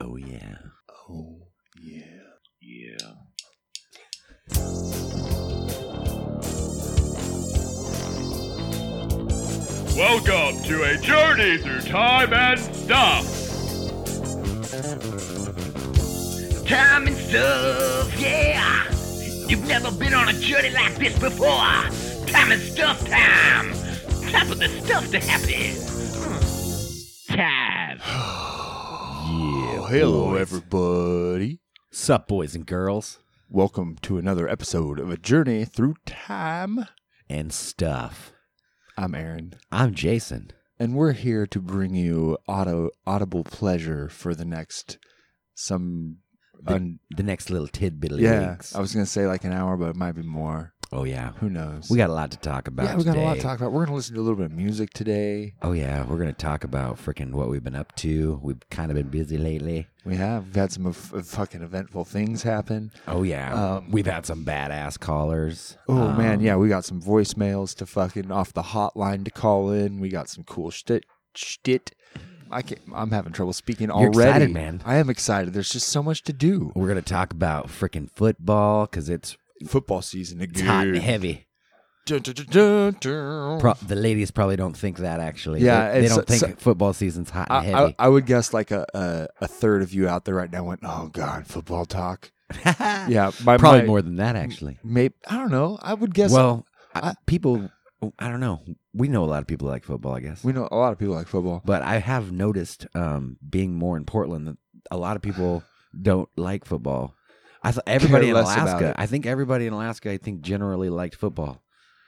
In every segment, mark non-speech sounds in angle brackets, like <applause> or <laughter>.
Oh, Welcome to a journey through time and stuff. Time and stuff, yeah. You've never been on a journey like this before. Time and stuff time. Time for the stuff to happen. Hmm. Time. Oh, hello, everybody. Sup, boys and girls, Welcome to another episode of A Journey Through Time. and stuff. I'm Aaron, I'm Jason. and we're here to bring you auto, audible pleasure for the next some. The, un- the next little tidbit of yeah, links. I was going to say like an hour, but it might be more. Oh, yeah. Who knows? We got a lot to talk about. yeah, we got a lot to today. talk about. We're going to listen to a little bit of music today. Oh, yeah. We're going to talk about freaking what we've been up to. We've kind of been busy lately. We have we've had some of, of fucking eventful things happen. Oh, yeah. Um, we've had some badass callers. Oh Um, man, yeah, we got some voicemails to fucking off the hotline to call in. We got some cool shit. Shit, I can't, I'm having trouble speaking You're already. excited, man. I am excited. There's just so much to do. We're going to talk about freaking football because it's, Football season it's again. hot and heavy. Dun, dun, dun, dun, dun. Pro- the ladies probably don't think that, actually. Yeah, They, they it's- don't think so- football season's hot and I, heavy. I, I would guess like a, a a third of you out there right now went, oh god, football talk. <laughs> Yeah, my, probably my- more than that, actually. Maybe I don't know. I would guess. well, I, I- people, oh, I don't know. We know a lot of people that like football, I guess. we know a lot of people like football. but I have noticed, um, being more in Portland, that a lot of people don't like football. I thought everybody in less about it. Alaska. I think everybody in Alaska. I think generally liked football.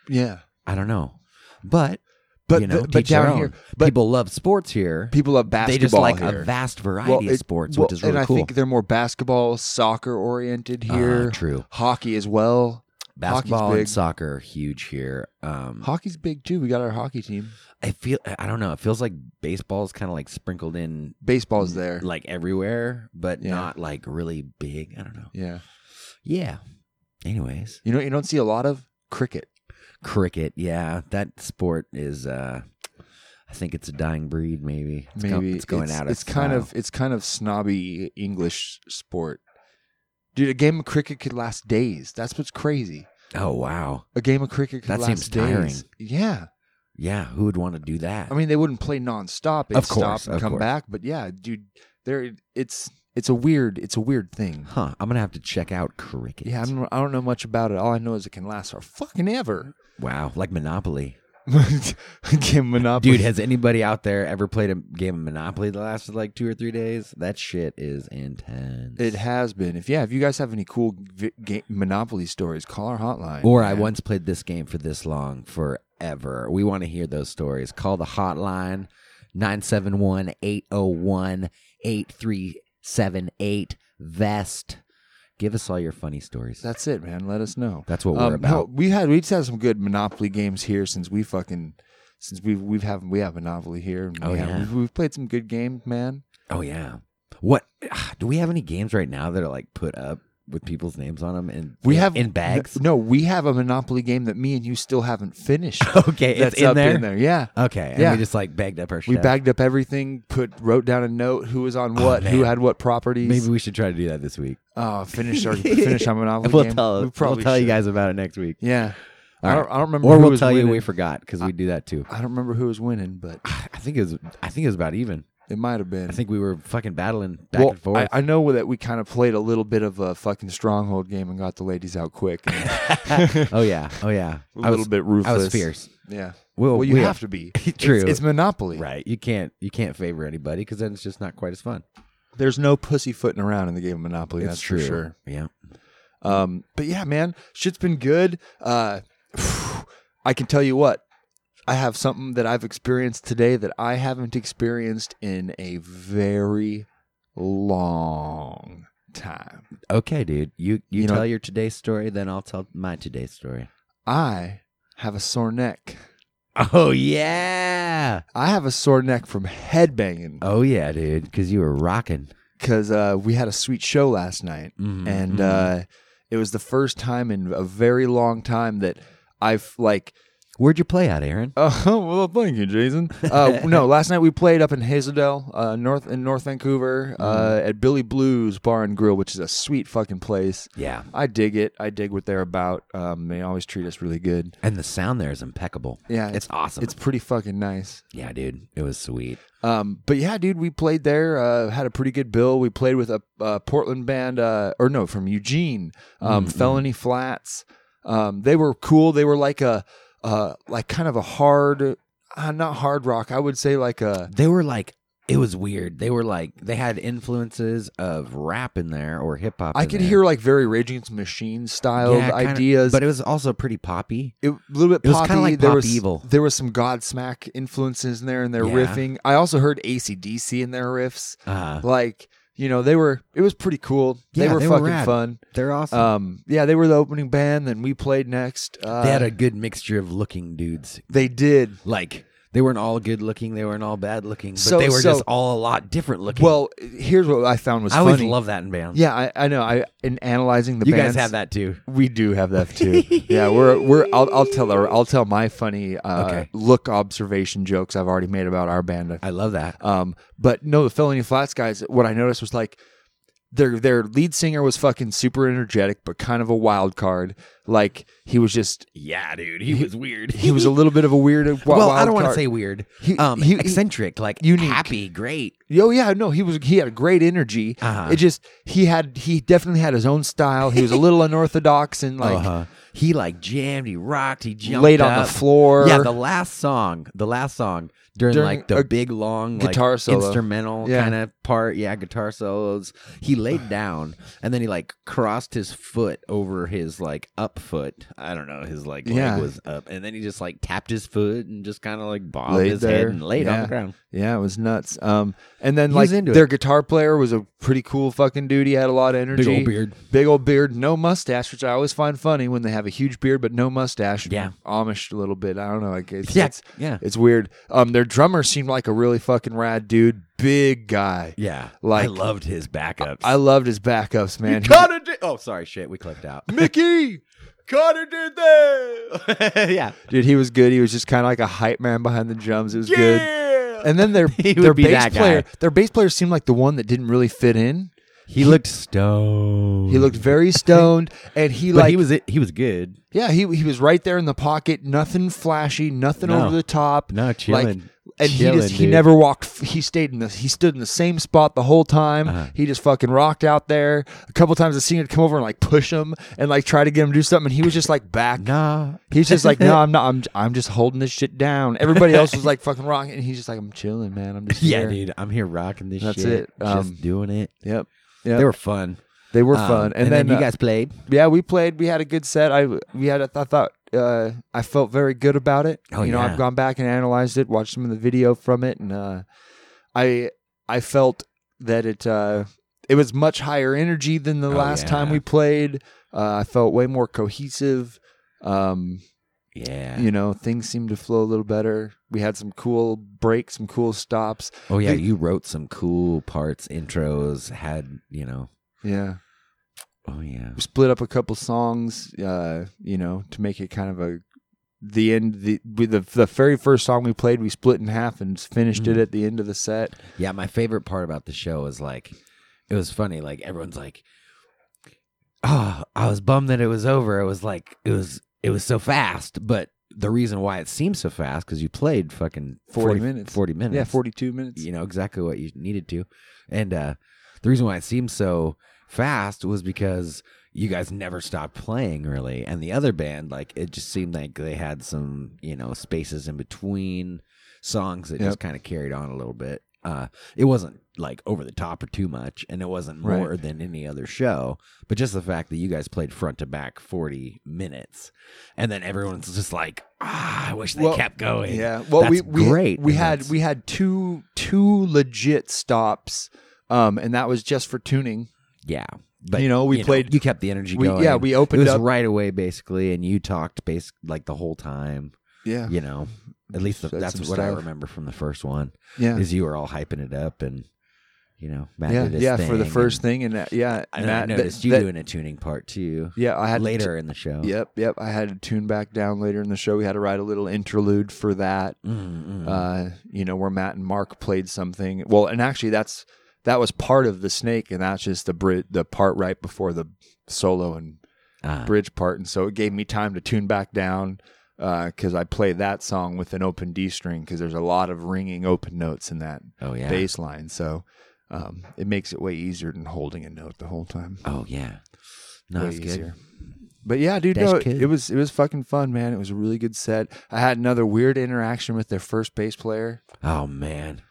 Yeah, I don't know, but but you know, but, but teach their down own. here, but people love sports here. people love basketball. They just like here. a vast variety of it- sports, well, which is really and cool. I think they're more basketball, soccer oriented Uh, here. true. Hockey as well. Basketball big. and soccer are huge here. Um, Hockey's big too. We got our hockey team. I feel I don't know. It feels like baseball's kind of like sprinkled in Baseball's there. like everywhere, but Yeah. not like really big. I don't know. Yeah. Yeah. Anyways, You know, you don't see a lot of cricket. cricket. Yeah, that sport is. uh I think it's a dying breed. Maybe it's, go- Maybe it's going out. It's kind of it's kind of snobby English sport. Dude, a game of cricket could last days. That's what's crazy. Oh wow. A game of cricket could That last seems days. tiring. Yeah. Yeah. Who would want to do that? I mean, they wouldn't play nonstop. It'd Of course, stop and of come course. back. But yeah, dude, there it's it's a weird it's a weird thing. huh? I'm gonna have to check out cricket. Yeah, I'm, I don't know much about it. All I know is it can last for fucking <laughs> ever. wow. Like Monopoly, Game Monopoly. dude. Has anybody out there ever played a game of Monopoly that lasted like two or three days? That shit is intense. it has been. If yeah, if you guys have any cool vi- game, Monopoly stories, call our hotline. Or I man. once played this game for this long, forever. We want to hear those stories. Call the hotline 971 801 8378 VEST. Give us all your funny stories. That's it, man. Let us know. That's what we're Um, no, about. we had we just had some good Monopoly games here since we fucking since we've we've have we have Monopoly here. and Oh, we have- yeah. we've, we've played some good games, man. Oh, yeah. What ah, do we have any games right now that are like put up with people's names on them and We have in bags? No, we have a Monopoly game that me and you still haven't finished. okay, <laughs> That's it's in up there. Oh, in there. Yeah. Okay, and Yeah. we just like bagged up our We shit. bagged up everything, put wrote down a note who was on Oh, what, who man. had what properties. Maybe we should try to do that this week. oh, finish <laughs> our finish our Monopoly we'll game. tell, We we probably will tell you should. guys about it next week. Yeah, All I, right. don't, I don't remember. Or who we'll was tell you we winning. forgot because we do that too. I don't remember who was winning, but <sighs> I think it was. I think it was about even. it might have been. I think we were fucking battling back well, and forth. I, I know that we kind of played a little bit of a fucking stronghold game and got the ladies out quick. <laughs> A oh yeah. Oh <laughs> yeah. I little was, bit ruthless. I was fierce. Yeah. Well, Well, you we- have to be. It's- True. It's, Monopoly. <laughs> Right. You can't. You can't favor anybody because then it's just not quite as fun. There's no pussyfooting around in the game of Monopoly. It's that's true. for sure. Yeah. Um, but yeah, man, shit's been good. Uh, <sighs> I can tell you what, I have something that I've experienced today that I haven't experienced in a very long time. Okay, dude. You you, You know- tell your today's story, then I'll tell my today's <laughs> story. I have a sore neck. Oh yeah. I have a sore neck from headbanging Oh yeah, dude. Because you were rocking. because uh, we had a sweet show last night, Mhm, and mhm. uh, it was the first time in a very long time that I've like Where'd you play at, Aaron? Uh, <laughs> well, thank you, Jason. Uh, no, last night we played up in Hazeldale, uh, north in North Vancouver, uh, at Billy Blues Bar and Grill, which is a sweet fucking place. Yeah. I dig it. I dig what they're about. Um, they always treat us really good. And the sound there is impeccable. Yeah, It's awesome. It's pretty fucking nice. yeah, dude. It was sweet. Um, but yeah, dude, we played there. Uh, had a pretty good bill. We played with a, a Portland band, uh, or no, from Eugene, um, Felony Flats. Um, they were cool. They were like a, uh, like kind of a hard, uh, not hard rock. I would say like a They were like, it was weird. They were like, they had influences of rap in there or hip hop. I in could there. hear like very Raging Machine style Yeah, kinda- ideas, but it was also pretty poppy. it, a little bit it was poppy. kinda like there Pop was Evil. there was some Godsmack influences in there, and their Yeah. riffing. I also heard ACDC in their riffs. Uh, Like you know, they were it was pretty cool. Yeah, they were they were fucking rad. fun. they're awesome. Um, yeah, they were the opening band. Then we played next. Uh, they had a good mixture of looking dudes. they did. Like they weren't all good looking, they weren't all bad looking, but So- they were so- just all a lot different looking. Well, here's what I found was I funny. always love that in bands. Yeah, I, I know. I in analyzing the you bands, guys have that too. We do have that <laughs> too. yeah, we're we're. I'll, I'll tell our, I'll tell my funny uh, Okay. look observation jokes I've already made about our band. I love that. Um, but no, the Felony Flats guys. What I noticed was like their their lead singer was fucking super energetic, but kind of a wild card. Like he was just Yeah, dude, he was weird. he was a little bit of a weird. uh, Wild well, I don't want to card. say weird. He- um, he- he- eccentric, like unique. happy, great. Oh yeah, no, he was he had a great energy. Uh-huh. It just he had he definitely had his own style. He was a little unorthodox and like uh-huh. he like jammed, he rocked, he jumped, laid on the up. floor. Yeah, the last song, the last song during, During like the a big long like, guitar solo. instrumental Yeah. kind of part. Yeah, guitar solos. He laid down and then he like crossed his foot over his like up foot. I don't know, his like leg Yeah. was up, and then he just like tapped his foot and just kind of like bobbed Laid his head there. and laid on Yeah. the ground. yeah, it was nuts. Um, and then He like was into their it. guitar player was a pretty cool fucking dude. He had a lot of energy. beard. Big old beard, no mustache, which I always find funny when they have a huge beard but no mustache. Yeah. Amish a little bit. I don't know. Like it's, Yeah, it's, yeah. it's weird. Um, their drummer seemed like a really fucking rad dude. Big guy. Yeah, I Like- loved his backups. I loved his backups, man. He- Connor did. Oh, sorry, shit, we clipped out. Mickey. Connor did that. <laughs> yeah, Dude, he was good. He was just kind of like a hype man behind the drums. It was good. yeah. And then <laughs> their He would their be bass that guy. player, their bass player seemed like the one that didn't really fit in. He looked stoned. He looked very stoned, and he but like he was he was good. yeah, he he was right there in the pocket. Nothing flashy, nothing No. over the top. No, Like, chillin'. and he Chillin', just he dude. never walked. f- He stayed in the he stood in the same spot the whole time. Uh-huh. He just fucking rocked out there. A couple times the singer would come over and like push him and like try to get him to do something. And he was just like back. Nah. He's just like, no, I'm not. I'm I'm just holding this shit down. Everybody else was like fucking rocking, and he's just like, I'm chilling, man. I'm <laughs> <laughs> just Yeah, here." dude. I'm here rocking this That's shit. it. Um, just doing it. Yep, yep. They were fun. they were Um, fun, and, then, you guys played. uh, yeah, we played. We had a good set. I we had. I th- I thought uh, I felt very good about it. Oh, you know, yeah. I've gone back and analyzed it, watched some of the video from it, and uh, I I felt that it uh, it was much higher energy than the Oh, last time yeah. we played. Uh, I felt way more cohesive. Um, Yeah. you know things seemed to flow a little better we had some cool breaks some cool stops oh yeah, the- you wrote some cool parts, intros. Had you know? yeah Oh yeah. we split up a couple songs uh you know to make it kind of a the end the with the, the very first song we played we split in half and finished Mm-hmm. it at the end of the set Yeah, my favorite part about the show was like, it was funny. Like everyone's like, "Oh, I was bummed that it was over." It was like it was it was so fast, but the reason why it seemed so fast because you played fucking 40 minutes. forty minutes, yeah 42 minutes You know exactly what you needed to, and uh, the reason why it seemed so fast was because you guys never stopped playing really, and the other band like it just seemed like they had some you know spaces in between songs that just Yep. kind of carried on a little bit. Uh, it wasn't like over the top or too much, and it wasn't Right. more than any other show. But just the fact that you guys played front to back forty minutes, and then everyone's just like, "Ah, I wish they Well, kept going." yeah well we That's we great, we and had that's- we had two two legit stops um and that was just for tuning yeah. But You know, we played- you kept the energy we- going. yeah, we opened it was up- right away, basically, and you talked basic like the whole <sighs> time. yeah You know, at least the, Said that's some what I stuff. remember from the first one. yeah Is you were all hyping it up, and you know, Matt yeah, did his yeah, thing. for the first and- thing, and uh, yeah, And Matt, I that- noticed you that- doing a tuning part too Yeah, I had to- later in the show. Yep, yep. I had to tune back down later in the show. We had to write a little interlude for that. Mm-mm. Uh, you know, where Matt and Mark played something. Well, and actually, that's that was part of the snake, and that's just the bri- the part right before the solo and Ah, bridge part, and so it gave me time to tune back down because I play that song with an open D string because there's a lot of ringing open notes in that oh yeah. bass line, so um, it makes it way easier than holding a note the whole time. Oh yeah. No, Way it's good. easier. But yeah, dude, That's no, good. it was it was fucking fun, man. It was a really good set. I had another weird interaction with their first bass player. Oh man,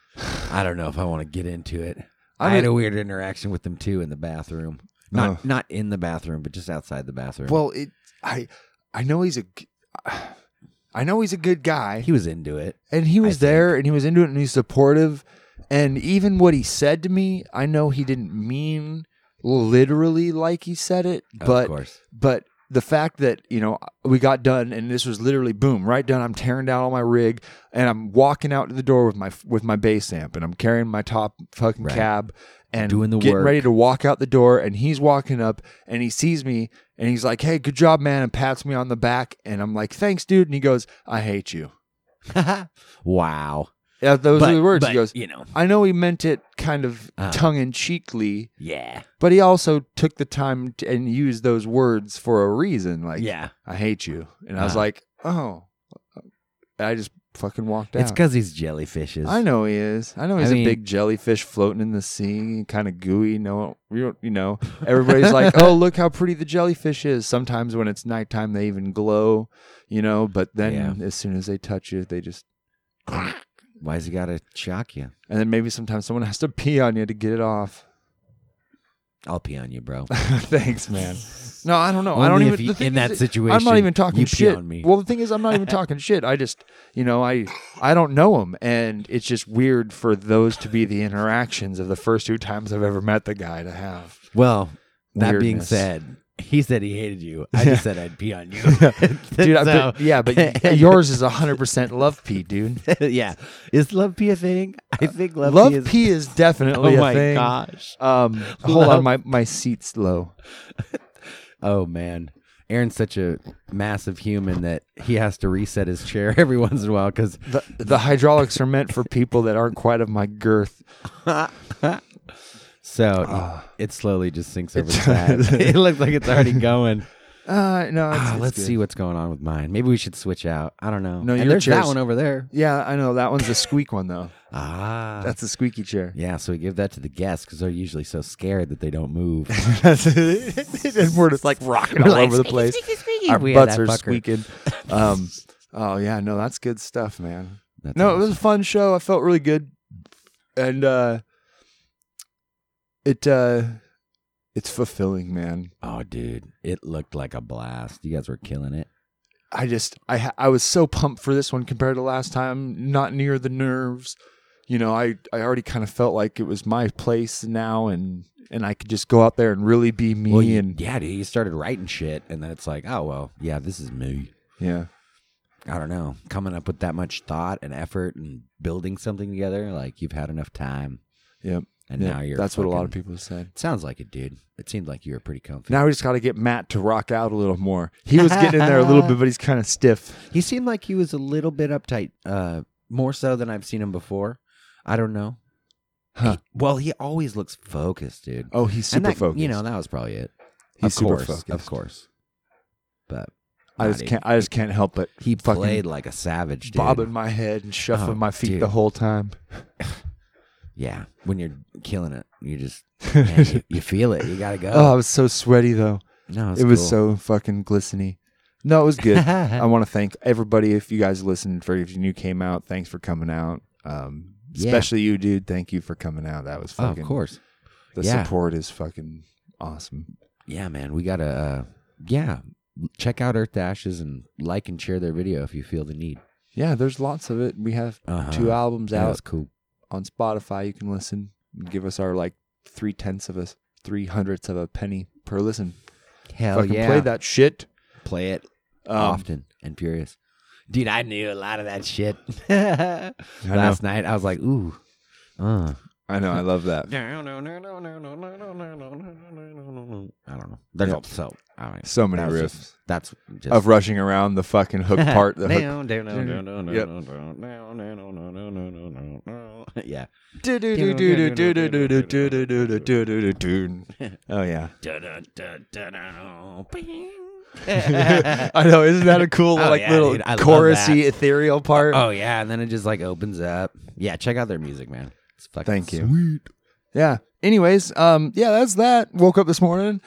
I don't know if I want to get into it. I I, had mean- a weird interaction with them too in the bathroom. Not Oh. not in the bathroom, but just outside the bathroom. Well, it I I know he's a g- <sighs> I know he's a good guy. he was into it. and he was think. there and he was into it and he's supportive and even what he said to me i know he didn't mean literally like he said it of but course, <laughs> but the fact that you know we got done and this was literally boom right done i'm tearing down all my rig and i'm walking out to the door with my with my bass amp and i'm carrying my top fucking Right. cab and Doing the getting work. ready to walk out the door and he's walking up and he sees me and he's like hey good job man and pats me on the back and i'm like thanks dude and he goes i hate you wow. yeah, those But- are the words. but, he goes, you know, I know he meant it kind of Uh. tongue in cheekly, yeah, but he also took the time to, and used those words for a reason. Like, yeah. I hate you. And I was Uh. like, oh. I just fucking walked out. It's because he's jellyfishes. I know he is. I know he's I mean- a big jellyfish floating in the sea, kind of gooey. No, you don't- you know, everybody's like, <laughs> "Oh, look how pretty the jellyfish is." Sometimes when it's nighttime, they even glow, you know. But then, as soon as they touch you, they just Why's he got to shock you? And then maybe sometimes someone has to pee on you to get it off. I'll pee on you, bro. <laughs> <laughs> Thanks, man. No, I don't know. I Only if don't even you- the thing in that is- situation. I'm not even talking you pee shit. on me. Well, the thing is, I'm not <laughs> even talking shit. I just, you know, I I don't know him, and it's just weird for those to be the interactions of the first two times I've ever met the guy to have. <laughs> Well, that being Weirdness. said, he said he hated you. I just said I'd pee on <laughs> you. <laughs> Dude, So- I- but, <laughs> yeah, but y- yours is 100% love pee, dude. yeah. Is love pee a thing? I think <laughs> love, Love pee is. pee is definitely oh a my thing. gosh. <laughs> Um, hold Love- on, my my seat's low. Oh man. Aaron's such a massive human that he has to reset his chair <laughs> every once in a while because The, the hydraulics are meant for people that aren't quite of my girth. so Ah. it slowly just sinks over the <laughs> side. <laughs> it looks like it's already going. Uh, no, it's, Ah, it's let's good. see what's going on with mine. Maybe we should switch out. I don't know. No, and your there's that chair's- one over there. Yeah, I know that one's a squeak one though. Ah, That's a squeaky chair. <laughs> yeah. So we give that to the guests because they're usually so scared that they don't <laughs> move. and <laughs> we're just <laughs> like rocking all over the place. Our We had butts that are fucker. squeaking. Um, oh yeah, no, that's good stuff, man. That's No, it awesome. was a fun show. I felt really good, and uh, it uh, it's fulfilling, man. Oh, dude, it looked like a blast. You guys were killing it. I just I ha- I was so pumped for this one compared to last time. Not near the nerves, you know. I I already kind of felt like it was my place now, and and I could just go out there and really be me. Well, you- and yeah, dude, you started writing shit, and then it's like, oh well, yeah, this is me. yeah, I don't know, coming up with that much thought and effort and building something together. Like you've had enough time, yep. and yep. now you're. That's what a lot of fucking- people have said. It sounds like it, dude. It seemed like you were pretty comfy. Now we just got to get Matt to rock out a little more. He was getting in there a little <laughs> bit, but he's kind of stiff. He seemed like he was a little bit uptight, uh, more so than I've seen him before. I don't know. Huh. He- well, he always looks focused, dude. Oh, he's And super that- focused. You know, that was probably it. he's of super course, focused. of course. But I nah, just dude. can't. I just can't help but He fucking played like a savage, dude. bobbing my head and shuffling Oh, my feet dude. the whole time. Yeah, when you're killing it, you just <laughs> man, you, you feel it. You gotta go. Oh, I was so sweaty though. no, it was so fucking glistening. No, it was <laughs> good. I yeah, want to thank everybody if you guys listened for if you new came out, thanks for coming out. Um, Yeah. especially you, dude. Thank you for coming out. That was oh, fucking of course. The Yeah. support is fucking awesome. Yeah, man, we gotta. Uh, yeah, check out Earth Ashes and like and share their video if you feel the need. Yeah, there's lots of it. We have Uh-huh. two albums That was out cool. on Spotify. You can listen and give us our like three tenths of a three hundredths of a penny per listen. Hell fucking yeah, play that shit. Play it Um, often and furious. Dude, I knew a lot of that shit. Last night, I was like, ooh, uh, I know. I love that. I don't know. There's Yeah. all so I mean, <laughs> So many that was riffs just- that's just of rushing around the <laughs> fucking hook part. The hook. Down, down, down, down, down, Yep. down, down, down, down, down, down, down, down. Yeah. Do, do, do, do, do, do, do, do, do, do, do, do, do, do, do, do, do. <laughs> Oh yeah. <laughs> Dun, dun, dun, dun, dun, bing. I know. Isn't that a cool Oh, like yeah, little dude, I love chorusy that. ethereal part? Oh yeah, and then it just like opens up. Yeah, check out their music, man. It's fucking Thank you. Sweet. Yeah. Anyways, um, yeah, that's that. Woke up this morning,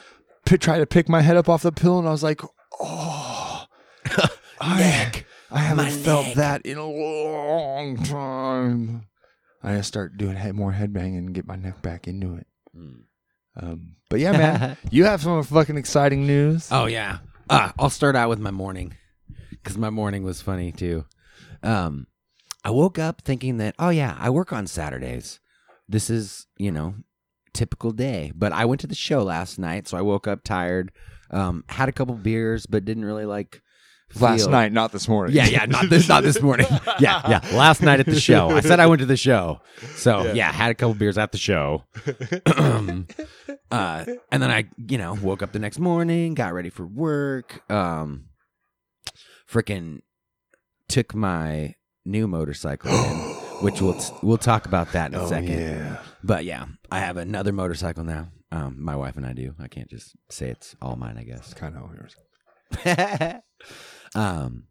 p- tried to pick my head up off the pillow, and I <laughs> was like, oh, I, I haven't felt that in a long time. I gotta start doing head, more headbanging and get my neck back into it. Mm. Um, but <laughs> yeah, man, you have some fucking exciting news. Oh yeah. Uh, I'll start out with my morning because my morning was funny too. Um, I woke up thinking that oh yeah, I work on Saturdays. This is you know typical day. But I went to the show last night, so I woke up tired. Um, had a couple beers, but didn't really like. Last feel- night, not this morning. Yeah, <laughs> yeah, not this, not this morning. Yeah, yeah. Last night at the show, I said I went to the show, so yeah, had a couple beers at the show, <clears throat> uh, and then I, you know, woke up the next morning, got ready for work, um, freaking took my new motorcycle, <gasps> in, which we'll we'll talk about that in a Oh, second. yeah. But yeah, I have another motorcycle now. Um, my wife and I do. I can't just say it's all mine. I guess. It's kind of weird. <laughs> um,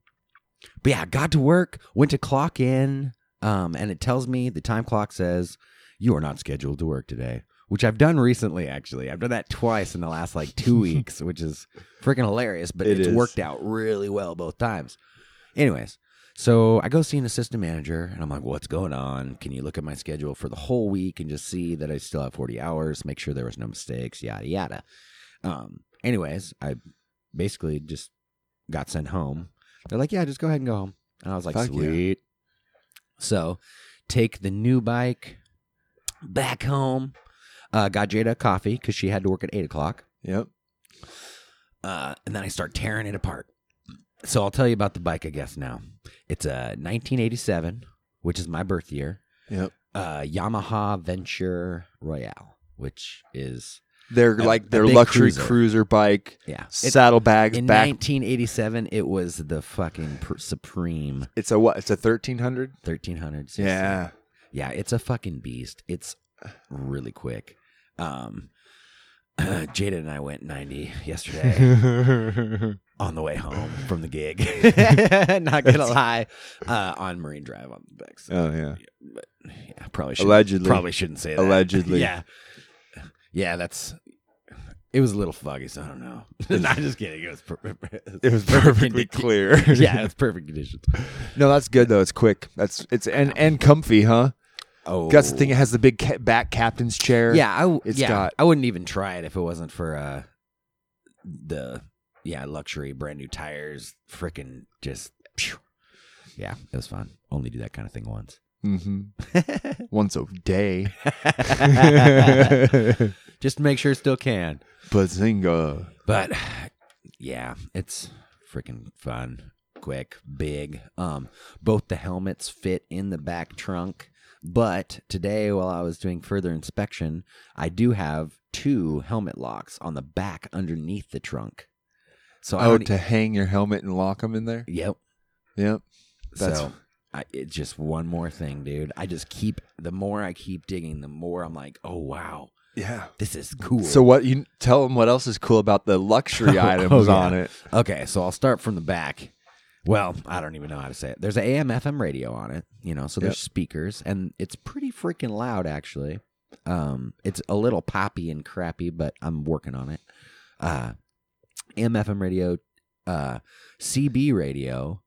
but yeah, got to work, went to clock in, um, and it tells me the time clock says you are not scheduled to work today, which I've done recently. Actually, I've done that twice in the last like <laughs> two weeks, which is freaking hilarious. But It it's is. worked out really well both times. Anyways, so I go see an assistant manager and I'm like, what's going on? Can you look at my schedule for the whole week and just see that I still have 40 hours, make sure there was no mistakes, yada, yada. Um, anyways, I basically just got sent home. They're like, yeah, just go ahead and go home. And I was like, Fuck yeah. sweet. So take the new bike back home. Uh, got Jada a coffee because she had to work at eight o'clock Yep. uh, and then I start tearing it apart. So I'll tell you about the bike, I guess. Now it's a 1987, which is my birth year. Yep. Uh, Yamaha Venture Royale, which is They're A- a like their big luxury cruiser. cruiser, bike, yeah. It- saddlebags in back. 1987, it was the fucking pr- supreme it's a what? It's a thirteen hundred. 1300. cc. <laughs> Yeah. yeah. It's a fucking beast. It's really quick. Um, <clears throat> Jada and I went 90 yesterday. <laughs> on the way home from the gig. Not gonna lie, uh, on Marine Drive on the back. Oh yeah. but yeah, probably should Allegedly. probably shouldn't say that. <laughs> Allegedly. yeah, yeah. That's it was a little foggy, so I don't know. <laughs> Not just kidding. It was <laughs> perfect. It was perfectly clear. <laughs> yeah, it's perfect conditions. No, that's good though. It's quick. That's it's and and comfy, huh? Oh, That's the thing. It has the big ca- back captain's chair. Yeah, I w- It's yeah, got- I wouldn't even try it if it wasn't for uh the yeah luxury brand new tires. Freaking just phew. yeah, it was fun. Only do that kind of thing once. Mm-hmm. <laughs> Once a day. just to make sure it still can. Bazinga. But yeah, it's freaking fun, quick, big. Um, both the helmets fit in the back trunk. But today, while I was doing further inspection, I do have two helmet locks on the back underneath the trunk. So I Oh, don't- e, to hang your helmet and lock them in there. yep. Yep. That's- so I, it's just one more thing, dude. I just keep the more I keep digging, the more I'm like, oh wow, Yeah. this is cool. So what you tell them what else is cool about the luxury <laughs> Oh, items oh, yeah. on it? Okay, so I'll start from the back. Well, I don't even know how to say it. There's an AM FM radio on it, you know, so there's Yep. speakers and it's pretty freaking loud actually. Um it's a little poppy and crappy, but I'm working on it. Uh AM FM radio, uh CB radio.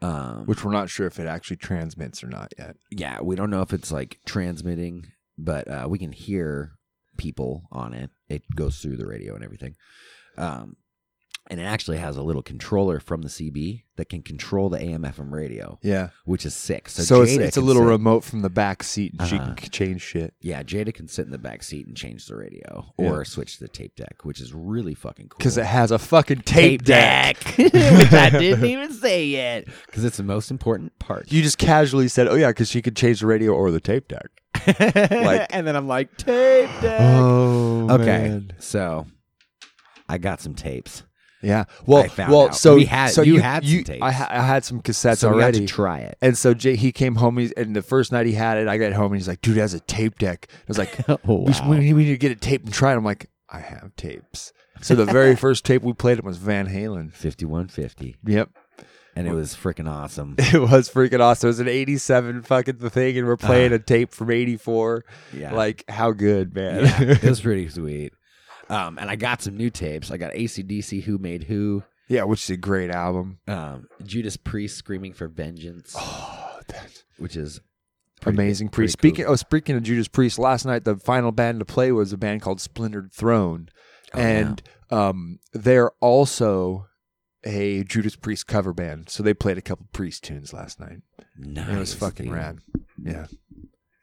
Um Which we're not sure if it actually transmits or not yet. yeah, we don't know if it's like transmitting, but uh, we can hear people on it. It goes through the radio and everything. Um, and it actually has a little controller from the CB that can control the AM FM radio, Yeah. which is sick. So, So, it's, Jada it's a can little sit- remote from the back seat, and she Uh-huh. can c- change shit. Yeah, Jada can sit in the back seat and change the radio or switch to the tape deck, which is really fucking cool. Because it has a fucking tape, deck. <laughs> which I didn't even say yet, because it's the most important part. You just casually said, "Oh yeah," because she could change the radio or the tape deck. Like- <laughs> and then I'm like, tape deck. Oh, okay. man. So I got some tapes. Yeah. Well, I found well. out. So We had- so you had some I, tapes. ha- I had some cassettes so we got already. to try <laughs> it. and so Jay, he came home. He's, and the first night he had it, I got home and he's like, "Dude, that's a tape deck." I <laughs> was like, Oh, we, should- we, need, we need to get it taped and try it. I'm like, I have tapes. So <laughs> the very first tape we played it was Van Halen. 5150. Yep, And it was freaking awesome. <laughs> it was freaking awesome. It was an '87 fucking the thing, and we're playing a tape from '84. Yeah. Like how good, man. yeah, <laughs> it <laughs> was pretty sweet. Um, and I got some new tapes. I got ACDC, Who Made Who, yeah, which is a great album. um, Judas Priest screaming for vengeance, Oh, that's which is pretty- amazing pretty priest. Speaking cool. oh, speaking of Judas Priest, last night the final band to play was a band called Splintered Throne, Oh, and um, they're also a Judas Priest cover band. So they played a couple Priest tunes last night. nice, And It was fucking dude. rad. Yeah,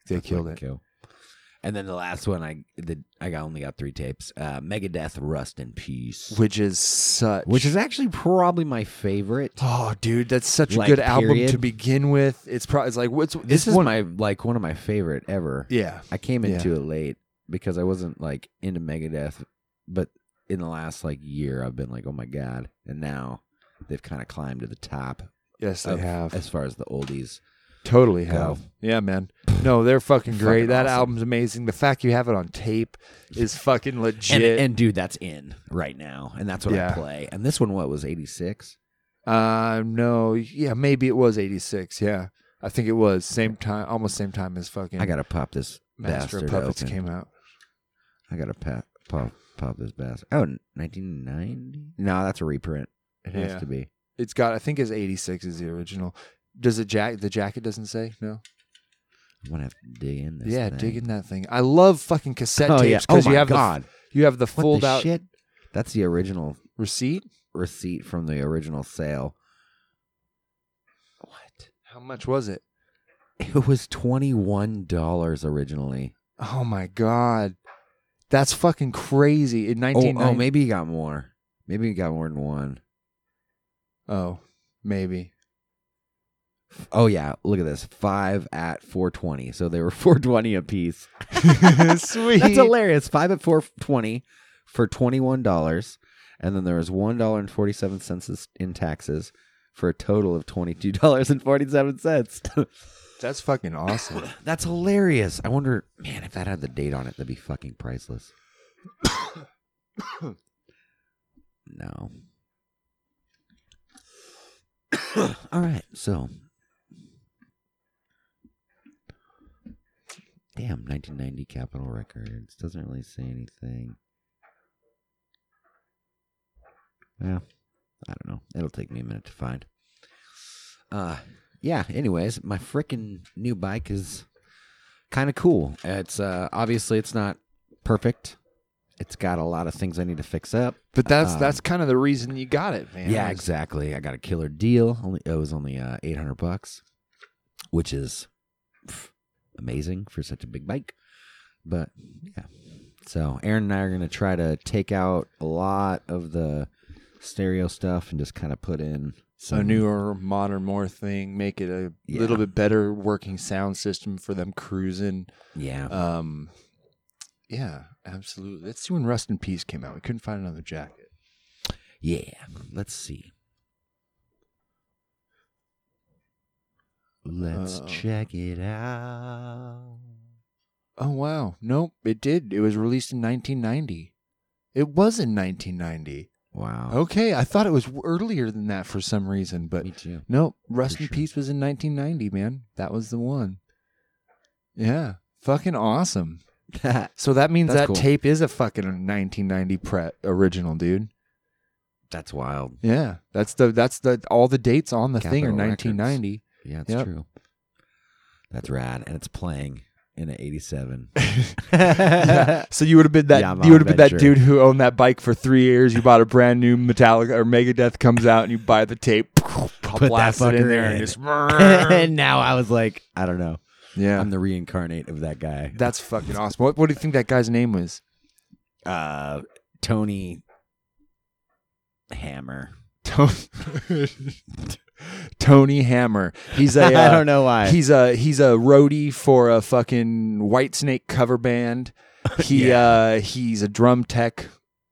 they That's killed fucking it. cool. And then the last one, I the, I got, only got three tapes. Uh, Megadeth, Rust in Peace, Which is such. which is actually probably my favorite. Oh, dude, that's such Like, a good album period. to begin with. It's probably it's like what's This it's is one. my like one of my favorite ever. yeah, I came Yeah. into it late because I wasn't like into Megadeth, but in the last like year, I've been like, oh my god, and now they've kind of climbed to the top yes, they of- have as far as the oldies. totally go. have. Yeah, man. No, they're fucking great. Fucking that awesome. album's amazing. The fact you have it on tape is fucking legit. And, and dude, that's in right now, and that's what Yeah. I play. And this one, what was eighty six? Uh, no, yeah, maybe it was '86. Yeah, I think it was same time, almost same time as fucking I gotta pop this Master of bastard Puppets open. came out. I gotta pop pop pop this bastard. Oh, 1990? No, that's a reprint. It Yeah. has to be. It's got, I think, it's '86 is the original. Does the jack the jacket doesn't say no? I'm gonna have to dig in this. yeah, thing. dig in that thing. I love fucking cassette Oh yeah. tapes Oh because my you have god. the you have the What fold the out shit? That's the original receipt. receipt from the original sale. What? How much was it? It was twenty one dollars originally. Oh my god, that's fucking crazy. In Oh, oh, 1990, maybe you got more. Maybe you got more than one. oh, <laughs> maybe. <laughs> Oh yeah, look at this. Five at four twenty. So they were <laughs> four twenty a piece. <laughs> Sweet. That's hilarious. Five at four twenty for twenty one dollars, and then there was one dollar and forty seven cents in taxes for a total of twenty two dollars and forty seven cents. <laughs> That's fucking awesome. That's hilarious. I wonder, man, if that had the date on it, that'd be fucking priceless. <coughs> no. <coughs> All right, so. Damn, 1990 Capitol Records. Doesn't really say anything. Well, I don't know. It'll take me a minute to find. Uh, yeah anyways my freaking new bike is kind of cool it's uh obviously it's not perfect it's got a lot of things i need to fix up But that's Um, that's kind of the reason you got it, man. yeah Like, exactly i got a killer deal only it was only uh 800 bucks which is pff, amazing for such a big bike but yeah so aaron and i are going to try to take out a lot of the stereo stuff and just kind of put in some a newer, modern, more thing, make it a Yeah. little bit better working sound system for them cruising. yeah Um, yeah, absolutely. Let's see when Rust in Peace came out. We couldn't find another jacket. Yeah, let's see. Let's Uh, check it out. Oh wow, nope, it did. It was released in 1990. It was in 1990. Wow. Okay, I thought it was w- earlier than that for some reason, <laughs> but Me too. nope. Rust Mm. For in sure. Peace was in 1990, man. That was the one. Yeah, fucking awesome. So <laughs> that means That's that cool. tape is a fucking 1990 pre- original, dude. That's wild. Yeah, that's the that's the all the dates on the thing are Capitol Records. 1990. Yeah, it's Yep. true. That's rad, and it's playing in an '87. <laughs> Yeah, So you would have been that Yamaha you would have been that Venture. dude who owned that bike for three years. You bought a brand new Metallica or Megadeth comes out and you buy the tape, <laughs> that blast it in fucker there, in. <laughs> and just and now I was like, I don't know. yeah, I'm the reincarnate of that guy, that's fucking awesome. What what do you think that guy's <laughs> name was? uh, Tony Hammer. Tony <laughs> Tony Hammer. He's a <laughs> I uh, don't know why. He's a he's a roadie for a fucking White Snake <laughs> cover band. He uh he's a drum tech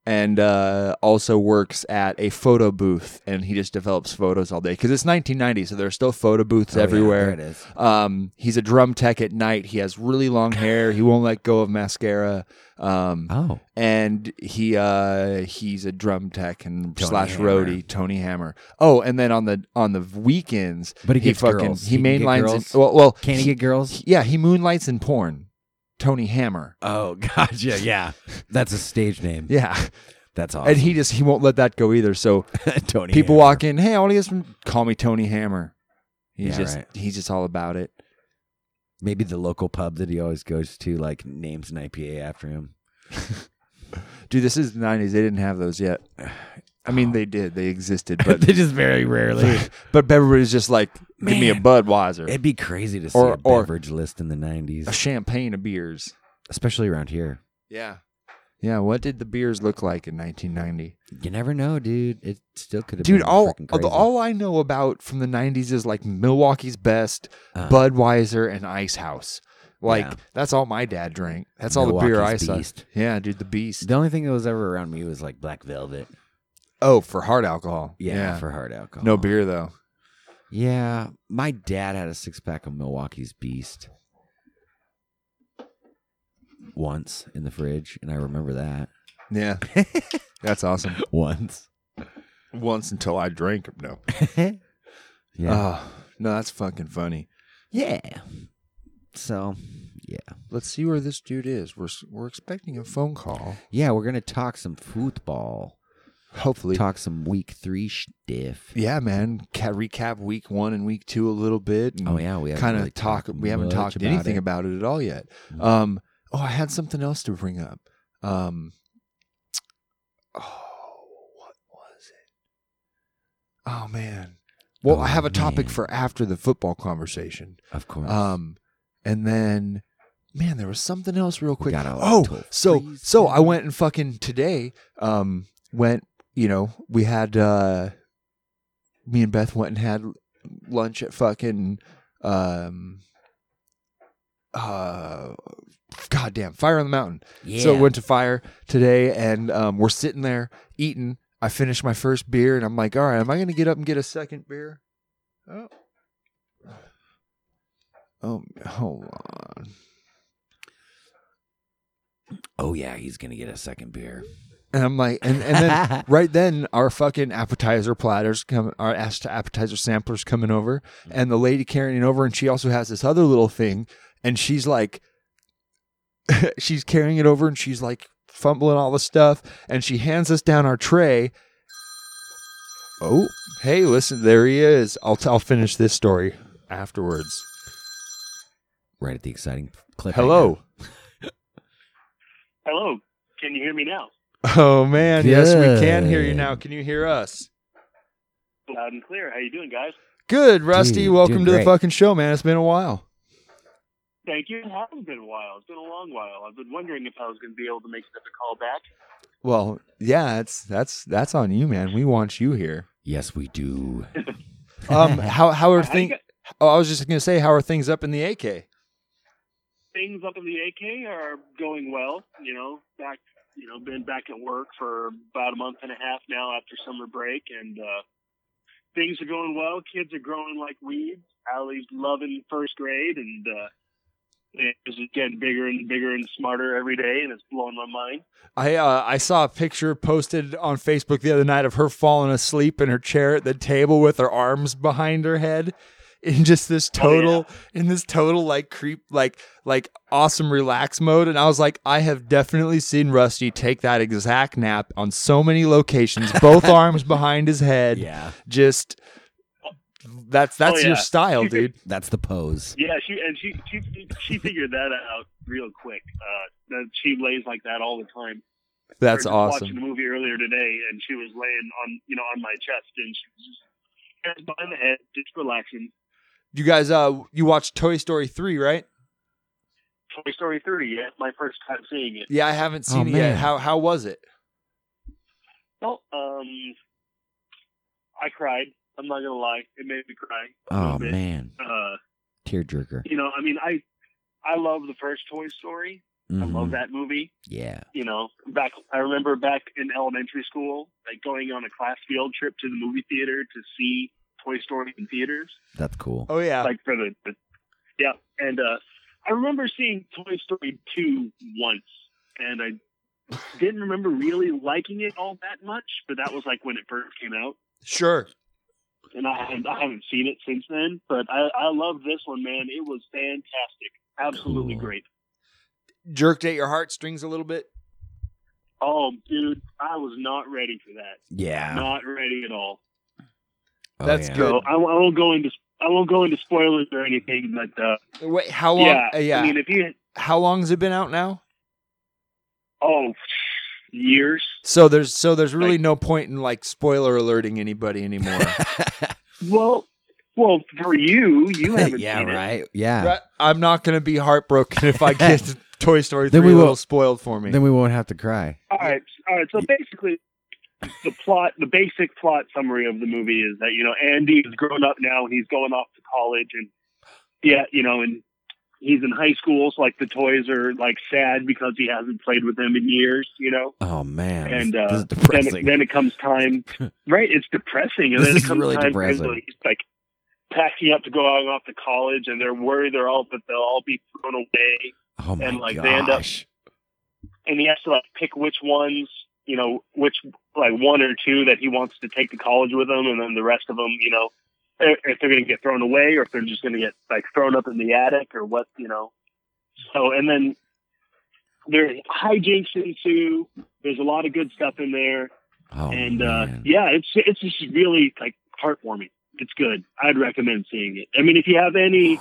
and uh also works at a photo booth and he just develops photos all day cuz it's 1990 so there are still photo booths Oh, yeah, everywhere. there it is. Um he's a drum tech at night. He has really <laughs> long hair. He won't let go of mascara. Um Oh, and he uh he's a drum tech and Tony slash Hammer. roadie Tony Hammer. Oh, and then on the on the weekends, But he gets fucking girls. he He can get mainlines. girls? In, well, well, can he get girls? yeah, he moonlights in porn. Tony Hammer. Oh, <laughs> gotcha. Yeah, that's a stage name. Yeah, That's awesome. and he just he won't let that go either. So <laughs> Tony. people Hammer. walk in, hey, I want to get some. Call me Tony Hammer. He's Yeah, just right. he's just all about it. Maybe the local pub that he always goes to, like names an IPA after <laughs> him. Dude, this is the '90s. They didn't have those yet. I mean, they did. They existed, But <laughs> but they just very rarely. <laughs> but everybody's just like, give me a Man. Budweiser, It'd be crazy to see Or- a or- beverage list in the a '90s, champagne of beers. especially around here. Yeah. Yeah, what did the beers look like in 1990? You never know, dude. It still could have Dude, been all freaking crazy. all I know about from the 90s is like Milwaukee's Best, Uh, Budweiser, and Ice House. Like Yeah. that's all my dad drank. That's all the beer I Milwaukee's saw. Beast. Yeah, dude, the Beast. the only thing that was ever around me was like Black Velvet. Oh, for hard alcohol. Yeah, for hard alcohol. no beer though. Yeah, my dad had a six pack of Milwaukee's Beast once in the fridge, and I remember <laughs> that <laughs> Yeah. that's awesome. once. Once until I drank them. No. yeah, Ah, Oh, no, that's fucking funny. yeah. So, yeah, Let's see where this dude is. We're s- we're expecting a phone call. yeah, we're gonna talk some football, Hopefully. talk some week three stiff. Yeah, man. Ca- recap week one and week two a little bit. and Oh yeah, we haven't kind of really talk. talked We haven't much talked about anything it. Mm-hmm. about it at all yet. Um, oh, I had something else to bring up. Um, oh, what was it? Oh man. Well, Oh, I have a topic man. for after the football conversation. of course. Um, and then, man, there was something else real quick. got all Oh, toll so free so I stuff. went and fucking today. Um, went. You know, we had uh, me and Beth went and had lunch at fucking um, uh, goddamn Fire on the Mountain. yeah. So I went to fire today, and um, we're sitting there eating. I finished my first beer, and I'm like, "All right, am I going to get up and get a second beer?" Oh, oh, hold on. oh yeah, he's gonna get a second beer. And I'm like, and and then right then our fucking appetizer platters come, our ass to appetizer samplers coming over, and the lady carrying it over, and she also has this other little thing, and she's like, <laughs> she's carrying it over, and she's like fumbling all the stuff, and she hands us down our tray. Oh, hey, listen, there he is. I'll t- I'll finish this story afterwards. <laughs> right at the exciting clip. Hello. <laughs> Hello, can you hear me now? Oh man, yes, we can hear you Good. now. Can you hear us? Loud and clear. How you doing, guys? Good, Rusty. Dude, welcome doing to the great. fucking show, man. It's been a while. Thank you. It hasn't been a while. It's been a long while. I've been wondering if I was going to be able to make another call back. Well, yeah, it's that's that's on you, man. We want <laughs> you here. Yes, we do. Um, how how are How you things? got- Oh, I was just gonna say, how are things up in the AK? Things up in the AK are going well. You know, back. You know, been back at work for about a month and a half now after summer break, and uh, things are going well. Kids are growing like weeds. Allie's loving first grade, and uh, it's getting bigger and bigger and smarter every day, and it's blowing my mind. I uh, I saw a picture posted on Facebook the other night of her falling asleep in her chair at the table with her arms behind her head, in just this total in this total like creep like like awesome relax mode. And I was like, I have definitely seen Rusty take that exact nap on so many locations, both arms behind his head. yeah, just that's that's yeah. your style, dude. that's the pose. Yeah, she and she she she figured that out real quick. Uh, that she lays like that all the time. That's We were just Watching awesome. a movie earlier today, and she was laying on you know on my chest, and she was just hands behind the head, just relaxing. You guys, uh, you watched Toy Story three, right? Toy Story three, yeah, my first time seeing it. Yeah, I haven't seen Oh, it yet. man. How how was it? Well, um, I cried. I'm not gonna lie, it made me cry. a Oh little bit. man, Uh, tearjerker. you know, I mean, I I love the first Toy Story. I love Mm-hmm. Mhm. that movie. Yeah. You know, back I remember back in elementary school, like going on a class field trip to the movie theater to see Toy Story in theaters, That's cool. Oh yeah. like for the, the yeah. And uh, I remember seeing Toy Story two once, and I <laughs> didn't remember really liking it all that much. But that was like when it first came out. sure. and I haven't, I haven't seen it since then. But I, I love this one, man. It was fantastic, absolutely Cool. great. Jerked at your heartstrings a little bit. Oh, dude, I was not ready for that. Yeah. Not ready at all. Oh, That's yeah. <laughs> good. So I, w- I won't go into I won't go into spoilers or anything, but uh, Wait, how long? yeah, uh, yeah. I mean, if you how long's it been out now? oh years, So there's so there's really Like- no point in like spoiler alerting anybody anymore. well, well, for you, <laughs> you haven't yeah. seen it. <laughs> Right. Yeah. Right? <laughs> I'm not gonna be heartbroken if <laughs> I get to Toy Story Then three we a will. little spoiled for me. Then we won't have to cry. All right, all right. So basically, the plot, the basic plot summary of the movie is that you know Andy is grown up now and he's going off to college, and yeah, you know, and he's in high school, so like the toys are like sad because he hasn't played with them in years, you know. Oh man. And, this, uh, this is Then depressing. it, then it <laughs> comes time, right? It's depressing, and This then is it comes really time depressing. because, like, he's like packing up to go out off to college, and they're worried they're all that they'll all be thrown away, oh my and, like, gosh. they end up- and he has to like pick which ones, you know, which like one or two that he wants to take to college with him, and then the rest of them, you know, i- if they're going to get thrown away or if they're just going to get like thrown up in the attic or what, you know. So and then there are hijinks ensue. There's a lot of good stuff in there, oh and uh, man. yeah, it's it's just really like heartwarming. It's good. I'd recommend seeing it. I mean, if you have any.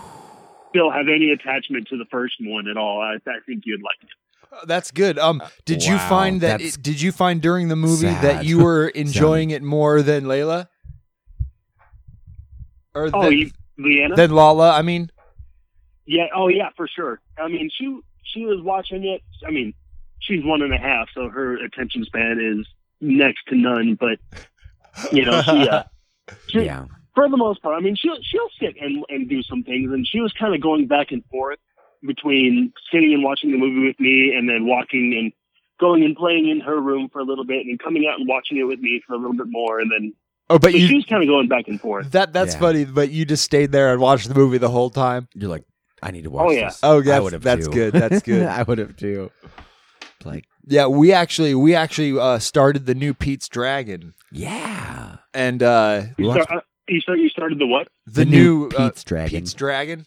Still have any attachment to the first one at all? I, I think you'd like it. Uh, That's good. Um, did you wow, find that? that's It, did you find during the movie that <laughs> sad. you were enjoying it more than Layla? Or Oh, than, you, Leanna. than Lala? I mean, Yeah. Oh, yeah, for sure. I mean, she she was watching it. I mean, she's one and a half, so her attention span is next to none. But you know, she, uh, she yeah. for the most part, I mean, she'll she'll sit and and do some things, and she was kind of going back and forth between sitting and watching the movie with me, and then walking and going and playing in her room for a little bit, and then coming out and watching it with me for a little bit more, and then oh, but so she you was kind of going back and forth. that that's Yeah. funny. But you just stayed there and watched the movie the whole time. You're like, I need to watch Oh, yeah. this. Oh, I that's- would've that's too. <laughs> good, that's good. I would have too. Like, Yeah, we actually we actually uh, started the new Pete's Dragon yeah. and uh, You, Watch- start, uh, you start. You started the what? the, new, uh, Pete's Dragon. Pete's Dragon.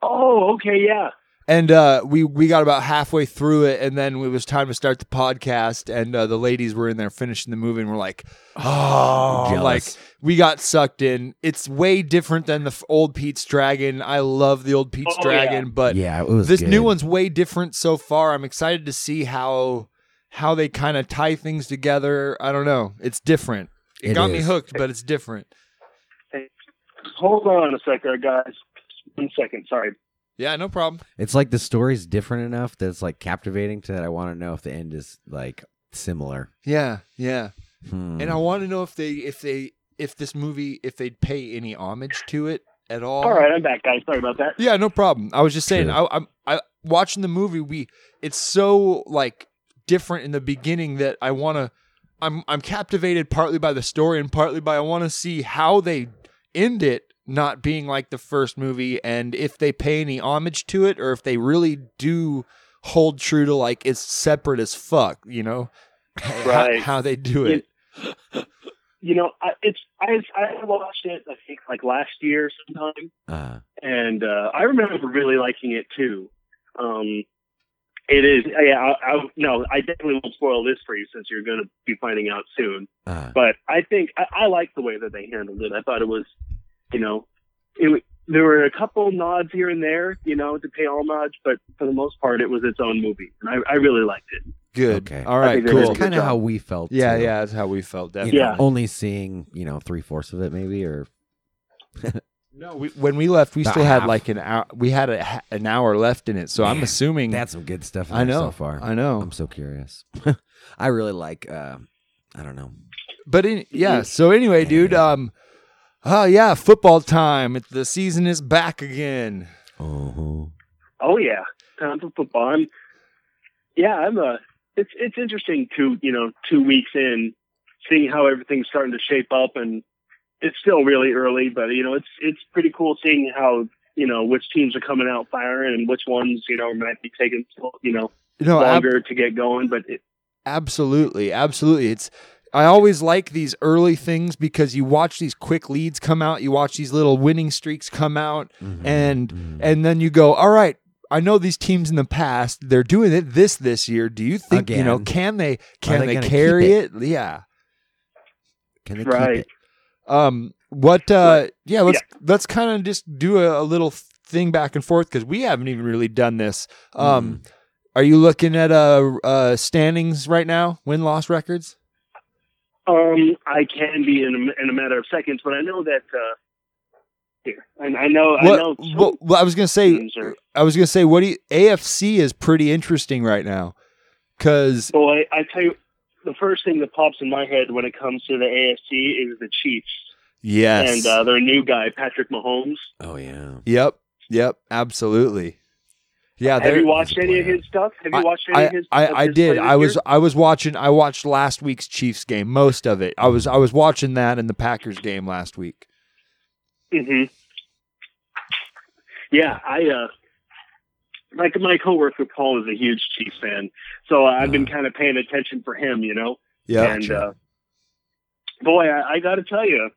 Oh, okay, yeah. And uh, we we got about halfway through it, and then it was time to start the podcast. And uh, the ladies were in there finishing the movie, and we're like, "Oh, like Jealous. we got sucked in. It's way different than the f- old Pete's Dragon. I love the old Pete's Oh, Dragon, but yeah, it was uh, this good. new one's way different so far. I'm excited to see how how they kind of tie things together. I don't know. It's different. It, It got me is. hooked, but it's different. Hold on a second, guys. One second. Sorry. Yeah, no problem. It's like the story's different enough that it's like captivating to that I want to know if the end is like similar. Yeah, yeah. Hmm. And I want to know if they if they if this movie if they'd pay any homage to it at all. All right, I'm back, guys. Sorry about that. Yeah, no problem. I was just saying, True. I, I'm I watching the movie. We it's so like different in the beginning that I want to. I'm I'm captivated partly by the story and partly by I want to see how they end it, not being like the first movie, and if they pay any homage to it or if they really do hold true to like it's separate as fuck. You know, How- Right. How, they do it. You know, I, it's I I watched it I think like last year sometime, uh, and uh, I remember really liking it too. Um, it is yeah. I, I no, I definitely won't spoil this for you since you're going to be finding out soon. uh, But I think I, I like the way that they handled it. I thought it was, you know, it w- there were a couple nods here and there, you know, to pay all nods, but for the most part, it was its own movie, and I, I really liked it. Good. Okay. All I right. think they did Cool. a good kind of job. how we felt. Yeah, too. yeah. That's how we felt. You Definitely. know, Yeah. only seeing you know three fourths of it maybe or No, we, when we left, we About still had half. like an hour. We had a, ha- an hour left in it, so I'm Man, assuming that's some good stuff. in Mm. I there know. so far. <laughs> I know. I'm so curious. um, I really like. Uh, I don't know. but in, yeah. So anyway, dude. Um. Oh yeah, football time. It- The season is back again. Oh, Oh yeah, time for football. I'm, yeah, I'm a. It's it's interesting to you know two weeks in, seeing how everything's starting to shape up, and it's still really early, but you know it's it's pretty cool seeing how you know which teams are coming out firing and which ones you know might be taking you know No, Oh, ab- longer to get going. But it, absolutely, absolutely. It's I always like these early things because you watch these quick leads come out, you watch these little winning streaks come out, Mm-hmm. and eh, and then you go, all right. I know these teams in the past; they're doing it this this year. Do you think you know? Again. Can they? Can they they, gonna keep carry it? Yeah. can they Right. keep it? Um, what? Uh, yeah, let's let's kind of just do a, a little thing back and forth because we haven't even really done this. Mm. Um, are you looking at uh, uh standings right now? Win loss records. um, I can be in a, in a matter of seconds, but I know that uh, here and I know I know. What, some well, well, I was gonna say, teams are- I was gonna say, what do you, AFC is pretty interesting right now because Boy, I tell you, the first thing that pops in my head when it comes to the AFC is the Chiefs yes, and uh, their new guy, Patrick Mahomes. Oh yeah. yep, yep, absolutely. Yeah, Have Uh, they're- you watched he's a any of player. his stuff? Have you watched any I, of his? I, of I his play did. this I was year? I was watching I watched last week's Chiefs game, most of it. I was I was watching that and the Packers game last week. Mhm. Yeah, I uh, like my coworker Paul is a huge Chiefs fan, so I've been kind of paying attention for him, you know. and uh, boy, I, I got to tell you,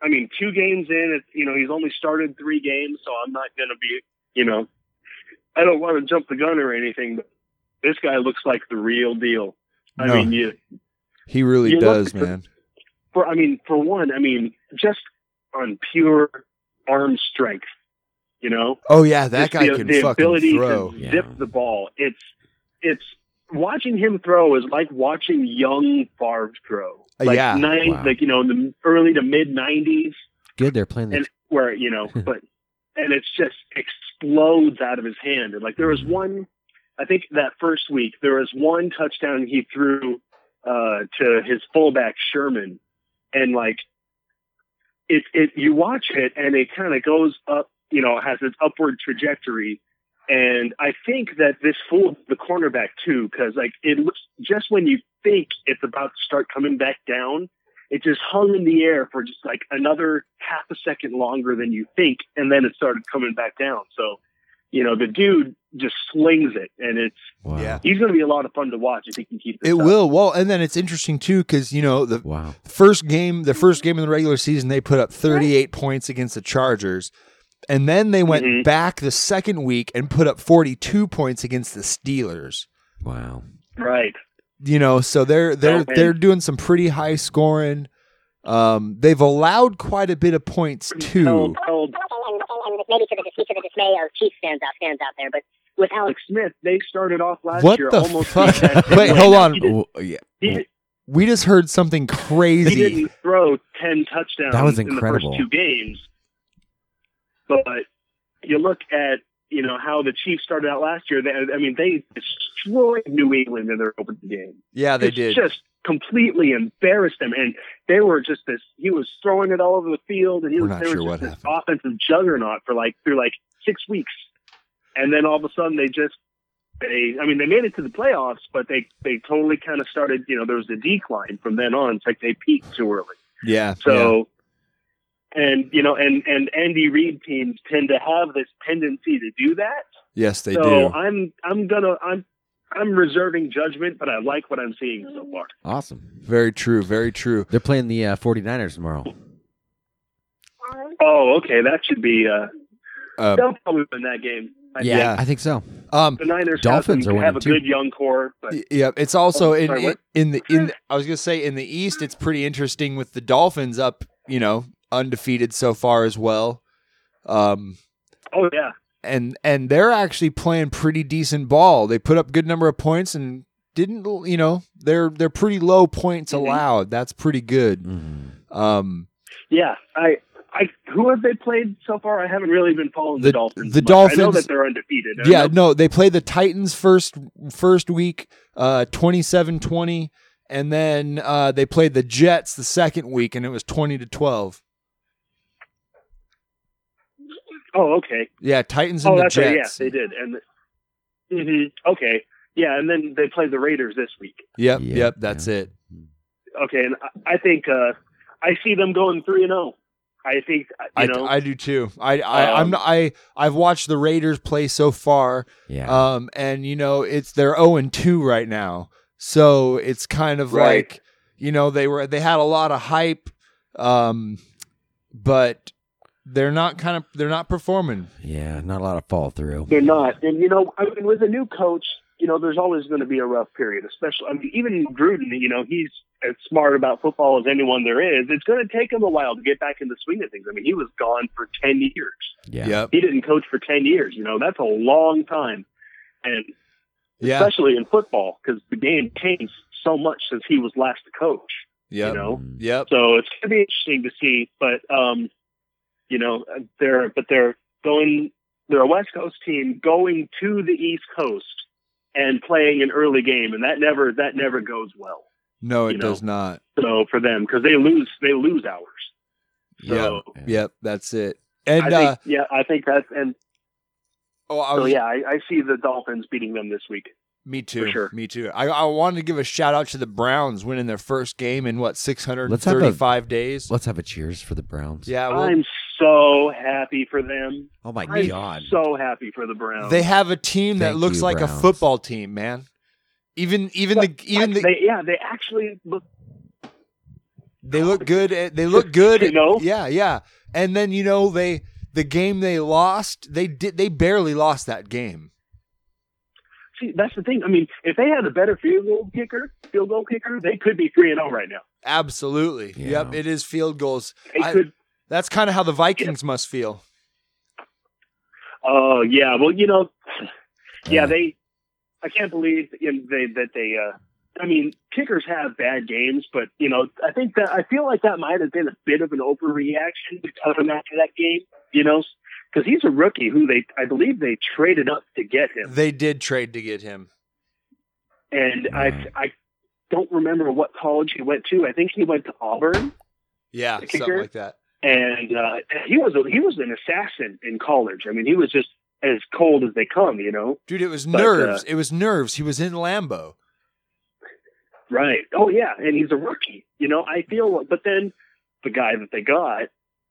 I mean, two games in, it, you know, he's only started three games, so I'm not going to be, you know, I don't want to jump the gun or anything, but this guy looks like the real deal. I No. mean, you, he really you does, look- man. for I mean, for one, I mean, just on pure arm strength, you know, Oh yeah, that Just guy the, can the fucking ability throw. to Yeah. zip the ball. It's it's watching him throw is like watching young Favre throw. Uh, Like yeah, nine, wow. like you know, in the early to mid nineties, Good. They're playing. The and where <laughs> you know, but and it's just explodes out of his hand. And like there was one, I think that first week there was one touchdown he threw uh, to his fullback Sherman, and like it, it you watch it and it kind of goes up, you know, has its upward trajectory. And I think that this fooled the cornerback too, because like it looks just when you think it's about to start coming back down, it just hung in the air for just like another half a second longer than you think, and then it started coming back down. So, you know, the dude just slings it, and it's wow. Yeah. he's going to be a lot of fun to watch if he can keep this It up. will. Well, and then it's interesting too because you know the Wow. first game, the first game in the regular season, they put up 38 points against the Chargers, and then they went Mhm. back the second week and put up 42 points against the Steelers. Wow. Right. you know so they're they're Okay. they're doing some pretty high scoring um they've allowed quite a bit of points too Held, held and, and maybe to the, dis- to the dismay of Chiefs fans out fans out there, but with Alex Alex Smith. They started off last What year the almost. fuck? beat that Wait, deadline. hold <laughs> on. He, did, Oh, yeah. he, we just heard <laughs> something he crazy didn't throw ten touchdowns. That was In incredible. the first two games, but you look at you know how the Chiefs started out last year. They, I mean, they destroyed New England in their opening game. yeah they It's did Just completely embarrassed them, and they were just this. He was throwing it all over the field, and he We're was not they sure were what just this offensive juggernaut for like through like six weeks, and then all of a sudden they just they. I mean, they made it to the playoffs, but they they totally kind of started. You know, there was a decline from then on. It's like they peaked too early. yeah yeah. So, and you know, and and Andy Reid teams tend to have this tendency to do that yes they so do I'm I'm gonna I'm I'm reserving judgment, but I like what I'm seeing so far. Awesome. very true very true They're playing the uh, 49ers tomorrow. Oh, okay, that should be uh uh, they'll probably win that game. I think. Yeah. I think so. um The Niners Dolphins have, are some- have a winning, too. good young core, but y- yeah it's also Oh, in, sorry, in what? in the in the, i was gonna say in the east it's pretty interesting with the dolphins up you know undefeated so far as well um oh yeah, and and they're actually playing pretty decent ball. They put up good number of points and didn't you know they're they're pretty low points Mhm. allowed. That's pretty good. Mhm. Um, yeah. I I who have they played so far? I haven't really been following the, The- Dolphins. the much. I know Dolphins- that they're undefeated. I yeah, know- no, they play the Titans first first week, uh, 27-20, And then uh, they played the Jets the second week, and it was twenty to twelve. Oh, okay. Yeah, Titans and Oh, the that's right. Yeah, Jets. they did. And hmm okay, yeah, and then they play the Raiders this week. Yep, Yeah, yep, that's it. Okay, and I, I think uh, I see them going three and zero. I think uh, I, you know. I do too. I, I Um, I'm not, I I've watched the Raiders play so far, Yeah. um, and you know it's they're zero and two right now, so it's kind of Right. like you know they were they had a lot of hype, um, but they're not kind of they're not performing. yeah. Not a lot of fall through. They're not. And you know, I mean, with a new coach, you know, there's always going to be a rough period, especially I mean, even Gruden. You know, he's as smart about football as anyone there is. It's going to take him a while to get back in the swing of things. I mean, he was gone for ten years. Yeah. Yep. He didn't coach for ten years. You know, that's a long time, and Yeah. especially in football because the game changed so much since he was last the coach. Yep. You know, Mm. Yep. so it's going to be interesting to see. But um, you know, they're but they're going. They're a West Coast team going to the East Coast and playing an early game, and that never that never goes well. No, it you know. does not. So for them, because they lose they lose hours. So Yeah. Yep, that's it. I And think, uh, yeah, I think that's and oh, I so was, yeah, I, I see the Dolphins beating them this week. me too. sure. Me too. I, I wanted to give a shout out to the Browns winning their first game in what six hundred Let's have a- thirty-five days. Let's have a cheers for the Browns. Yeah, well, I'm so happy for them. Oh my I'm god. so happy for the Browns. they have a team that Thank looks you, like a Browns. football team, man. Even even the even the, they, yeah, they actually look They look good. eh, They look good. You know? Yeah, yeah. And then you know they the game they lost. They did. They barely lost that game. See, that's the thing. I mean, if they had a better field goal kicker, field goal kicker, they could be three and zero right now. Absolutely. Yeah. Yep. It is field goals. They I- could. That's kind of how the Vikings must feel. Oh yeah. Well, you know, <sighs> yeah. Uh, They. I can't believe you know, they that they. uh I mean, kickers have bad games, but you know, I think that I feel like that might have been a bit of an overreaction of him after that game. You know, because he's a rookie who they, I believe, they traded up to get him. They did trade to get him. and Yeah. I I don't remember what college he went to. I think he went to Auburn, Yeah, The something kicker? like that. and uh, he was a, he was an assassin in college. I mean, he was just as cold as they come, you know. Dude, it was But, uh, nerves. it was nerves. He was in Lambo. Right? Oh yeah, and he's a rookie. You know, I feel. But then the guy that they got,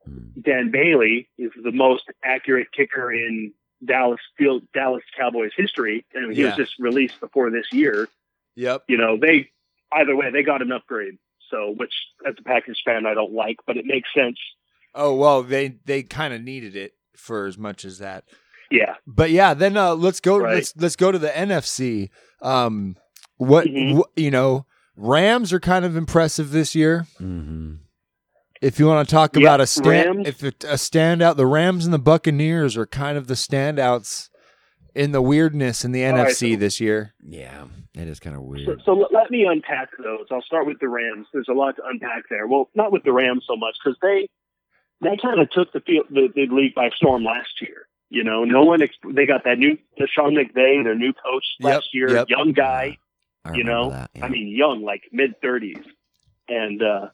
mm, Dan Bailey, is the most accurate kicker in Dallas field Dallas Cowboys history, and he was Yeah. just released before this year. Yep. you know, they either way they got an upgrade. So, which as a Packers fan I don't like, but it makes sense. Oh well, they they kind of needed it for as much as that. Yeah, But yeah, then uh, let's go. Right. Let's let's go to the NFC. Um, what Mhm. wh- you know, Rams are kind of impressive this year. hmm If you want to talk Yep, about a stand, Rams. if it, a standout, the Rams and the Buccaneers are kind of the standouts in the weirdness in the All right, NFC so- this year. Yeah. It is kind of so, weird. so let- let me unpack those. I'll start with the Rams. There's a lot to unpack there. Well, not with the Rams so much because they they kind of took the field the, the league by storm last year. You know, no one ex- they got that new Sean McVay, their new coach Yep, last year, yep. young guy. I you remember know, that, yeah. I mean, young, like mid 30s. And, uh,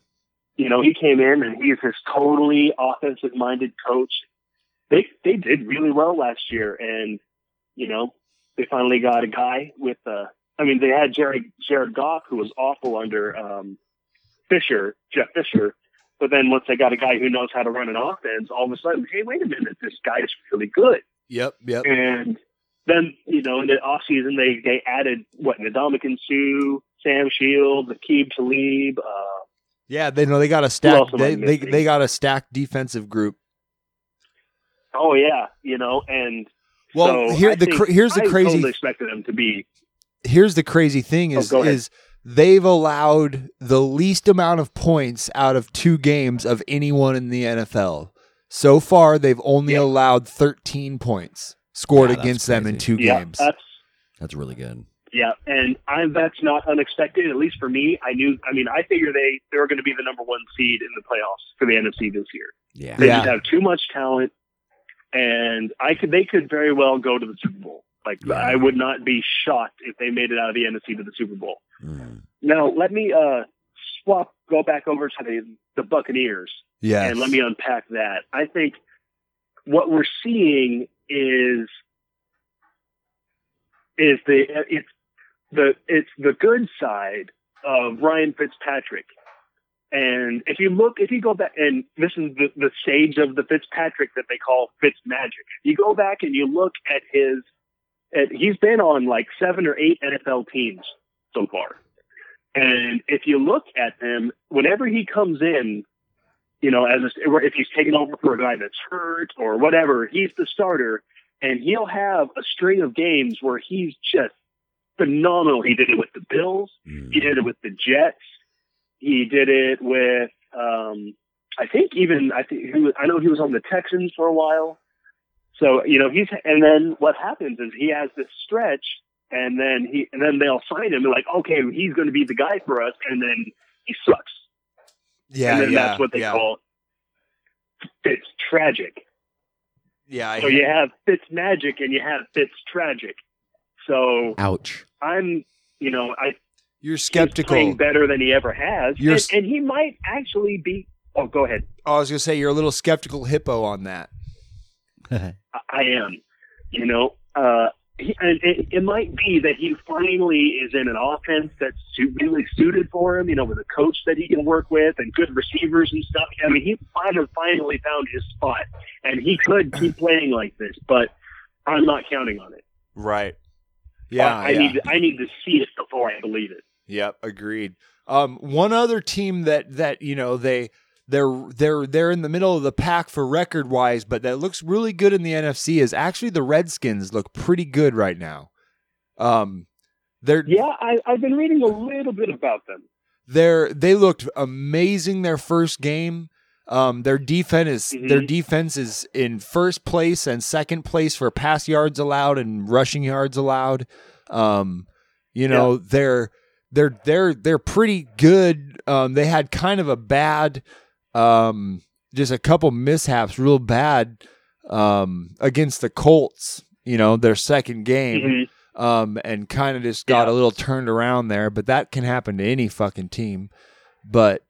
you know, he came in and he's this totally offensive minded coach. They, they did really well last year. And, you know, they finally got a guy with, uh, I mean, they had Jerry, Jared Goff, who was awful under, um, Fisher, Jeff Fisher. But then once they got a guy who knows how to run an offense, all of a sudden, hey, wait a minute, this guy's really good. Yep, yep, And then, you know, in the offseason, they, they added, what, Ndamukong Sue, Sam Shields, Akib Talib. Uh, yeah. They know they got a stack. else am I They they, missing? they got a stacked defensive group. oh, yeah, you know, and Well, so here I the think cra- here's the I crazy totally expected them to be. here's the crazy thing is Oh, go ahead. is they've allowed the least amount of points out of two games of anyone in the NFL. So far, they've only Yeah. allowed 13 points scored Yeah, that's against them in crazy. two Yeah, games. that's That's really good. yeah, and I that's not unexpected. At least for me, I knew. I mean, I figure they they were going to be the number one seed in the playoffs for the NFC this year. Yeah. They Yeah. just have too much talent, and I could they could very well go to the Super Bowl. Like Yeah. I would not be shocked if they made it out of the NFC to the Super Bowl. Mm. Now let me uh, swap, go back over to the the Buccaneers, Yes. and let me unpack that. I think what we're seeing is is the it's the it's the good side of Ryan Fitzpatrick. And if you look, if you go back, and this is the, the stage of the Fitzpatrick that they call Fitz Magic. You go back and you look at his, at, he's been on like seven or eight NFL teams so far. And if you look at him, whenever he comes in, you know, as a, if he's taking over for a guy that's hurt or whatever, he's the starter, and he'll have a string of games where he's just phenomenal. He did it with the Bills. He did it with the Jets. He did it with um, I think even I think he was, I know he was on the Texans for a while. So you know he's and then what happens is he has this stretch and then he and then they'll sign him. They're like, okay, he's going to be the guy for us, and then he sucks. yeah. and then yeah, that's what they yeah. call Fitz tragic. Yeah. I, So you have Fitz magic and you have Fitz tragic. So Ouch. <laughs> I'm, you know, I You're He's skeptical. playing better than he ever has, You're and, s- and he might actually be. Oh, go ahead. I was gonna say you're a little skeptical hippo on that. I, I am. You know, uh, he, and it, it might be that he finally is in an offense that's su- really suited for him. You know, with a coach that he can work with and good receivers and stuff. I mean, he might have finally found his spot, and he could keep playing like this. But I'm not counting on it. Right. Yeah. I, I yeah. need to, I need to see it before I believe it. Yep, agreed. Um, one other team that that you know they they're they're they're in the middle of the pack for record wise, but that looks really good in the NFC is actually the Redskins look pretty good right now. Um, they're Yeah, I, I've been reading a little bit about them. they're they looked amazing their first game. Um, their defense is their Mhm. defense is in first place and second place for pass yards allowed and rushing yards allowed. Um, you know they're they're they're they're pretty good. Um, they had kind of a bad, um, just a couple mishaps, real bad um, against the Colts. You know their second game Mhm. um, and kind of just got a Yeah. little turned around there. But that can happen to any fucking team. But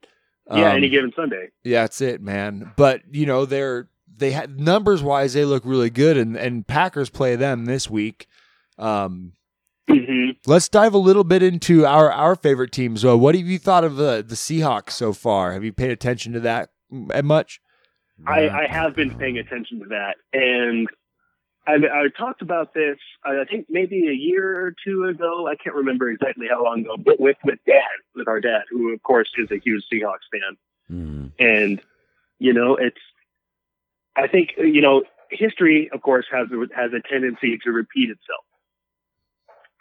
um, Yeah, any given Sunday. yeah, that's it, man. But you know they're they had numbers wise they look really good, and and Packers play them this week. Um, hmm let's dive a little bit into our our favorite teams. Uh, what have you thought of uh, the Seahawks so far? Have you paid attention to that m- much? I, I have Mm-hmm. been paying attention to that, and I, I talked about this. uh, I think maybe a year or two ago. I can't remember exactly how long ago, but with with Dad, with our dad, who of course is a huge Seahawks fan, Mm. and you know, it's. I think you know history, of course, has a- has a tendency to repeat itself,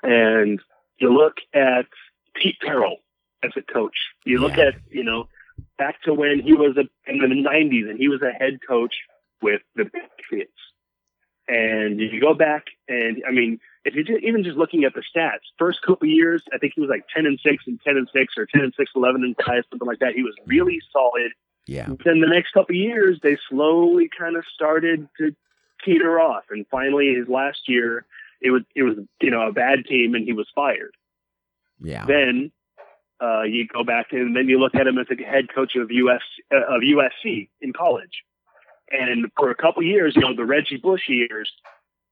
and you look at Pete Carroll as a coach. You look Yeah. at you know back to when he was a, in the '90s and he was a head coach with the Patriots. And you go back, and I mean, if you're ju- even just looking at the stats, first couple years, I think he was like 10 and six and 10 and six or 10 and six, 11 and five, something like that. He was really solid. Yeah. Then the next couple of years, they slowly kind of started to peter off, and finally, his last year, it was it was you know a bad team, and he was fired. Yeah. Then uh, you go back and then you look at him as the head coach of US uh, of USC in college, and for a couple of years, you know the Reggie Bush years,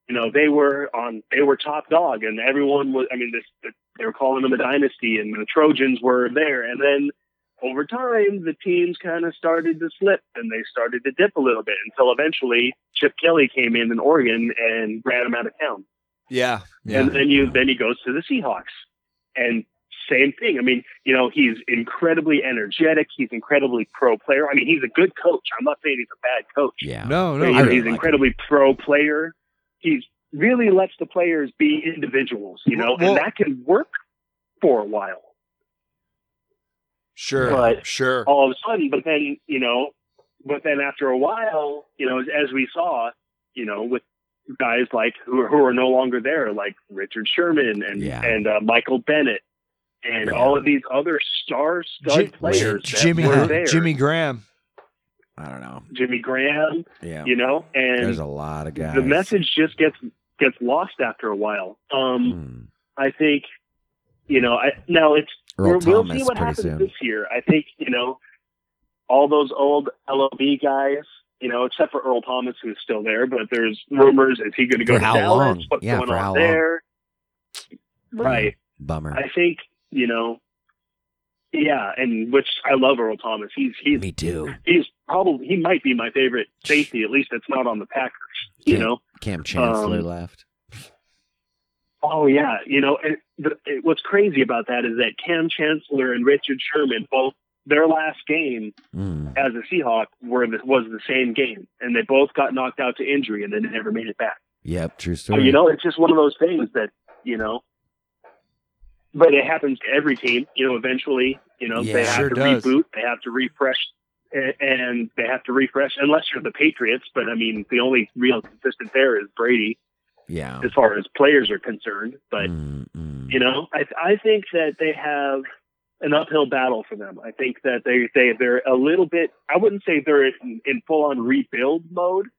you know they were on they were top dog, and everyone was I mean this they were calling them a dynasty, and the Trojans were there, and then over time, the teams kind of started to slip and they started to dip a little bit until eventually Chip Kelly came in in Oregon and ran them out of town. Yeah, yeah, And then you then he goes to the Seahawks, and same thing. I mean, you know, he's incredibly energetic. He's incredibly pro player. I mean, he's a good coach. I'm not saying he's a bad coach. Yeah. no, But, no, you I know, really he's like incredibly pro player. He's really lets the players be individuals, you know, Well- and that can work for a while. sure, But- sure, all of a sudden. But then, you know, but then after a while, you know, as, as we saw, you know, with guys like who are, who are no longer there, like Richard Sherman and Yeah. and uh, Michael Bennett and Yeah. all of these other star stud Ji- players, that Jimmy, were there. Jimmy Graham. I don't know. Jimmy Graham, Yeah. you know, There's and a lot of guys. the message just gets gets lost after a while. Mm. Um, I think, you know, I now it's Earl We're- we'll see Thomas what pretty happens soon. this year. I think you know all those old LOB guys. You know, except for Earl Thomas, who's still there, but there's rumors: is he going to go For to how Dallas? long? What's Yeah, going for on how long? there? Right. Bummer. I think you know. Yeah, and which I love Earl Thomas. He's he's Me too. he's probably he might be my favorite safety, at least that's not on the Packers. You Yeah. know, Cam Chancellor Um, left. Oh yeah, you know, and the, it, what's crazy about that is that Cam Chancellor and Richard Sherman both their last game Mm. as a Seahawk were the, was the same game, and they both got knocked out to injury and then never made it back. Yep, true So, story. oh, you know, it's just one of those things that you know. But it happens to every team, you know. Eventually, you know, Yeah, they have sure to does. reboot, they have to refresh, a- and they have to refresh. Unless you're the Patriots, but I mean, the only real consistent there is Brady, yeah. as far as players are concerned. But Mm, mm. you know, I I think that they have an uphill battle for them. I think that they they they're a little bit. I wouldn't say they're in, in full on rebuild mode,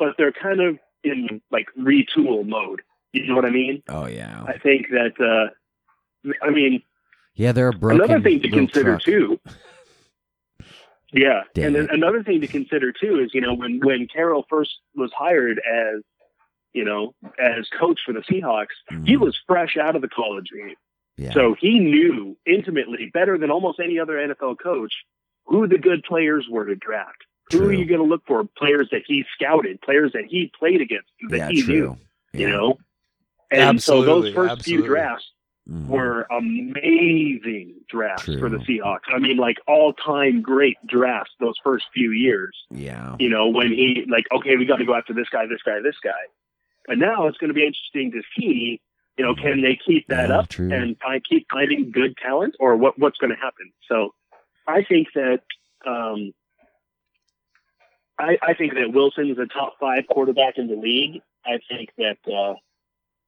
but they're kind of in like retool mode. You know what I mean? Oh yeah. I think that. uh I mean, Yeah, they're a broken. another thing to little consider truck. <laughs> too. Yeah, Damn and it. then another thing to consider too is you know when when Carroll first was hired as you know as coach for the Seahawks, he Mhm. was fresh out of the college game. Yeah. So he knew intimately, better than almost any other NFL coach, who the good players were to draft. Who True. are you going to look for? Players that he scouted, players that he played against, that yeah, he true. knew, yeah. you know? And so Absolutely, those first absolutely. few drafts Mhm. Mm. were amazing drafts True. for the Seahawks. I mean, like all time great drafts those first few years, Yeah. you know, when he, like, okay, we got to go after this guy, this guy, this guy. But now it's going to be interesting to see, you know, can they keep that Yeah, up? True. and I keep finding good talent or what what's going to happen. So I think that um, I, I think that Wilson's a top five quarterback in the league. I think that uh,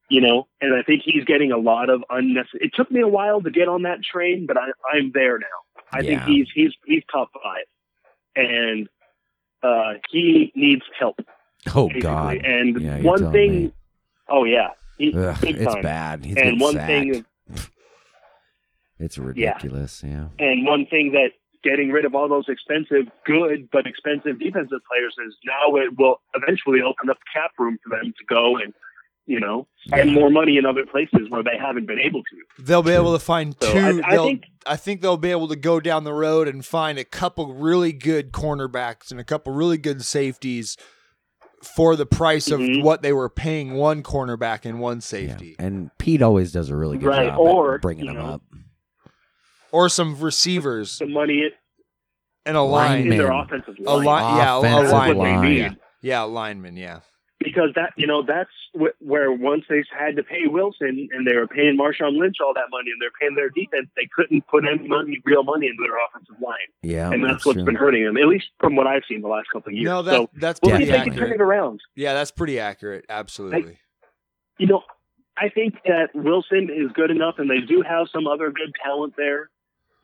you know, and I think he's getting a lot of unnecessary. It took me a while to get on that train, but I, I'm there now. I Yeah. think he's he's he's top five, and uh, he needs help. oh basically. God. And Yeah, you're one telling thing, me. oh yeah, he, Ugh, big it's time. bad. He's And getting one sacked. thing- it's ridiculous. Yeah. And one thing that getting rid of all those expensive, good but expensive defensive players is now it will eventually open up cap room for them to go and you know spend Yeah. more money in other places where they haven't been able to. They'll be True. able to find two. So I- I they'll- think- I think they'll be able to go down the road and find a couple really good cornerbacks and a couple really good safeties for the price Mhm. of what they were paying one cornerback and one Yeah. safety, And Pete always does a really good Right, job or, at bringing you him know, up. or some receivers The money and a line. in, in their Linemen. offensive A line. line, yeah, a- a Offensive That's lineman. what they line. need. Yeah. yeah, a lineman, yeah. because that you know that's wh- where once they had to pay Wilson and they were paying Marshawn Lynch all that money and they're paying their defense, they couldn't put any money, real money, into their offensive line, Yeah. and that's that's what's true. been hurting them, at least from what I've seen the last couple of years. No, that, so that's we'll pretty see if they can turn accurate. it around. Yeah, that's pretty accurate. Absolutely. you know, I think that Wilson is good enough, and they do have some other good talent there.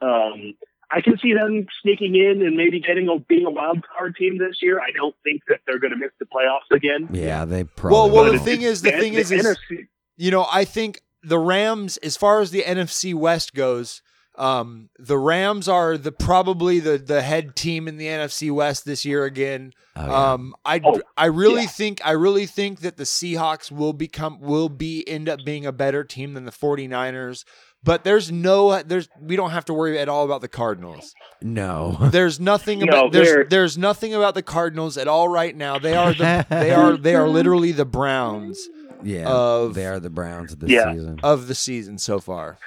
Um, I can see them sneaking in and maybe getting a being a wild card team this year. I don't think that they're going to miss the playoffs again. Yeah, they probably. well, the won't. it's- thing is- the thing is- is- NFC You know, I think the Rams, as far as the NFC West goes, um, the Rams are the probably the the head team in the NFC West this year again. Oh, yeah. Um, I Oh, I really yeah. think I really think that the Seahawks will become will be end up being a better team than the 49ers. But there's no there's we don't have to worry at all about the Cardinals. no. There's nothing <laughs> No, about they're- there's there's nothing about the Cardinals at all right now. <laughs> They <laughs> are the they are they are literally the Browns yeah. of- they are the Browns of this Yeah. season. of the season so far.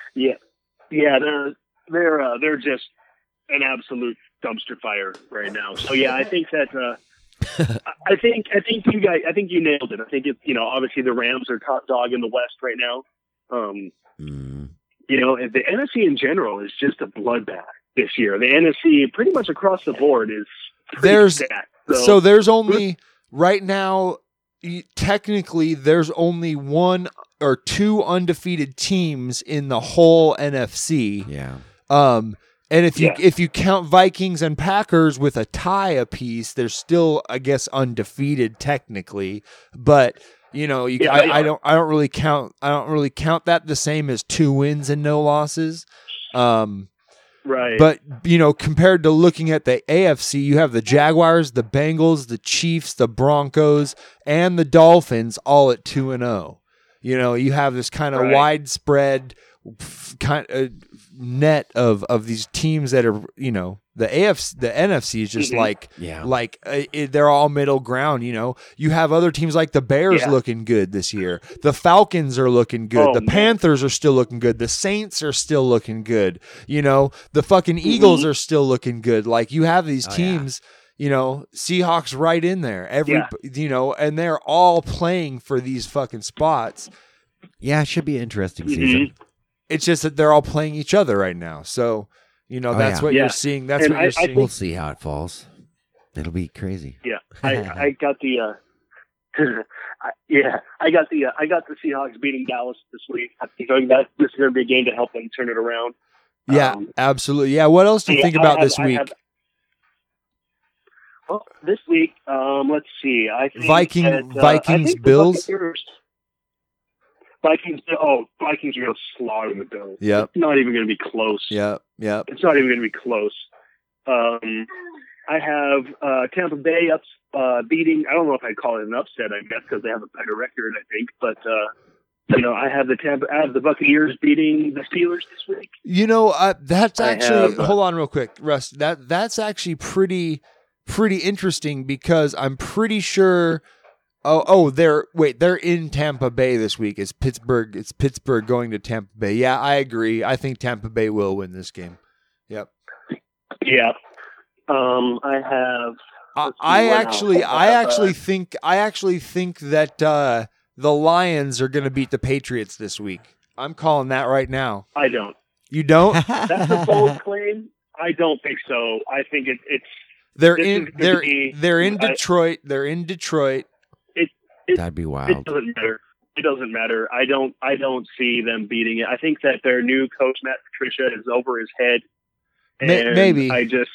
yeah, they're they're uh, they're just an absolute dumpster fire right now. So yeah, I think that uh, I- I think I think you guys I think you nailed it. I think it's you know obviously the Rams are top dog in the West right now. Um, Mm. you know, and the NFC in general is just a bloodbath this year. The NFC, pretty much across the board, is pretty There's- stacked. So, So, there's only right now y- technically there's only one or two undefeated teams in the whole NFC. Yeah. Um and if you Yeah. if you count Vikings and Packers with a tie apiece, they're still I guess undefeated technically, but you know, you, Yeah, I, they I are. don't I don't really count I don't really count that the same as two wins and no losses. Um, Right. but you know, compared to looking at the AFC, you have the Jaguars, the Bengals, the Chiefs, the Broncos, and the Dolphins all at two and zero. You know, you have this kind of Right. widespread f- kind of net of of these teams that are you know the AFC, the NFC is just Mhm. like Yeah. like uh, it, they're all middle ground. You know, you have other teams like the Bears Yeah. looking good this year. The Falcons are looking good. Oh, the man. Panthers are still looking good. The Saints are still looking good. You know, the fucking Mm-hmm. Eagles are still looking good. Like you have these Oh, yeah. teams. You know, Seahawks right in there. Every Yeah. you know, and they're all playing for these fucking spots. Yeah, it should be an interesting Mhm. season. It's just that they're all playing each other right now. So, you know, Oh, that's yeah. what Yeah. you're seeing. That's And what I- you're I seeing. We'll see how it falls. It'll be crazy. Yeah, <laughs> I, I got the. Uh, <laughs> I, yeah, I got the. Uh, I got the Seahawks beating Dallas this week. I think that this is going to be a game to help them turn it around. yeah, Um, absolutely. Yeah. What else do you yeah, think I about have- this I week? have- well, this week, um, let's see. I think Viking- that, uh, Vikings, I think the Bills? Buccaneers- Vikings. Oh, Vikings are going to slaughter the Bills. Yep. It's not even going to be close. Yep. Yep. It's not even going to be close. Um, I have uh, Tampa Bay ups, uh, beating. I don't know if I'd call it an upset. I guess because they have a better record, I think. But uh, you know, I have the Tampa, I have the Buccaneers beating the Steelers this week. You know, uh, that's I actually have- uh, hold on real quick, Russ. That that's actually pretty pretty interesting because I'm pretty sure. Oh, oh, they're wait, they're in Tampa Bay this week. It's Pittsburgh. It's Pittsburgh going to Tampa Bay. Yeah, I agree. I think Tampa Bay will win this game. Yeah. Um, I have. I, Let's see I what else. actually, I Uh, actually think, I actually think that uh, the Lions are going to beat the Patriots this week. I'm calling that right now. I don't. You don't? That's a bold claim. I don't think so. I think it, it's They're This in. is gonna They're be- they're in I- Detroit. They're in Detroit. That'd be it wild. doesn't matter. It doesn't matter. I don't. I don't see them beating it. I think that their new coach Matt Patricia is over his head. May- maybe. I just.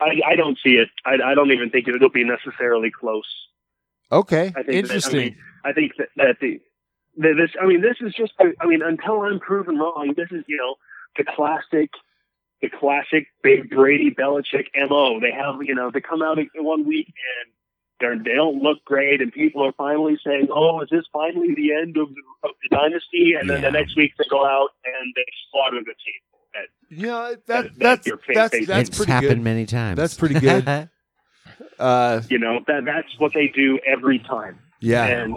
I, I don't see it. I, I don't even think it'll be necessarily close. Okay, I think that- I interesting. mean, I think that, that the, that this. I mean, this is just. I mean, until I'm proven wrong, this is you know the classic, the classic Big Brady Belichick mo. They have you know they come out in one week and they're they don't look great, and people are finally saying, "Oh, is this finally the end of the, of the dynasty?" And then Yeah. the next week they go out and they slaughter the team. yeah, uh, that, that- that's that's your fa- that's face. that's it's pretty happened good. many times. That's <laughs> pretty good. Uh, You know that that's what they do every time. yeah, And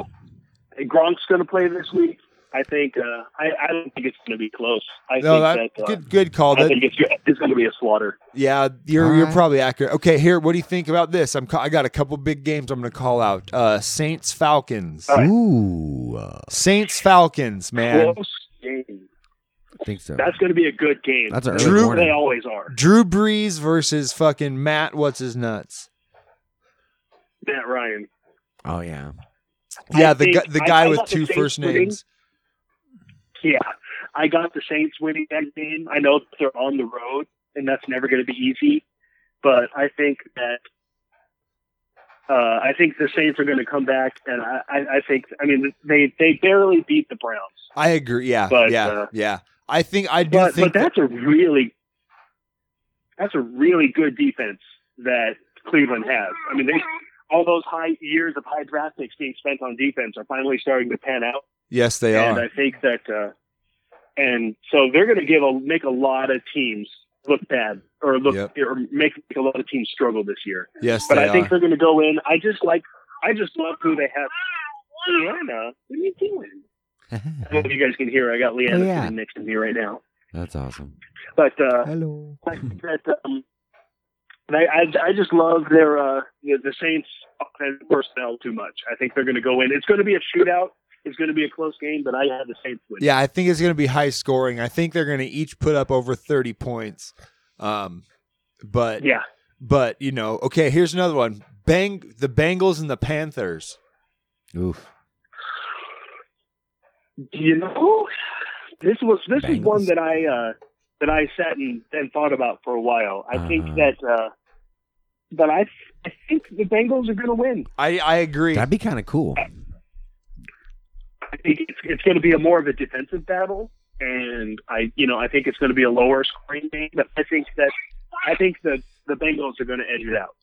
Gronk's going to play this week. I think. Uh, I, I don't think it's going to be close. I no, that, think that. uh, good good call. I That, think it's, it's going to be a slaughter. yeah, you're All you're right. probably accurate. Okay, here, what do you think about this? I'm ca- I got a couple big games I'm going to call out. Uh, Saints Falcons. All right. Ooh, uh, Saints Falcons, man. Close game. I think so. That's going to be a good game. That's an That's early Drew- what they morning. always are. Drew Brees versus fucking Matt. What's his nuts? Matt Ryan. Oh yeah. I Yeah, the think- guy, the I- guy I with got the two Saints first winning. names. Yeah, I got the Saints winning that game. I know they're on the road, and that's never going to be easy. But I think that uh, I think the Saints are going to come back, and I, I, I think I mean they they barely beat the Browns, I agree. Yeah, But, yeah, uh, yeah. I think I do but think but that's a really that's a really good defense that Cleveland has. I mean they. All those high years of high draft picks being spent on defense are finally starting to pan out. yes, they and are. I think that, uh, and so they're going to give a make a lot of teams look bad or look Yep. or make, make a lot of teams struggle this year. yes, But they I think are. they're going to go in. I just like, I just love who they have. Leanna, what are you <laughs> doing? I don't know if you guys can hear. I got Leanna Oh, yeah. sitting next to me right now. That's awesome. But uh, <laughs> Hello. I think that um, and I, I I just love their uh you know, the Saints offensive personnel too much. I think they're going to go in. It's going to be a shootout. It's going to be a close game, but I have the Saints win. Yeah, I think it's going to be high scoring. I think they're going to each put up over 30 points. Um, but yeah. but you know, okay, here's another one. Bang the Bengals and the Panthers. Oof. You know, this was this is Bengals. one that I uh, that I sat and, and thought about for a while. I think Uh-huh. that, uh, but I I think the Bengals are going to win. I I agree. That'd be kind of cool. I think it's it's going to be a more of a defensive battle. and I, you know, I think it's going to be a lower scoring game, but I think that I think that the Bengals are going to edge it out.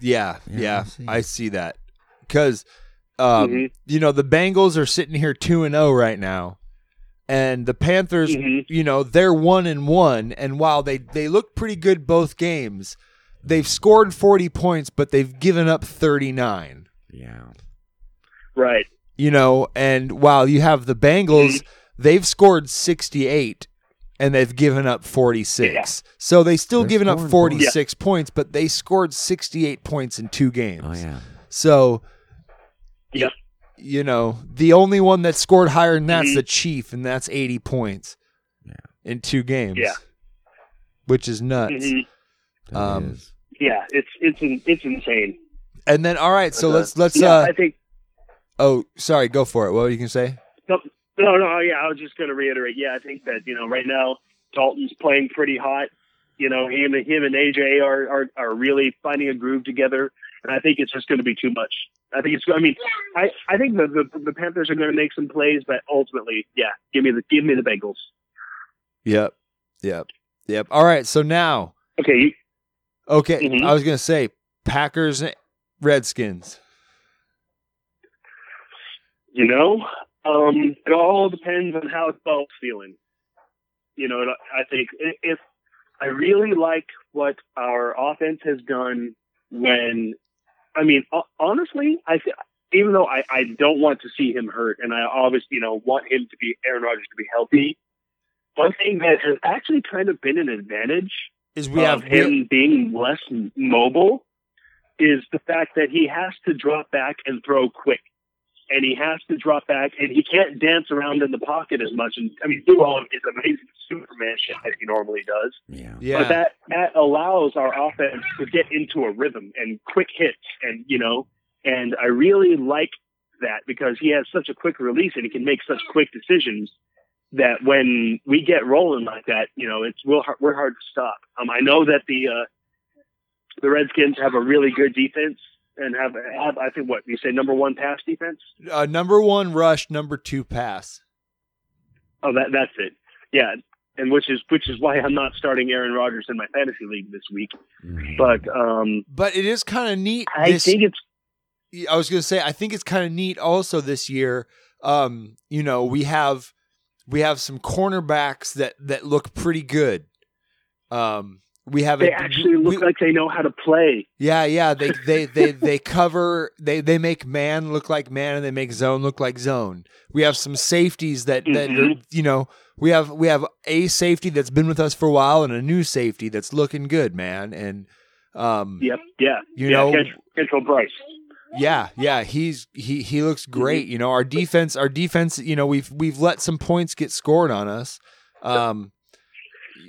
Yeah, Yeah, yeah, I see. I see that because um, Mhm. you know the Bengals are sitting here two and zero right now, and the Panthers, Mhm. you know, they're one and one, and while they they look pretty good both games, they've scored forty points, but they've given up thirty nine. Yeah. Right. You know, and while you have the Bengals, Mm-hmm. they've scored sixty eight. And they've given up 46. So they still They're given up scoring points. 46 points, but they scored 68 points in two games. Oh yeah. So, Yeah. you know, the only one that scored higher than that's Mhm. the Chief, and that's 80 points Yeah. in two games. Yeah. Which is nuts. Mhm. That Um, is. Yeah, it's it's in- it's insane. And then, all right, so Okay. let's, let's, yeah, uh, I think oh, sorry, go for it. What were you going to say? no, no, yeah. I was just going to reiterate. Yeah, I think that you know right now Dalton's playing pretty hot. You know, him and him and AJ are are, are really finding a groove together, and I think it's just going to be too much. I think it's. I mean, I I think the the, the Panthers are going to make some plays, but ultimately, yeah, give me the give me the Bengals. Yep. Yep. Yep. All right. So now, Okay, you, okay, Mhm. I was going to say Packers, and Redskins. you know, um, it all depends on how Bell's feeling. You know, and I- I think i- if I really like what our offense has done when, I mean, ho- honestly, I th- even though I, I don't want to see him hurt, and I obviously you know want him to be Aaron Rodgers to be healthy. One thing that has actually kind of been an advantage Is we have of him being less m- mobile is the fact that he has to drop back and throw quick. And he has to drop back and he can't dance around in the pocket as much. And I mean, do all of his amazing Superman shit that he normally does. Yeah. Yeah. But that, that allows our offense to get into a rhythm and quick hits. And, you know, and I really like that because he has such a quick release and he can make such quick decisions that when we get rolling like that, you know, it's we'll, we're hard to stop. Um, I know that the uh, the Redskins have a really good defense and have, have I think what you say number one pass defense. uh, number one rush, number two pass. Oh, that that's it. Yeah, and which is which is why I'm not starting Aaron Rodgers in my fantasy league this week. Mhm. But um, But it is kind of neat. I this think it's I was gonna say I think it's kind of neat also this year. Um, you know, we have we have some cornerbacks that that look pretty good. Um, we have they a, actually look we- like they know how to play. yeah, yeah. They they they they cover they they make man look like man and they make zone look like zone. We have some safeties that that Mhm. you know we have we have a safety that's been with us for a while and a new safety that's looking good, man. And um, Yep. Yeah. you yeah, know Kent- Kentrell Bryce. yeah, yeah, he's he he looks great. You know, our defense, our defense. You know, we've we've let some points get scored on us. Um,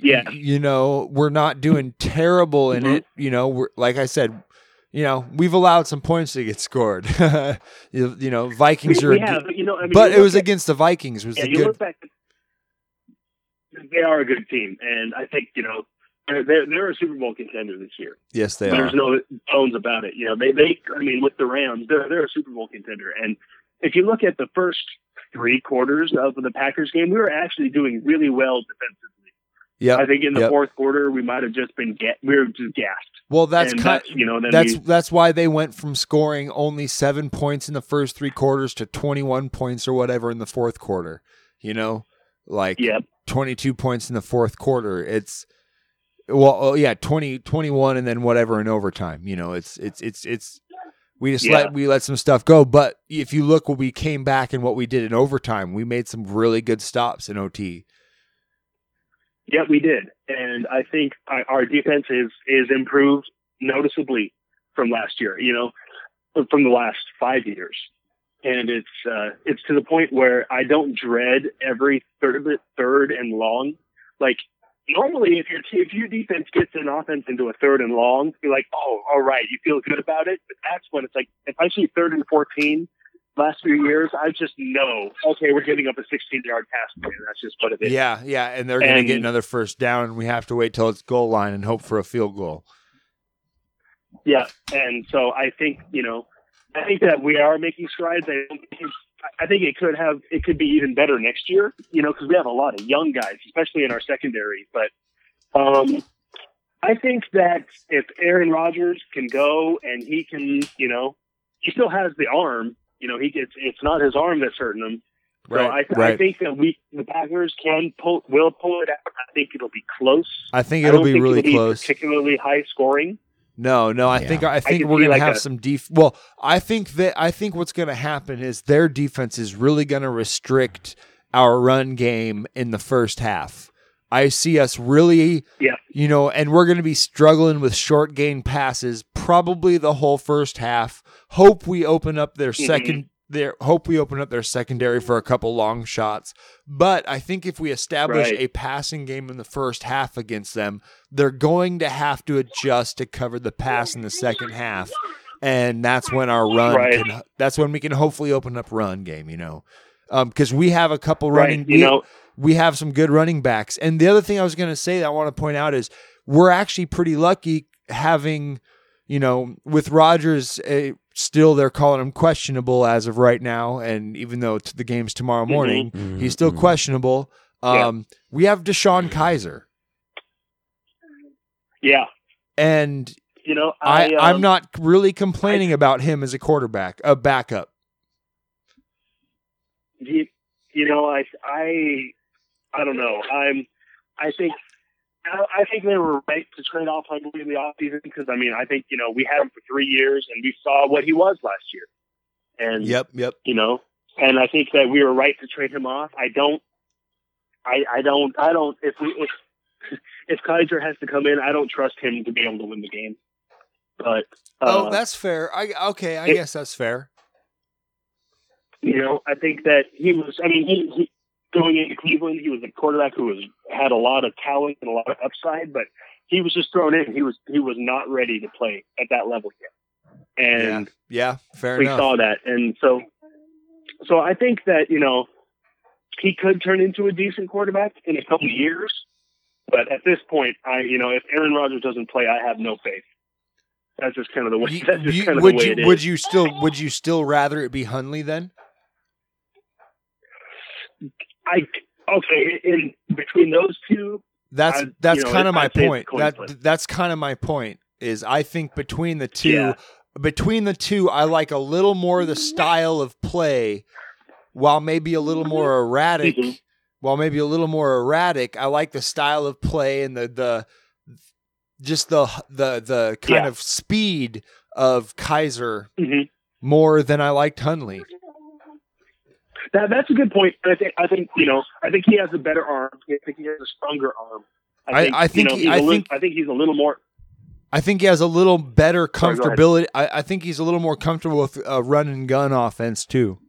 Yeah. you know, we're not doing terrible in Mhm. it. You know, we're like I said, you know, we've allowed some points to get scored. <laughs> you, you know, Vikings We- are, we a good- have, you know, I mean, but you it look was at- against the Vikings. Was Yeah, the you good? look back. They are a good team, and I think you know they're they're, they're a Super Bowl contender this year. Yes, they are. There's no bones about it. You know, they they I mean, with the Rams, they're they're a Super Bowl contender. And if you look at the first three quarters of the Packers game, we were actually doing really well defensively. I Yep. think in the Yep. fourth quarter, we might have just been ga- we were just gassed. Well, that's and kind. that's you know then That's we, that's why they went from scoring only seven points in the first three quarters to twenty one points or whatever in the fourth quarter. You know, like yeah. twenty two points in the fourth quarter. It's well, oh, yeah, 20, 21 and then whatever in overtime. You know, it's it's it's it's we just Yeah. let we let some stuff go. But if you look, what we came back and what we did in overtime, we made some really good stops in OT. Yeah, we did, and I think our- our defense is is improved noticeably from last year. You know, from the last five years, and it's uh, it's to the point where I don't dread every third third and long. Like normally, if your if your defense gets an offense into a third and long, you're like, oh, all right, you feel good about it. But that's when it's like, if I see third and fourteen. Last few years, I just know, okay, we're giving up a 16 yard pass play, and that's just what it is. Yeah, yeah, and they're going to And- get another first down, and we have to wait till it's goal line and hope for a field goal. Yeah, and so I think you know, I think that we are making strides. I don't think I think it could have it could be even better next year. You know, because we have a lot of young guys, especially in our secondary. But um, I think that if Aaron Rodgers can go and he can, you know, he still has the arm. You know, he it's it's not his arm that's hurting him. So I, I right. think that we the Packers can pull will pull it out. I think it'll be close. I think I it'll don't be think really it'll close. particularly high scoring. No, no, I Yeah. think I think could we're see gonna like have a- some def. Well, I think that I think what's gonna happen is their defense is really gonna restrict our run game in the first half. I see us really, Yeah. you know, and we're gonna be struggling with short gain passes probably the whole first half. Hope we open up their Mhm. second. Their hope we open up their secondary for a couple long shots. But I think if we establish Right. a passing game in the first half against them, they're going to have to adjust to cover the pass in the second half. And that's when our run Right. can, that's when we can hopefully open up run game, you know. Um, cuz we have a couple running Right. You we, know, we have some good running backs. And the other thing I was going to say that I want to point out is we're actually pretty lucky having, you know, with Rodgers eh, still they're calling him questionable as of right now and even though t- the game's tomorrow morning, he's still Mhm. questionable. Mm-hmm. Yeah. Um, we have Deshaun Kaiser. yeah. And You know, I, I, I um, am not really complaining about him as a quarterback, a backup. you, you know, I, I, I don't know. I'm, I think, I I think they were right to trade off Huntley in the offseason because I mean, I think you know we had him for three years and we saw what he was last year, and yep. you know, and I think that we were right to trade him off. I don't, I, I don't, I don't. If we, if, if <laughs> Kaiser has to come in, I don't trust him to be able to win the game. But uh, oh, that's fair. I okay, I it- guess that's fair. You know, I think that he was. I mean, he, he going into Cleveland, he was a quarterback who was had a lot of talent and a lot of upside, but he was just thrown in. He was he was not ready to play at that level yet, and Yeah, fair we enough. saw that. And so, so I think that you know he could turn into a decent quarterback in a couple of years, but at this point, I you know if Aaron Rodgers doesn't play, I have no faith. That's just <laughs> kind of the way. You- that's just you- kind of would the way you it is. would you still would you still rather it be Hunley then? I okay in between those two. That's I- that's you know, kind of I- my I'd say it's point. a coin That flip. that's kind of my point is I think between the two Yeah. between the two I like a little more the style of play while maybe a little more erratic Mhm. while maybe a little more erratic I like the style of play and the the just the the the kind Yeah. of speed of Kaiser Mhm. more than I liked Hunley. That, that's a good point. And I think I think you know I think he has a better arm. I think he has a stronger arm. I- I you think know, he- he's I a little- think- I think he's a little more. I think he has a little better Sorry, go ahead. comfortability. I, I think he's a little more comfortable with a run and gun offense too.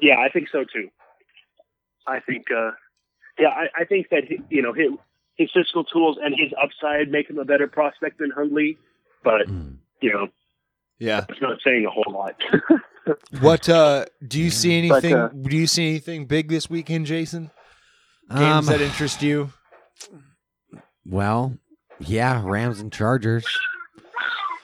Yeah, I think so too. I think. uh Yeah, I, I think that he, you know his, his physical tools and his upside make him a better prospect than Hundley. But Mm. you know, Yeah. it's not saying a whole lot. <laughs> What uh, do you see But, anything? uh, do you see anything big this weekend, Jason? Um, Games that interest you? Well, yeah, Rams and Chargers.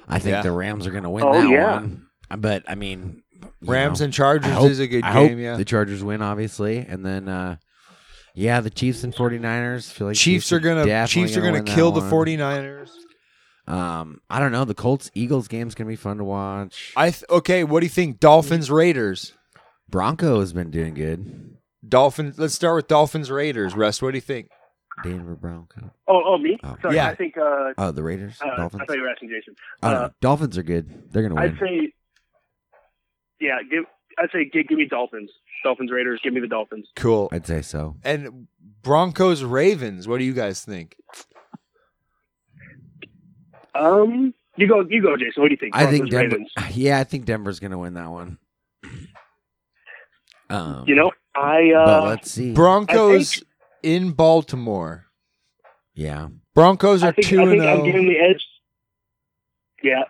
I think Yeah. the Rams are going to win Oh, that yeah. one. But I mean, you Rams know, and Chargers I hope- is a good I game. hope Yeah. the Chargers win obviously, and then uh yeah, the Chiefs and 49ers feel like Chiefs are gonna definitely Chiefs are gonna win gonna that kill the one. 49ers. Um, I don't know. The Colts Eagles game's going to be fun to watch. I th- okay. What do you think? Dolphins Raiders. Bronco has been doing good. Dolphins. Let's start with Dolphins Raiders. Russ, what do you think? Denver Bronco. oh, oh, me? Oh. Sorry, Yeah. I think. uh, Oh, the Raiders, uh I Dolphins. thought you were asking Jason. I don't uh, know. Dolphins are good. They're going to win. I'd say. Yeah, give. I'd say give, give me Dolphins, Dolphins Raiders. Give me the Dolphins. Cool. I'd say so. And Broncos Ravens. What do you guys think? Um, you go, you go, Jason. What do you think? I think Broncos, Denver. <sighs> Ravens. Yeah, I think Denver's going to win that one. <clears throat> Um, You know, I but uh, let's see. Broncos in Baltimore. yeah, Broncos I are think, two I and oh. think oh. I'm zero. giving the edge. Yeah,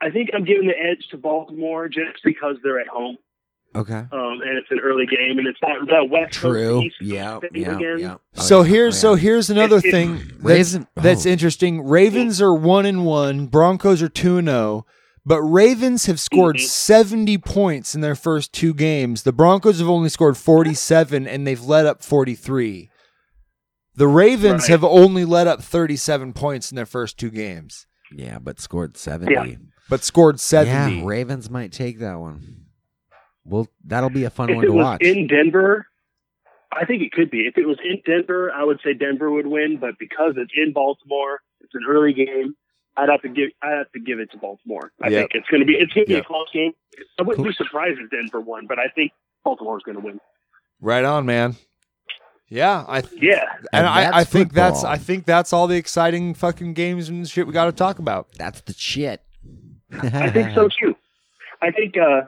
I think I'm giving the edge to Baltimore just because they're at home, okay, um, and it's an early game, and it's that that West true. Coast East Yeah, thing yeah, again. yeah. Oh, So yeah. here's Oh, so here's another It- it- thing yeah. that's Raisin- that's oh, interesting. Ravens are one and one. Broncos are two and zero. But Ravens have scored Mhm. 70 points in their first two games. The Broncos have only scored 47 and they've let up 43. The Ravens Right. have only let up 37 points in their first two games, Yeah, but scored 70. Yeah. but scored Yeah, 70. Ravens might take that one. Well, that'll be a fun If one it to was watch. in Denver, I think it could be. If it was in Denver, I would say Denver would win. But because it's in Baltimore, it's an early game. I'd have to give. I'd have to give it to Baltimore. I Yep. think it's going to be. It's going to Yep. be a close game. I wouldn't Cool. be surprised if Denver won, but I think Baltimore's going to win. Right on, man. Yeah, I Yeah, And and, I, I that's think that's football. I think that's all the exciting fucking games and shit we got to talk about. That's the shit. I think <laughs> so too. I think. uh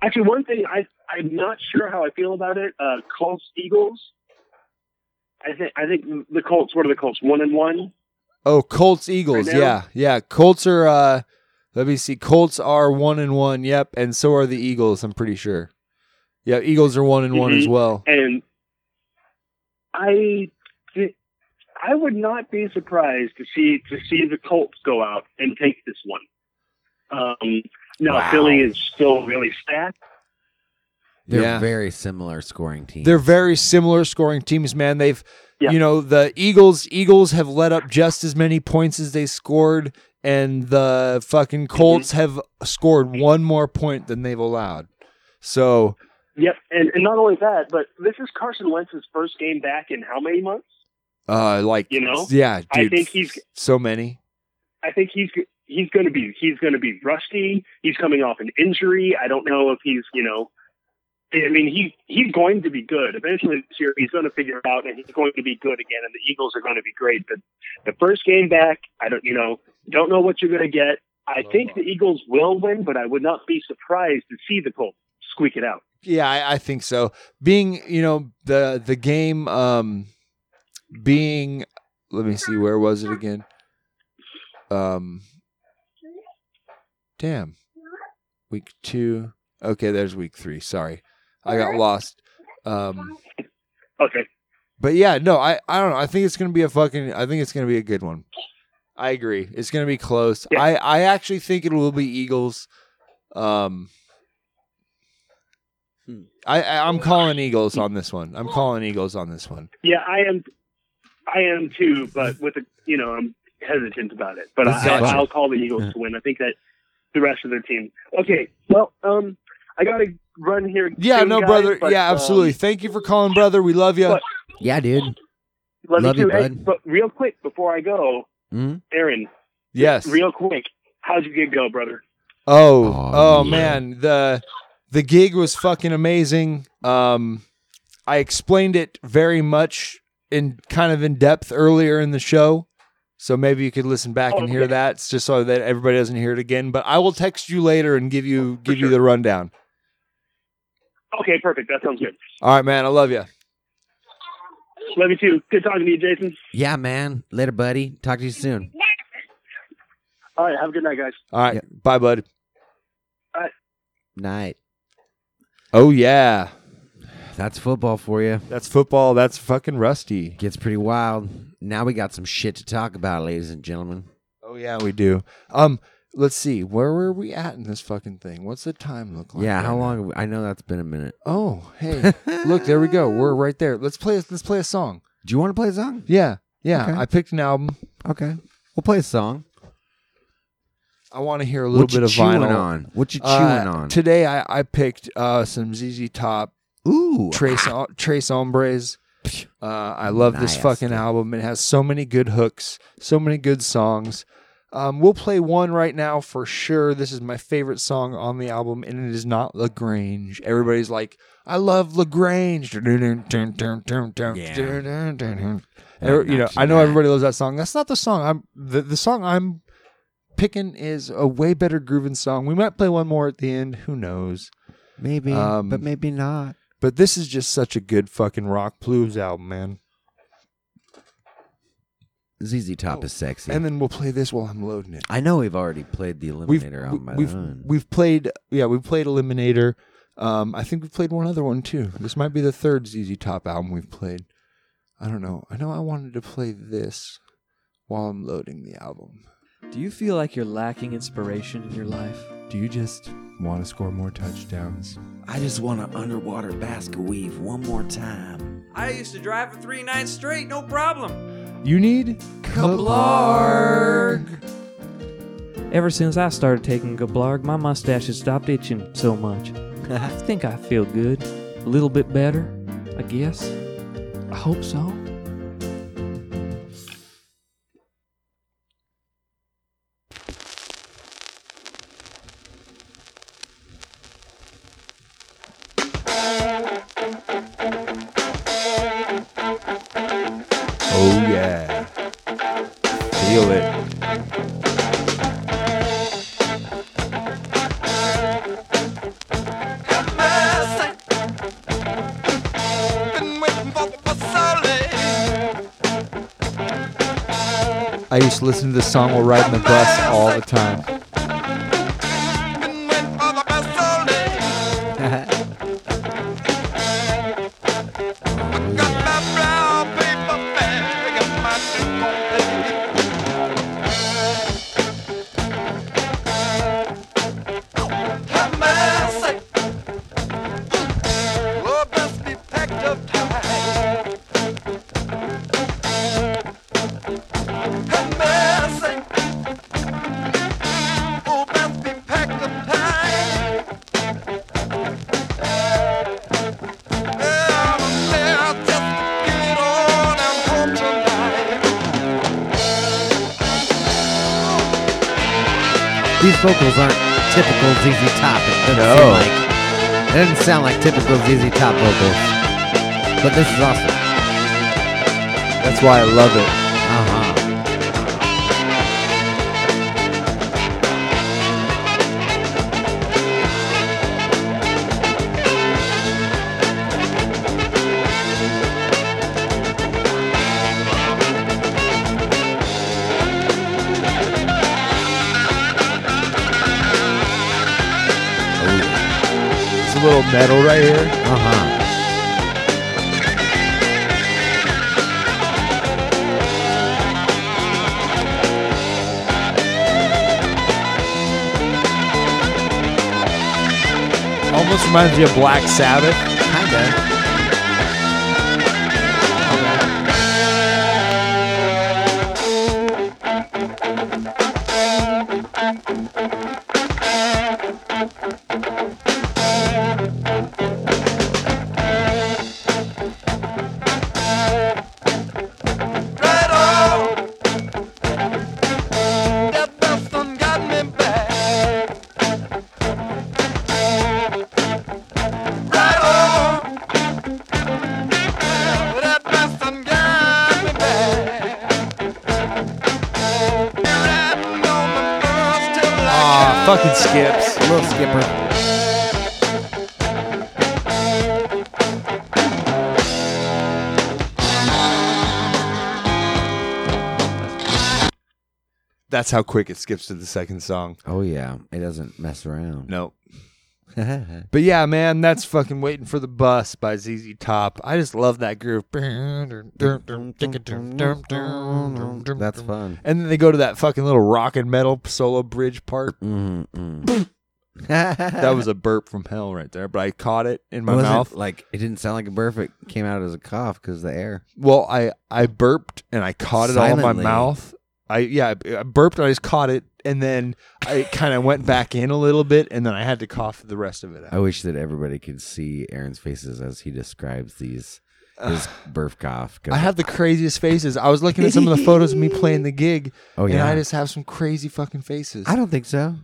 Actually, one thing I I'm not sure how I feel about it. Uh Colts Eagles. I think I think the Colts. What are the Colts? One and one. Oh, Colts Eagles. Right now? yeah. Yeah, Colts are uh let me see. Colts are 1 and 1. Yep, and so are the Eagles, I'm pretty sure. Yeah, Eagles are 1 and 1 as Mhm. well. And I, thi- I would not be surprised to see to see the Colts go out and take this one. Um, now Wow. Philly is still really stacked. They're Yeah. very similar scoring teams. They're very similar scoring teams, man. They've Yeah. you know, the Eagles Eagles have let up just as many points as they scored and the fucking Colts have scored one more point than they've allowed. So, Yep, and, and not only that, but this is Carson Wentz's first game back in how many months? uh like You know, yeah, dude, I think he's- so many. I think he's g- he's going to be he's going to be rusty. He's coming off an injury. I don't know if he's you know. I mean, he he's going to be good eventually this year. He's going to figure it out, and he's going to be good again. And the Eagles are going to be great. But the first game back, I don't you know don't know what you're going to get. I think the Eagles will win, but I would not be surprised to see the Colts squeak it out. Yeah, I, I think so. Being, you know, the the game um being let me see where was it again? Um Damn. Week 2. Okay, there's week 3. Sorry. I got lost. Um Okay, but yeah, no, I I don't know. I think it's going to be a fucking I think it's going to be a good one. I agree. It's going to be close. Yeah. I I actually think it will be Eagles. Um Hmm. I, I I'm calling Eagles on this one. I'm calling Eagles on this one. yeah, I am, I am too. But with the you know I'm hesitant about it. But This is I, fun. I'll call the Eagles to win. I think that the rest of their team. Okay, well, um, I gotta run here. Yeah, soon, no guys, brother. but, yeah, um, absolutely. Thank you for calling, brother. We love you. But- yeah, dude. love Love you, you, too. Hey, bud. But real quick before I go, Mm? Aaron, Yes. real quick, how'd you get go, brother? Oh, Oh, oh, yeah. man, the the gig was fucking amazing. Um, I explained it very much in kind of in depth earlier in the show, so maybe you could listen back and hear Okay. that it's just so that everybody doesn't hear it again. But I will text you later and give you give you the rundown. Okay, perfect. That sounds good. All right, man, I love you. Love you too. Good talking to you, Jason. Yeah, man. Later, buddy. Talk to you soon. All right, have a good night, guys. All right, Yeah. bye, bud. Night. Oh yeah, That's football for you. that's football. That's fucking rusty. Gets pretty wild. Now we got some shit to talk about, ladies and gentlemen. Oh yeah, we do. Um, let's see, where were we at in this fucking thing? What's the time look like? yeah, how right now? long? have we- I know that's been a minute. Oh, hey. Look, there we go. We're right there. Let's play let's play a song. Do you want to play a song? Yeah. Yeah. Okay. I picked an album. Okay, we'll play a song. I want to hear a little what bit you of chewing vinyl. on? What you chewing Uh, on? Today I, I picked uh, some ZZ Top Ooh, Trace Trace Hombres. Uh, I love this Nice. fucking album. It has so many good hooks, so many good songs. Um, we'll play one right now for sure. This is my favorite song on the album, and it is not Lagrange. Everybody's like, "I love Lagrange." Every- you know, I know everybody loves that song. That's not the song. I'm the, the song I'm picking is a way better grooving song. We might play one more at the end. Who knows? maybe, um, but maybe not. But this is just such a good fucking rock blues album, man. ZZ Top Oh, is sexy. And then we'll play this while I'm loading it. I know we've already played the Eliminator We've on my we've own. we've played yeah we've played Eliminator. Um, I think we've played one other one too. This might be the third ZZ Top album we've played. I don't know. I know I wanted to play this while I'm loading the album. Do you feel like you're lacking inspiration in your life? Do you just want to score more touchdowns? I just want an underwater basket weave one more time. I used to drive for three nights straight, no problem. You need Kablarg. Ever since I started taking Gablarg, my mustache has stopped itching so <laughs> much. I think I feel good. A little bit better, I guess. I hope so. Oh yeah. Feel it. I used to listen to this song while riding the bus all the time. These vocals aren't typical ZZ Top. It doesn't No. seem like. It doesn't sound like typical ZZ Top vocals. But this is awesome. That's why I love it. Uh-huh. It's a little metal right here. Uh-huh. Almost reminds me of Black Sabbath. Kinda. Ah, Aw, Ah, fucking skips. Little skipper. That's how quick it skips to the second song. Oh yeah. It doesn't mess around. No. Nope. <laughs> But yeah, man, that's fucking waiting for the bus by ZZ Top. I just love that groove. That's That's fun. And then they go to that fucking little rock and metal solo bridge part. Mm-hmm. Mm-mm. That was a burp from hell right there, but I caught it in my Wasn't, mouth. Like it didn't sound like a burp. It came out as a cough because the air. Well, I I burped and I caught it all in my Silently. mouth. I yeah, I I burped and I just caught it, and then I kind of went back in a little bit, and then I had to cough the rest of it I out. wish that everybody could see Aaron's faces as he describes these his burp cough. 'cause- I have the craziest faces. I was looking at some <laughs> of the photos of me playing the gig, Oh and yeah. I just have some crazy fucking faces. I don't think so.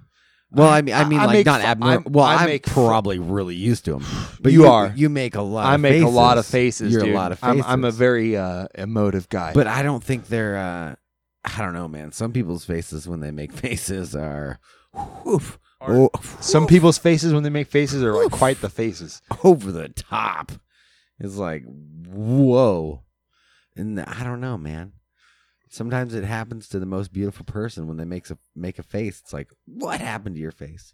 Well, I mean, I mean, I like make not fu- abnormal. I'm- Well, I I'm make fu- probably really used <sighs> to them. But You are. You make a lot. I of make a faces. lot of faces. You're dude. a lot of I'm- faces. I'm, a very uh, emotive guy. But I don't think they're. uh I don't know, man. Some people's faces when they make <laughs> faces are. Woof, oh, some people's faces when they make faces are like quite the faces. <laughs> over the top. It's like, whoa. And I don't know, man. Sometimes it happens to the most beautiful person when they makes a make a face. It's like, what happened to your face?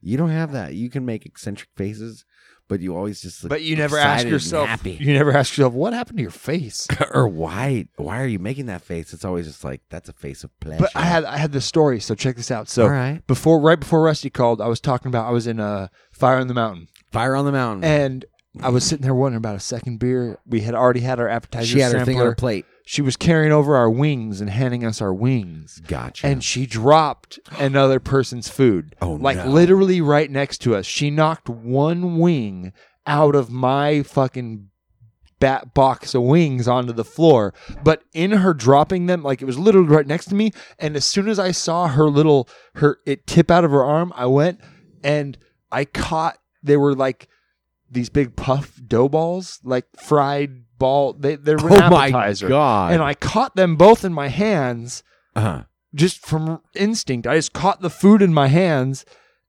You don't have that. You can make eccentric faces, but you always just look But you never ask excited and yourself. happy <laughs> You never ask yourself what happened to your face. or why why are you making that face? It's always just like that's a face of pleasure. But I had I had this story. So check this out. <laughs> So All right. before right before Rusty called, I was talking about I was in a fire on the mountain Fire on the Mountain. and. I was sitting there wondering about a second beer. We had already had our appetizer. she had her thing on sampler. her plate. She was carrying over our wings and handing us our wings. Gotcha. and she dropped another person's food. Oh, like no. literally right next to us. She knocked one wing out of my fucking bat box of wings onto the floor. But in her dropping them, like it was literally right next to me. And as soon as I saw her little her it tip out of her arm, I went and I caught they were like these big puff dough balls, like fried ball. They they were an <laughs> oh my appetizer. god. And I caught them both in my hands uh-huh. just from instinct. I just caught the food in my hands,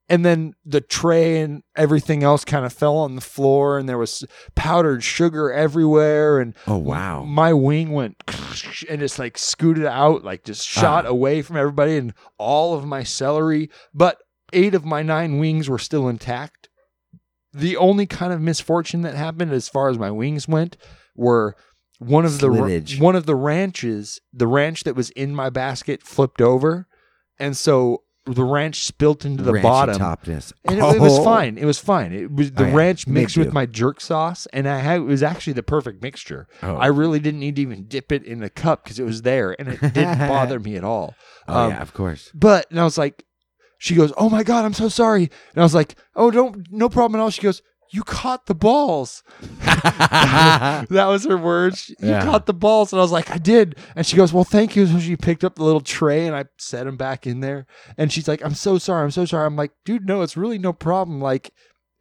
and then the tray and everything else kind of fell on the floor, and there was powdered sugar everywhere, and Oh wow. my wing went <laughs> and just like scooted out, like just shot Ah. away from everybody and all of my celery. But eight of my nine wings were still intact. The only kind of misfortune that happened as far as my wings went were one of the Slippage. one of the ranches, the ranch that was in my basket flipped over, and so the ranch spilt into the Ranchy bottom. topness. And it, it was Oh. fine. It was fine. It was the Oh, yeah. ranch mixed They do. with my jerk sauce, and I had, it was actually the perfect mixture. Oh. I really didn't need to even dip it in the cup because it was there, and <laughs> it didn't bother me at all. Oh um, yeah, of course. But and I was like, she goes, "Oh my god, I'm so sorry," and I was like, "Oh, don't, no problem at all." She goes, "You caught the balls." That was her words. She- Yeah. You caught the balls, and I was like, "I did." And she goes, "Well, thank you." So she picked up the little tray, and I set them back in there. And she's like, "I'm so sorry. I'm so sorry." I'm like, "Dude, no, it's really no problem. Like,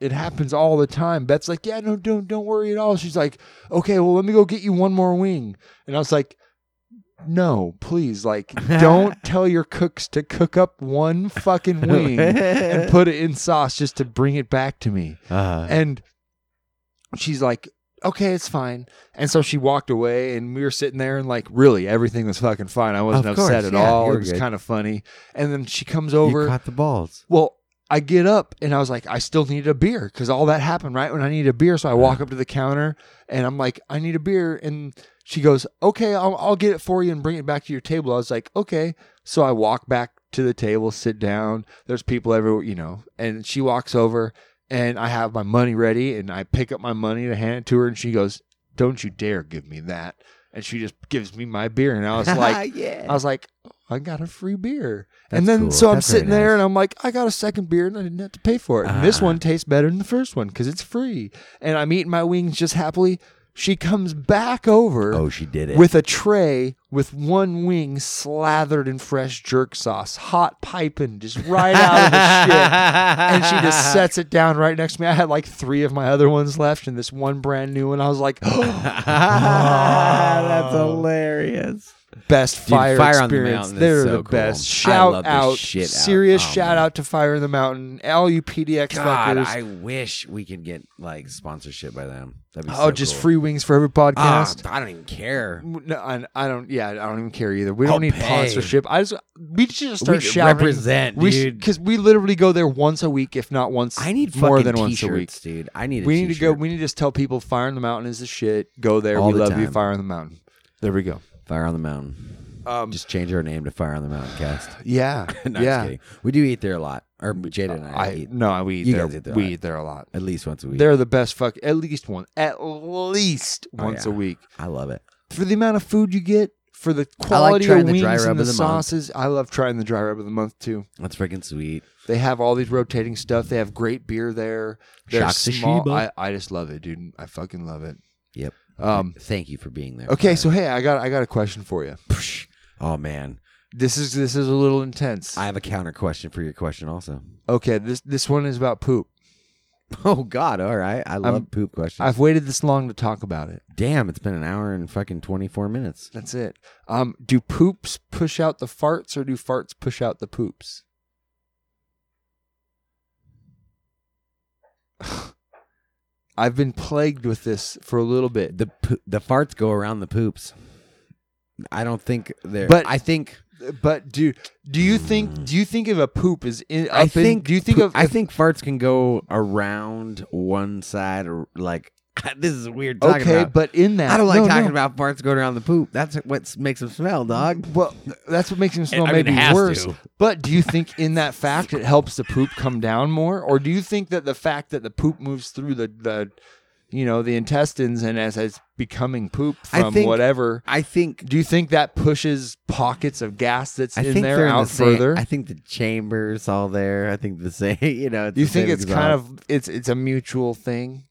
it happens all the time." Beth's like, "Yeah, no, don't don't worry at all." She's like, "Okay, well, let me go get you one more wing." And I was like, "No, please, like, don't tell your cooks to cook up one <laughs> fucking <laughs> wing." and put it in sauce just to bring it back to me. Uh, And she's like, okay, it's fine. And so she walked away, and we were sitting there, and like, really, everything was fucking fine. I wasn't Of course, upset at yeah, you all. were It was good. kind of funny. And then she comes you over. caught the balls. well, I get up and I was like, I still need a beer because all that happened right when I needed a beer. So I walk up to the counter and I'm like, I need a beer. And she goes, Okay, I'll, I'll get it for you and bring it back to your table. I was like, Okay. So I walk back to the table, sit down. There's people everywhere, you know. And she walks over and I have my money ready and I pick up my money to hand it to her. And she goes, Don't you dare give me that. And she just gives me my beer. And <laughs> I was like, I was like, "Oh, I got a free beer. That's and then cool. so I'm That's very sitting there nice. and I'm like, I got a second beer and I didn't have to pay for it. And this Ah. one tastes better than the first one because it's free. And I'm eating my wings just happily. She comes back over oh, she did it. with a tray with one wing slathered in fresh jerk sauce, hot piping, just right out of the <laughs> shit. And she just sets it down right next to me. I had like three of my other ones left and this one brand new one. I was like, Oh. "Ah, That's hilarious. best Dude, fire, Fire on the experience. Mountain is They're so the cool. best. I Shout love the out, shit out. serious Oh, shout man. out to Fire on the Mountain, all you PDX God, fuckers. I wish we could get like sponsorship by them. That'd be oh, so just cool. free wings for every Ah, podcast. I don't even care. no, I, I don't. Yeah, I don't even care either. We I'll don't need pay. sponsorship. I just we should just start Oh, We shouting. represent, we dude. because we literally go there once a week, if not once. I need more fucking than once a week. t-shirts, dude. I need. A We need to go. t-shirt. We need to just tell people Fire on the Mountain is the shit. Go there. All we the love you. time. Fire on the Mountain. There we go. Fire on the Mountain. Um, Just change our name to Fire on the Mountain Cast. yeah, <laughs> no, I'm just yeah. kidding. we do eat there a lot. Or Jada and I, I eat no, we eat You there. guys eat there a We lot. eat there a lot. at least once a week. They're the best fuck at least one at least once Oh, yeah. a week. I love it. For the amount of food you get, for the I like quality trying of the wings dry rub and the, of the month. sauces, I love trying the dry rub of the month too. That's freaking sweet. They have all these rotating stuff. They have great beer there. They're Shakashiba. small. I, I just love it, dude. I fucking love it. Yep. Um Thank you for being there. okay, so hey, I got I got a question for you. Psh. Oh man, This is this is a little intense. I have a counter question for your question also. okay, this this one is about poop. <laughs> Oh God! All right, I love I'm- poop questions. I've waited this long to talk about it. Damn, it's been an hour and fucking twenty four minutes. That's it. Um, do poops push out the farts or do farts push out the poops? <sighs> I've been plagued with this for a little bit. The po- the farts go around the poops. I don't think they're. But- I think But do do you think do you think if a poop is in? up I in- think. do you think poo- of? I think farts can go around one side, or like <laughs> this is weird. Talking okay, about. but in that I don't like no, talking no. about farts going around the poop. That's what makes them smell, dog. Well, that's what makes him smell I mean, it maybe has worse. to. But do you think in that fact it helps the poop come down more, or do you think that the fact that the poop moves through the the you know the intestines and as it's becoming poop I from think- whatever, I think do you think that pushes pockets of gas that's I in think there they're in out the same- further? I think the chambers all there. I think the same. <laughs> You know, you the think same it's kind exhaust. of it's it's a mutual thing?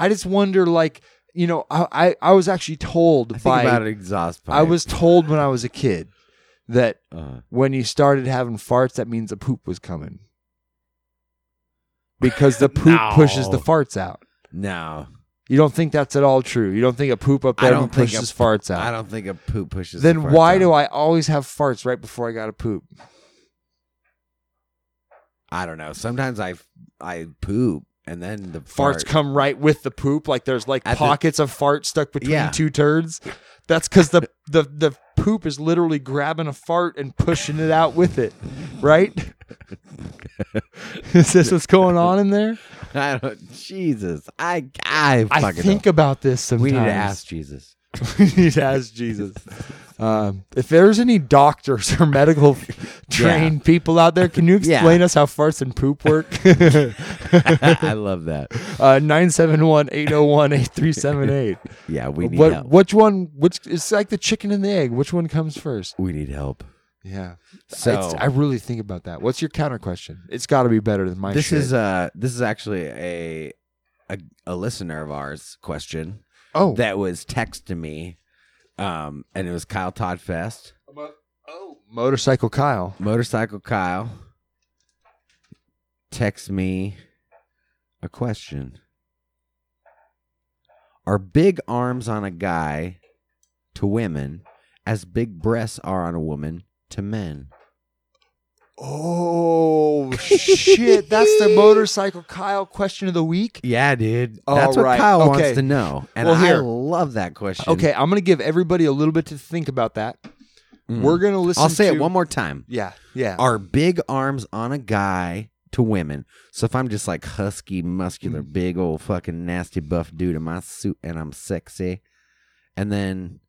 I just wonder, like you know, I I, I was actually told I think by about an exhaust pipe. I was told when I was a kid that Uh, when you started having farts, that means the poop was coming. <laughs> Because the poop No. pushes the farts out. no, You don't think that's at all true. You don't think a poop up I there don't think a- pushes farts out. I don't think a poop pushes. then why do I always have farts right before I got to poop? I don't know. Sometimes I I poop and then the Farts fart. come right with the poop, like there's like At the- pockets of fart stuck between Yeah. two turds. That's because the, the the poop is literally grabbing a fart and pushing it out with it, right? <laughs> is this what's going on in there? <laughs> I don't. Jesus, I I fucking I think about this don't. sometimes. we need to ask Jesus. <laughs> <laughs> we need to ask Jesus. Um, if there's any doctors or <laughs> medical trained people out there, can you Yeah. explain us how farts and poop <laughs> work? Uh, I love that. 971 801 <laughs> 8378. Yeah, we need What help. which one which it's like the chicken and the egg. Which one comes first? We need help. Yeah. So It's- I really think about that. What's your counter question? It's gotta be better than my this shit. is uh this is actually a a, a listener of ours question oh that was texting me, um, and it was Kyle Todd Fest, Oh. motorcycle Kyle. motorcycle Kyle. Text me a question: Are big arms on a guy to women as big breasts are on a woman to men? Oh shit. That's <laughs> the motorcycle Kyle question of the week. Yeah, dude. All That's right. what Kyle Okay. wants to know, and Well, I here. love that question. Okay, I'm gonna give everybody a little bit to think about that. Mm. We're gonna listen. I'll say to, it one more time. Yeah, yeah. Are big arms on a guy to women? So if I'm just like husky, muscular, Mm. big old fucking nasty buff dude in my suit and I'm sexy, and then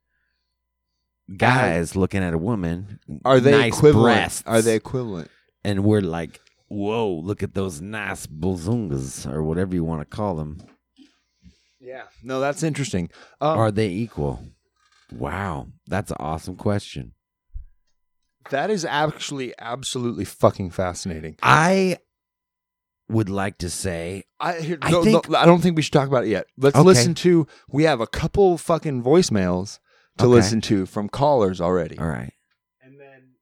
guys looking at a woman, Are they nice equivalent? breasts, Are they equivalent? And we're like, whoa, look at those nice bozungas or whatever you want to call them. Yeah. No, that's interesting. Um, Are they equal? Wow, that's an awesome question. that is actually absolutely fucking fascinating. I would like to say I, here, I no, think- no, I don't think we should talk about it yet. Let's Okay. listen to. We have a couple fucking voicemails to Okay. listen to from callers already. All right. And then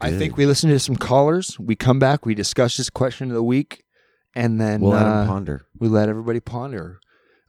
I think we listen to some callers. We come back. We discuss this question of the week, and then we'll let uh, him ponder. we let everybody ponder.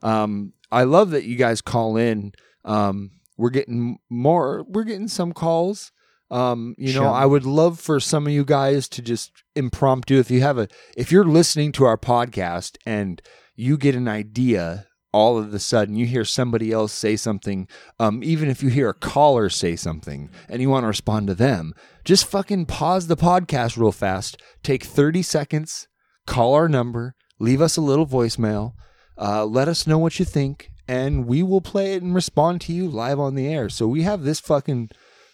Um, I love that you guys call in. Um, we're getting more. We're getting some calls. Um, you know, Sure. I would love for some of you guys to just impromptu. If you have a, if you're listening to our podcast and you get an idea all of a sudden you hear somebody else say something um, even if you hear a caller say something and you want to respond to them just fucking pause the podcast real fast take 30 seconds call our number, leave us a little voicemail, uh, let us know what you think, and we will play it and respond to you live on the air. So we have this fucking.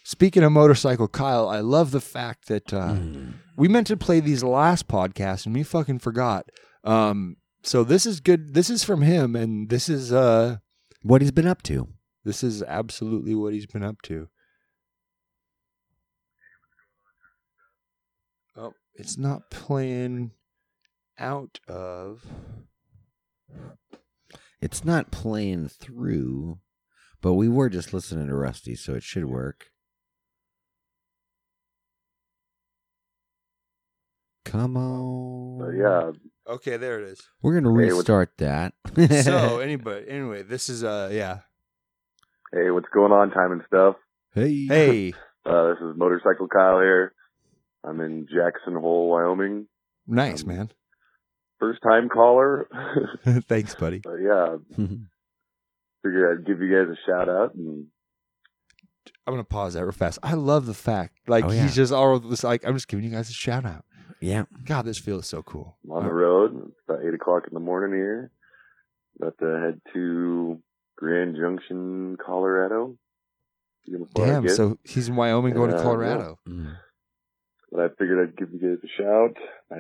Speaking of motorcycle, Kyle, I love the fact that uh, Mm-hmm. we meant to play these last podcast and we fucking forgot. Um, so this is good. This is from him, and this is uh, What he's been up to. this is absolutely what he's been up to. Oh, it's not playing out of. It's not playing through, but we were just listening to Rusty, so it should work. Come on. But Uh, yeah, Okay, there it is. We're gonna Hey, what's- restart that. <laughs> So, anybody, anyway, this is uh, yeah. hey, what's going on, time and stuff? hey. Hey, Uh, this is Motorcycle Kyle here. I'm in Jackson Hole, Wyoming. nice man. <laughs> First time caller. <laughs> Thanks, buddy. but yeah, figured I'd give you guys a shout out and I'm gonna pause that real fast. I love the fact, like Oh, yeah. he's just all this, like I'm just giving you guys a shout out. <laughs> Yeah. God, this feels so cool. I'm on the road. It's about eight o'clock in the morning here. About to head to Grand Junction, Colorado. See Oh, how far I Damn. get. So he's in Wyoming going Uh, to yeah. Colorado. Mm. but I figured I'd give you guys a shout. I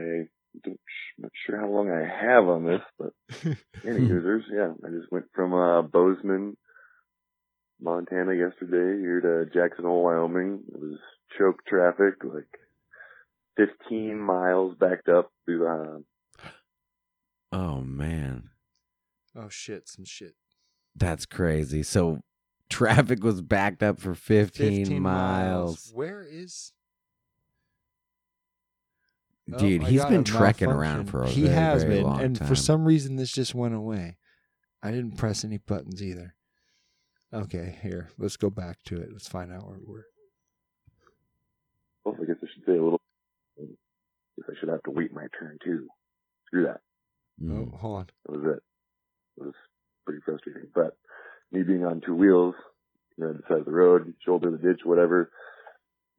don't, not sure how long I have on this, but any users, yeah. I just went from uh, Bozeman, Montana yesterday here to Jackson Hole, Wyoming. It was choke traffic, like 15 miles backed up uh, through the. Oh man, Oh shit! Some shit. that's crazy. So traffic was backed up for 15, miles. Where is? Oh Dude, my he's God, been a trekking around malfunction. for a he very, has very been, long and time. for some reason this just went away. I didn't press any buttons either. Okay, here, let's go back to it. Let's find out where we were. Well, oh, I guess I should say a little. If I should have to wait my turn too. Screw that. Mm. Oh, hold on. That was it. It was pretty frustrating. But me being on two wheels, you know, beside the road, shoulder the ditch, whatever.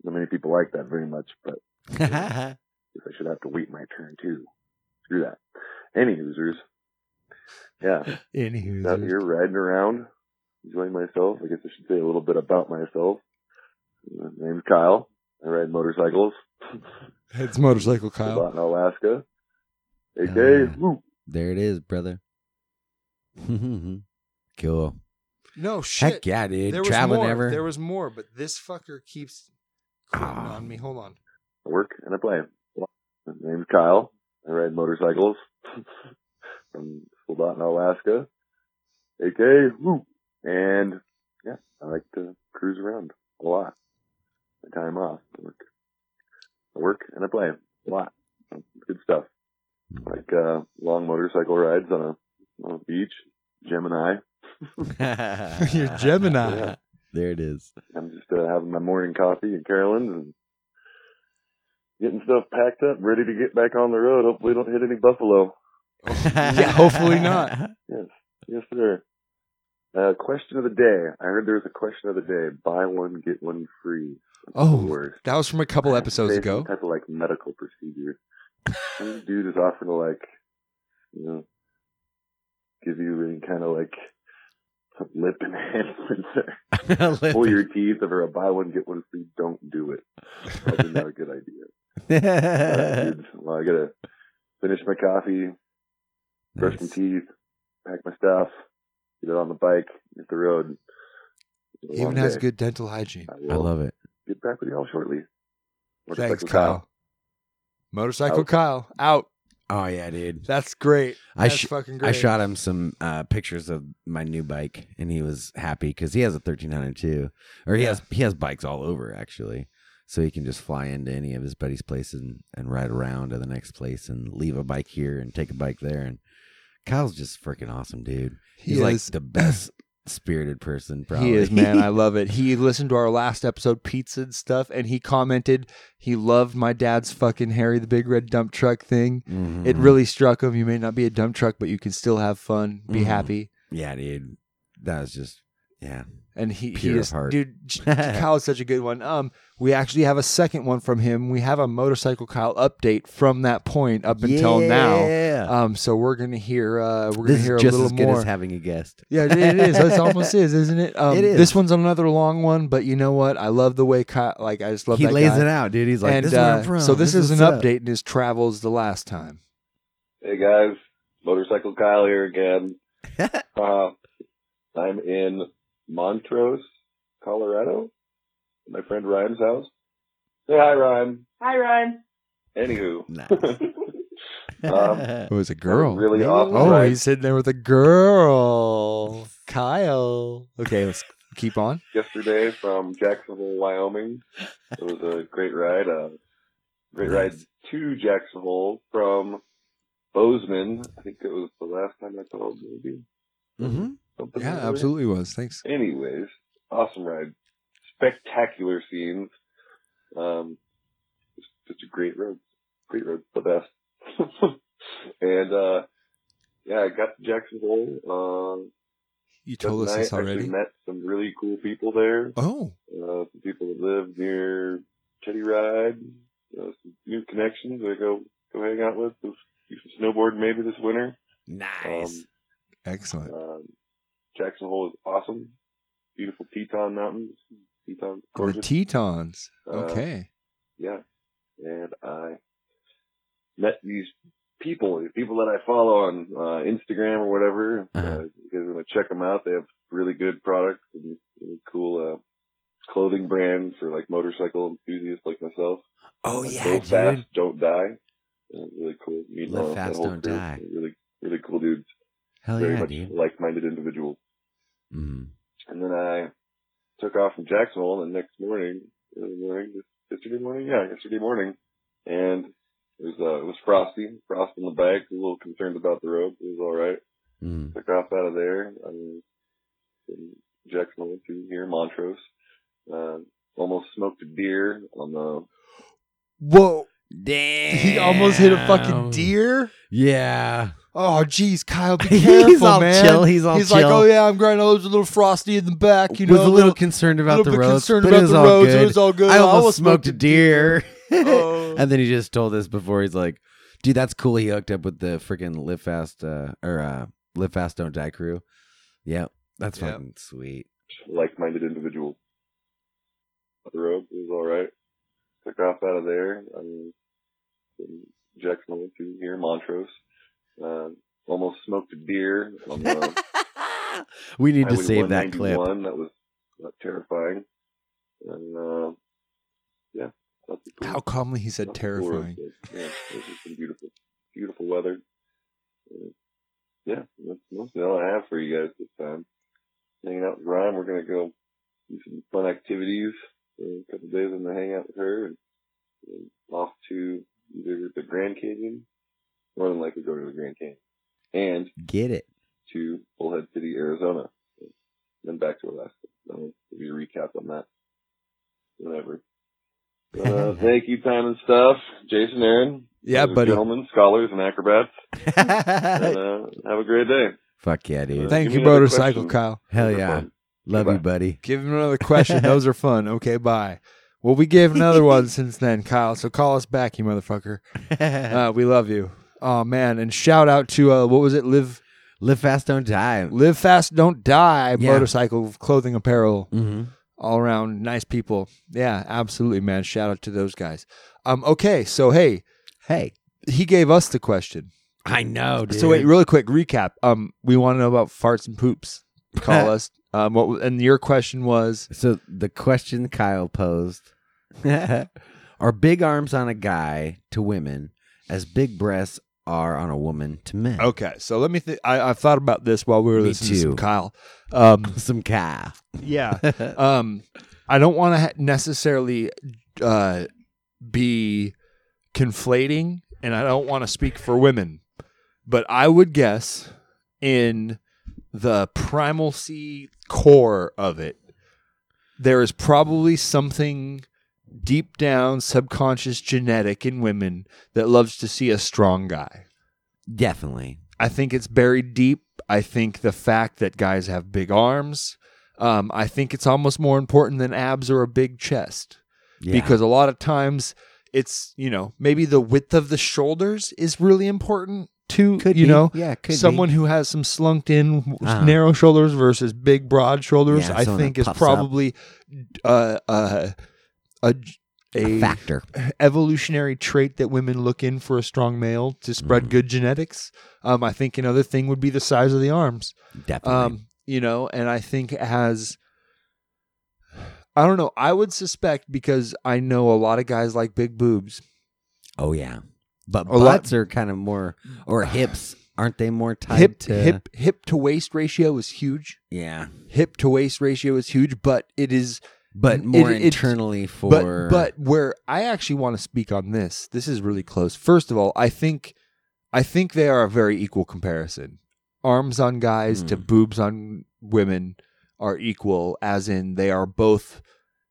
Not many people like that very much, but if I should have to wait my turn too. Screw that. Any users. Yeah. Anywho, Out there's- here riding around, enjoying myself. I guess I should say a little bit about myself. Uh, My name's Kyle. I ride motorcycles. it's motorcycle Live Kyle. out in Alaska. Yeah. AKA, woo. there it is, <laughs> brother. cool. No shit. Heck yeah, dude. there was Traveling more. ever. There was more, but this fucker keeps quitting Ah. on me. <laughs> Hold on. I work and I play. My name's Kyle. I ride motorcycles <laughs> from Soldotna, Alaska, aka Woo. And yeah, I like to cruise around a lot. My time off, I work, I work and I play a lot. Good stuff. Like uh, long motorcycle rides on a, on a beach, Gemini. <laughs> You're Gemini. Yeah. There it is. <laughs> I'm just uh, having my morning coffee at Carolyn's and getting stuff packed up, ready to get back on the road. Hopefully, don't hit any buffalo. <laughs> Yeah, hopefully not. Yes, yes, sir. Uh, question of the day. I heard there was a question of the day: buy one, get one free. Oh, The worst. That was from a couple I have to episodes say some ago. Type of like medical <laughs> procedure. Some dude is offering to like, you know, give you any kind of like lip <laughs> enhancements or pull <laughs> your teeth or a buy one get one free. Don't do it. Probably <laughs> not a good idea. All right, dudes. Well, I gotta finish my coffee, brush my Nice. teeth, pack my stuff, get it on the bike, hit the road. It's a Even long has day. good dental hygiene. I, I will love it. Get back with y'all shortly. Thanks, Motorcycle Kyle. Motorcycle Out. Kyle out. Oh yeah, dude. That's great. I That's sh- fucking I great. shot him some uh, pictures of my new bike, and he was happy because he has a thirteen hundred too, or he Yeah. has he has bikes all over actually, so he can just fly into any of his buddies' places and, and ride around to the next place and leave a bike here and take a bike there. And Kyle's just freaking awesome, dude. He He's like <laughs> is- the best spirited person. Probably He is man. <laughs> I love it. He listened to our last episode, pizza and stuff, and he commented he loved my dad's fucking Harry the Big Red Dump Truck thing. Mhm. It really struck him. You may not be a dump truck, but you can still have fun, be Mhm. happy. yeah, dude. That was just <laughs> yeah. And he, he Pure is, heart. dude, J- <laughs> Kyle's such a good one. Um, we actually have a second one from him. We have a motorcycle Kyle update from that point up until now. Yeah. Um, so we're gonna hear uh, we're this gonna hear is a just little as good more. as having a guest. Yeah, it it <laughs> is. It almost is, isn't it? Um, It is. This one's another long one, but you know what? I love the way Kyle. Like I just love he that lays guy. it out, dude. He's like, and "This is where I'm uh, from. so this, is an what's up." <laughs> update in his travels the last time. Hey guys, motorcycle Kyle here again. uh, I'm in Montrose, Colorado, at my friend Rhyme's house. Say hi, Rhyme. Hi, Ryan. Anywho, <laughs> Nice. Oh, It was a girl. Um, really awesome Oh, ride. he's sitting there with a girl, Kyle. Okay, let's keep on. yesterday from Jacksonville, Wyoming. It was a great ride. Uh, great ride Nice. to Jacksonville from Bozeman. I think it was the last time I called, maybe. Mhm. Something like Yeah, that. absolutely was. Thanks. Anyways, awesome ride. Spectacular scenes. Um, just, just a great road. Great road. The best. <laughs> and, uh, yeah, I got to Jacksonville, um, You told But us this I already. Actually met some really cool people there. Oh, Uh, some people that live near Teddy Ride. Uh, some new connections that I go go hang out with. Do some snowboard maybe this winter. Nice. Um, excellent. Um, Jackson Hole is awesome. Beautiful Teton Mountains. Teton The gorgeous. Tetons. Uh, Okay. yeah. And I met these people, these people that I follow on uh, Instagram or whatever. uh Uh-huh. you guys want to check them out. They have really good products and really cool uh, clothing brands for like motorcycle enthusiasts like myself. oh Like, yeah, Go dude. fast, don't die. Uh, really cool. Meet Live all- that fast, whole don't crew. die. Really, really cool dudes. Hell Very yeah, much dude. like-minded individuals. Mm. And then I took off from Jacksonville the next morning, the other morning, yesterday morning, yeah, yesterday morning. And it was, uh, it was frosty, frost in the back, a little concerned about the road. It was alright. Mm. Took off out of there, um, in Jacksonville to here, Montrose. Uh, almost smoked a deer on the, Whoa. Damn. He almost hit a fucking deer. Yeah. Oh, geez, Kyle, be <laughs> careful, he's all man. chill. He's all He's chill. like, oh yeah, I'm growing old, a little frosty in the back, you know, was a little concerned about little the bit roads. concerned but it about was the all roads. good. It was all good. I almost, smoked, a deer. <laughs> Oh. and then he just told us before he's like, dude, that's cool. He hooked up with the freaking Live Fast uh, or uh, Live Fast Don't Die crew. Yep. That's Yep. fucking sweet. like-minded individuals. On The road it was alright. Took off out of there. Um, in Jacksonville to here, Montrose. Uh, almost smoked a deer on the we need to Highway save that clip. 191. That was uh, terrifying. And uh, yeah, that's a cool. How calmly he said that's a cool road terrifying. trip. Yeah, it was just some beautiful, beautiful weather. Uh, yeah, that's mostly all I have for you guys this time. Hanging out with Ryan, we're gonna go do some fun activities. Uh, a couple days, I'm gonna hang out with her and, and off to either the Grand Canyon, more than likely go to the Grand Canyon, and Get <laughs> it. to Bullhead City, Arizona, then back to Alaska. So give you a recap on that. Whatever. Uh, thank you, time and stuff, Jason, Aaron. Yeah, ladies and buddy. Gentlemen, scholars, and acrobats. And, uh, have a great day. Fuck yeah, dude. Thank Thank Give you, me another motorcycle question. Kyle. Hell Those are yeah. fun. Love you, Goodbye. buddy. Give him another question. Those are fun. Okay, bye. Well, we <laughs> gave another one since then, Kyle. So call us back, you motherfucker. <laughs> Uh, we love you. Oh man, and shout out to uh, what was it? Live, Live Fast Don't Die. live fast, don't die. Yeah. Motorcycle clothing apparel, Mm-hmm. all around nice people. Yeah, absolutely, man. Shout out to those guys. Um, okay, so hey, Hey. he gave us the question. I know, dude. So wait, really quick recap. Um, we want to know about farts and poops. <laughs> Call us. Um, what and your question was? So the question Kyle <laughs> posed are big arms on a guy to women as big breasts are on a woman to men. Okay, so let me. Th- I, I thought about this while we were Me listening to too. some Kyle. Um, <laughs> Some Kyle. yeah. um, I don't want to ha- necessarily uh, be conflating, and I don't want to speak for women, but I would guess in the primalcy core of it, there is probably something deep down, subconscious, genetic in women that loves to see a strong guy. Definitely. I think it's buried deep. I think the fact that guys have big arms, um, I think it's almost more important than abs or a big chest Yeah. because a lot of times it's you know maybe the width of the shoulders is really important to could you be. know yeah, could be. someone who has some slunked in Uh-huh. narrow shoulders versus big broad shoulders. Yeah, I someone think that is puffs up. probably uh, uh, a a, factor. evolutionary trait that women look in for a strong male to spread Mhm. good genetics. Um, I think another thing would be the size of the arms. Definitely. Um, you know, and I think as I don't know, I would suspect because I know a lot of guys like big boobs. oh yeah. But a lot- butts are kind of more <sighs> or hips, aren't they more tied Hip to hip hip to waist ratio is huge. Yeah. Hip to waist ratio is huge, but it is But It- more it's- internally for But but where I actually want to speak on this, this is really close. First of all, I think I think they are a very equal comparison. Arms on guys to Hmm. boobs on women are equal, as in they are both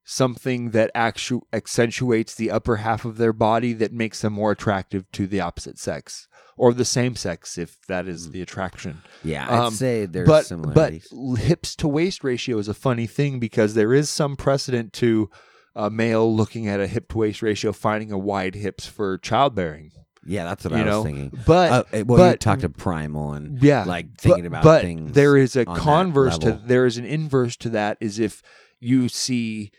something that actu- accentuates the upper half of their body that makes them more attractive to the opposite sex or the same sex if that Hmm. is the attraction. Yeah, I'd Um, say there's but similarities. but hips to waist ratio is a funny thing because there is some precedent to a male looking at a hip to waist ratio finding a wide hips for childbearing. yeah, that's what you I was know, thinking. But Uh, well, you but- talked to Primal and yeah, like but- thinking about but things. there is a on that converse to level. there is an inverse to that is if you see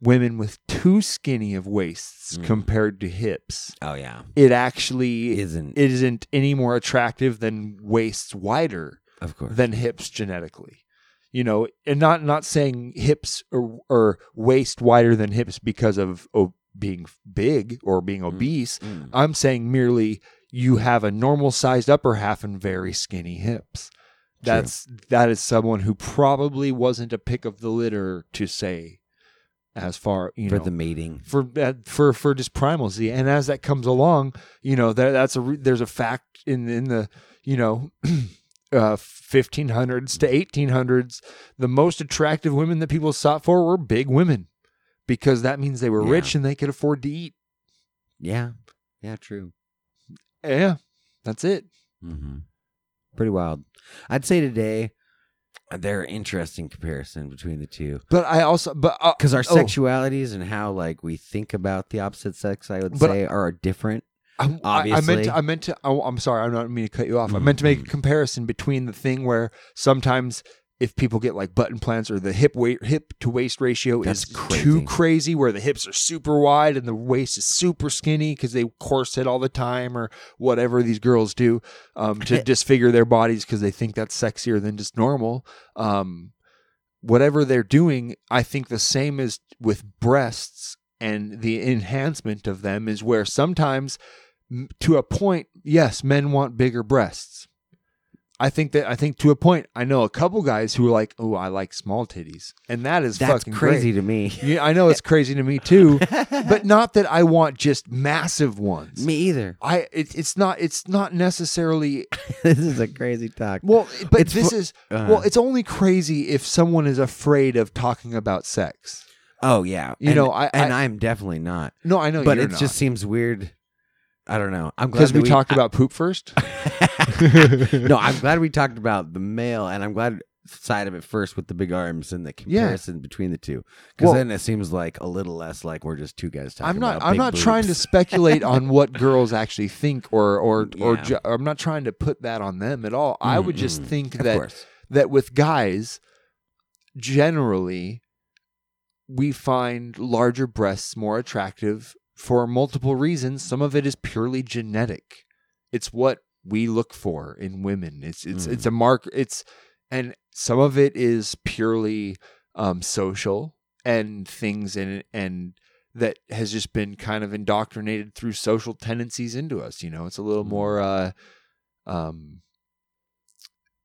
women with too skinny of waists Mm. compared to hips, oh yeah, it actually isn't isn't any more attractive than waists wider of course. than hips genetically. You know, and not not saying hips or or waist wider than hips because of o- being big or being obese. Mm. I'm saying merely you have a normal sized upper half and very skinny hips. That's that is someone who probably wasn't a pick of the litter to say as far you for know the mating. for that for for just primalcy and as that comes along you know that that's a re- there's a fact in in the you know <clears throat> uh 1500s to 1800s the most attractive women that people sought for were big women because that means they were Yeah. rich and they could afford to eat Yeah, yeah, true. yeah that's it Mm-hmm. Pretty wild. I'd say today they're interesting comparison between the two but i also but uh, because our oh, sexualities and how like we think about the opposite sex, I would But- say, are different. I, I- I meant obviously. to, I meant to oh, I'm sorry I don't mean to cut you off I meant to make a Mhm. comparison between the thing where sometimes if people get like butt implants or the hip weight hip to waist ratio That's is too crazy. crazy where the hips are super wide and the waist is super skinny because they corset all the time or whatever these girls do um, to disfigure their bodies because they think that's sexier than just normal um, whatever they're doing, I think the same is with breasts and the enhancement of them is where sometimes, m- to a point, yes, men want bigger breasts. I think that I think to a point, I know a couple guys who are like, "Oh, I like small titties," and that is That's fucking crazy great. to me. Yeah, I know it's crazy to <laughs> me too, <laughs> but not that I want just massive ones. me either. <laughs> I it, it's not it's not necessarily this is a crazy talk. well, but It's this fu- is Uh-huh. well, it's only crazy if someone is afraid of talking about sex. oh yeah, you And- know, I- and I- I, am definitely not. No, I know, but you're it just seems weird. I don't know. I'm glad because that we, talked about poop first. <laughs> no, I'm glad <laughs> we talked about the male, and I'm glad side of it first with the big arms and the Yeah. comparison between the two. Because Well- then it seems like a little less like we're just two guys talking. I'm not. about I'm big not trying to boobs. speculate on what girls actually think, or or or. Yeah. Ju- I'm not trying to put that on them at all. I would just Mm, mm. <laughs> think Of that course. that with guys, generally, we find larger breasts more attractive for multiple reasons. Some of it is purely genetic. It's what we look for in women. It's it's Mm. it's a mark. It's and some of it is purely um, social and things and and that has just been kind of indoctrinated through social tendencies into us. You know, it's a little Mm. more uh, um,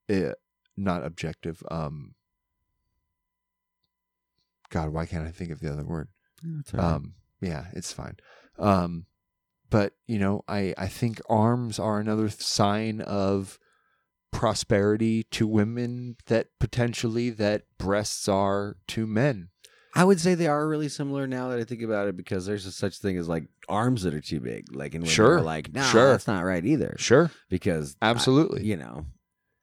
eh, not objective. Um, God, why can't I think of the other word? That's all right. Um, yeah, it's fine. Um, but you know, I I think arms are another th- sign of prosperity to women that potentially that breasts are to men. I would say they are really similar now that I think about it because there's a such thing as like arms that are too big. Like, and women Sure. are like, no, Sure. that's not right either. Sure, Because I- absolutely. you know,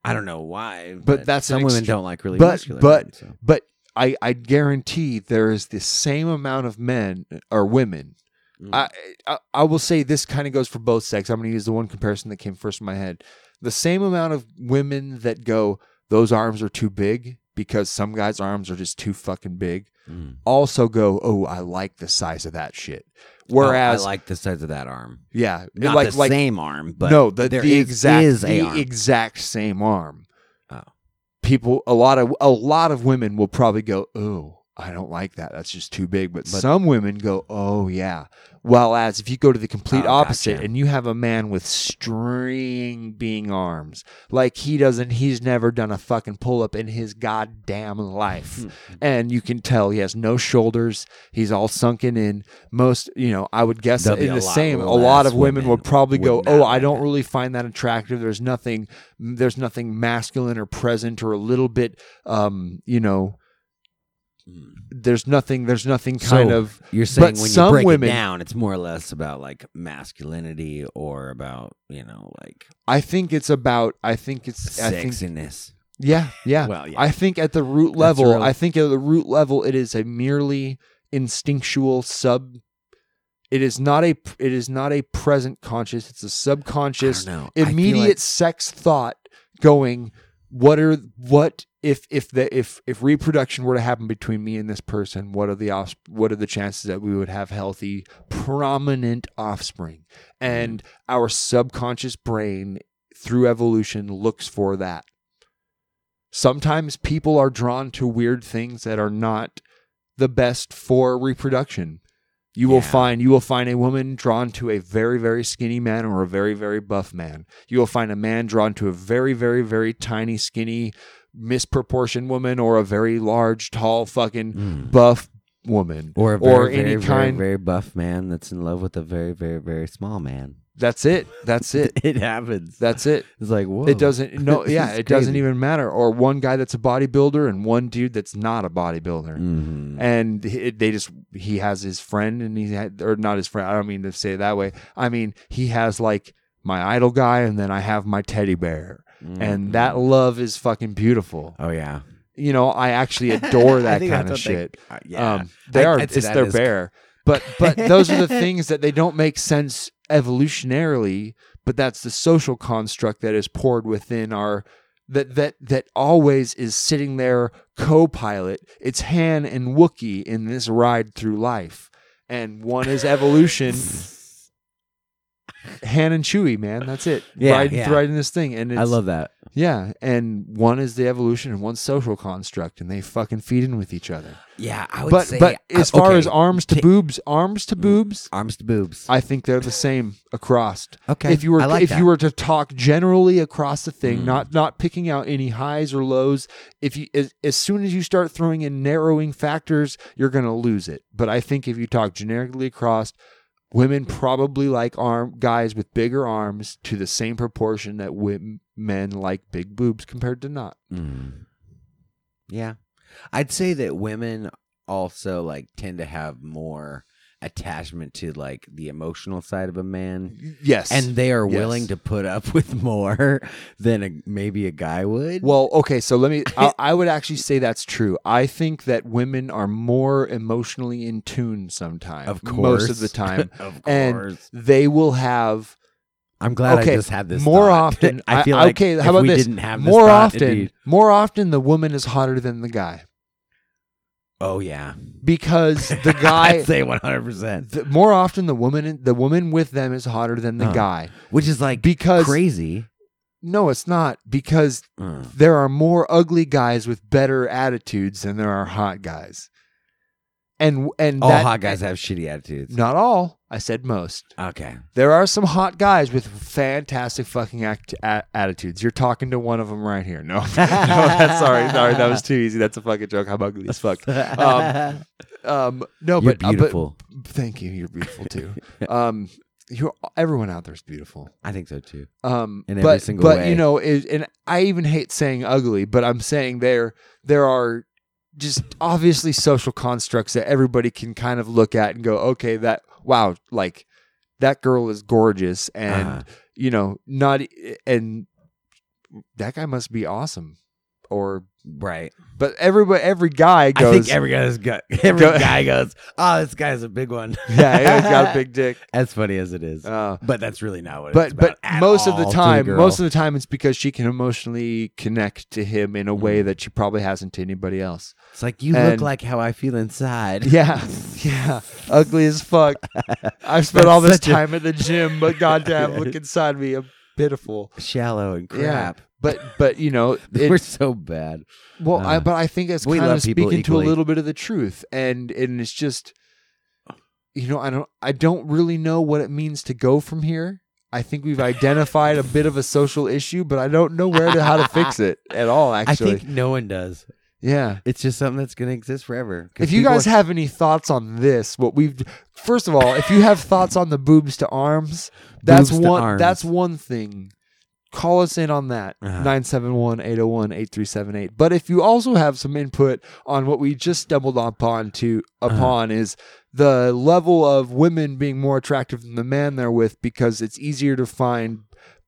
I don't know why, but, that's an some women extre- don't like really but- muscular. but- men, so. But I I guarantee there is the same amount of men or women Mm. I, I I will say this kind of goes for both sex. I'm going to use the one comparison that came first in my head. The same amount of women that go, those arms are too big because some guys' arms are just too fucking big, Mm. also go, oh, I like the size of that shit. Oh, Whereas, I like the size of that arm. yeah, Not like the like same arm, but no, the, there the is- exact is a the arm. exact same arm. Oh. People, a lot of a lot of women will probably go, "Oh, I don't like that. That's just too big." But, But- some women go, "Oh yeah." Well, as if you go to the complete Oh, opposite gotcha. and you have a man with string being arms, like he doesn't, he's never done a fucking pull up in his goddamn life, and you can tell he has no shoulders. He's all sunken in. Most, you know, I would guess There'll be in a the lot same, a less lot of women women would probably would go, not "Oh, I like don't that." really find that attractive. There's nothing, there's nothing masculine or present or a little bit, um, you know, Hmm. there's nothing there's nothing kind So, of You're saying when you some break women- it down, it's more or less about like masculinity or about you know like I think it's about I think it's I think sexiness. yeah yeah Well, yeah. I think at the root That's level, real. I think at the root level, it is a merely instinctual sub. It is not a. It is not a present conscious. It's a subconscious, I don't know. I feel like- immediate sex thought going. What are what if if the if if reproduction were to happen between me and this person? What are the off? What are the chances that we would have healthy, prominent offspring? Mm. And our subconscious brain, through evolution, looks for that sometimes people are drawn to weird things that are not the best for reproduction. You will Yeah. find you will find a woman drawn to a very very skinny man or a very very buff man. You will find a man drawn to a very very very tiny skinny misproportioned woman or a very large tall fucking Mm. buff woman Or a very, or very, any very, kind. very buff man that's in love with a very very very small man. That's it. That's it. <laughs> It happens. That's it. it's like whoa. It doesn't no <laughs> This yeah, is it doesn't crazy. even matter or one guy that's a bodybuilder and one dude that's not a bodybuilder. Mhm. and he- they just he has his friend and he had or not his friend i don't mean to say it that way i mean he has like my idol guy and then i have my teddy bear Mm. and that love is fucking beautiful Mm-hmm. Oh yeah. you know i actually adore <laughs> I that think I kind of don't think- shit Uh, yeah. um they I- are I'd say it's that their is- bear but but those <laughs> are the things that they don't make sense evolutionarily but that's the social construct that is poured within our that that that always is sitting there co-pilot it's han and wookie in this ride through life and one <laughs> is evolution han and chewie man that's it Yeah, riding, yeah. riding this thing and it's, I love that. yeah and one is the evolution and one's social construct and they fucking feed in with each other Yeah, I would but say. but I- as far okay, Mm. as arms to Ki- boobs, arms to boobs, arms to boobs. I think they're the same across. Okay, If you were I like if that. you were to talk generally across the thing, Mm. not not picking out any highs or lows, if you as, as soon as you start throwing in narrowing factors, you're going to lose it. But I think if you talk generically across, women probably like arm guys with bigger arms to the same proportion that women, men like big boobs compared to not. Mm. Yeah. I'd say that women also like tend to have more attachment to like the emotional side of a man Yes. Mm. and they are Yes. willing to put up <laughs> with more than a, maybe a guy would. Well, okay, <laughs> so let me. I, I would actually say that's true. I think that women are more emotionally in tune sometimes. of course. most of the time, <laughs> of course. and they will have I'm glad okay, I just had this more thought. often. <laughs> I feel like okay. if How about we this? didn't have this more thought, it'd often, be- more often, the woman is hotter than the guy oh yeah, <laughs> because the guy. I'd say 100, percent the, more often, the woman the woman with them is hotter than the Oh. guy. which is like Because- crazy. No, it's not because Uh, there are more ugly guys with better attitudes than there are hot guys. And and all that, hot guys have shitty attitudes. Not all. I said most. Okay, There are some hot guys with fantastic fucking act- a- attitudes. You're talking to one of them right here. No, <laughs> no, that's sorry, sorry, that was too easy. That's a fucking joke. I'm ugly <laughs> as fuck. Um, Um, no, you're but, uh, beautiful. but thank you. You're <laughs> beautiful too. um, you're everyone out there is beautiful. I think so too. Um, In but every single but you way. know, it, and I even hate saying ugly, but I'm saying there there are just obviously social constructs that everybody can kind of look at and go, okay, that wow, like that girl is gorgeous, and Uh-huh. you know, not e, and that guy must be awesome, or Right. but everybody every guy I goes, think every guy's got every Go- guy goes, Oh, this guy's a big <laughs> one. <laughs> yeah, he's got a big dick. as funny as it is. Uh, <laughs> but that's really not what it's but about but at most of all the to time girl. most of the time it's because she can emotionally connect to him in a Mm-hmm. way that she probably hasn't to anybody <laughs> else it's like you and- look like how I feel inside. <laughs> <laughs> yeah yeah ugly as fuck i've spent That's all this such a- time at the gym but goddamn <laughs> look inside me i'm pitiful Shallow and Yeah. crap. but but you know <laughs> We're <laughs> it, so bad. well I, uh, but i think it's we kind of love people speaking to equally. a little bit of the truth and and it's just you know i don't i don't really know what it means to go from here I think we've identified a bit of a social issue, but I don't know where to how to fix it at all. <laughs> Actually, I think no one does. Yeah. It's just something that's gonna exist forever. 'Cause If you people guys are- have any thoughts on this, what we've first of all, if you have thoughts on the boobs to arms, that's Boobs to one arms. that's one thing call us in on that Uh-huh. 971-801-8378 but if you also have some input on what we just stumbled upon to Uh-huh. upon is the level of women being more attractive than the man they're with because it's easier to find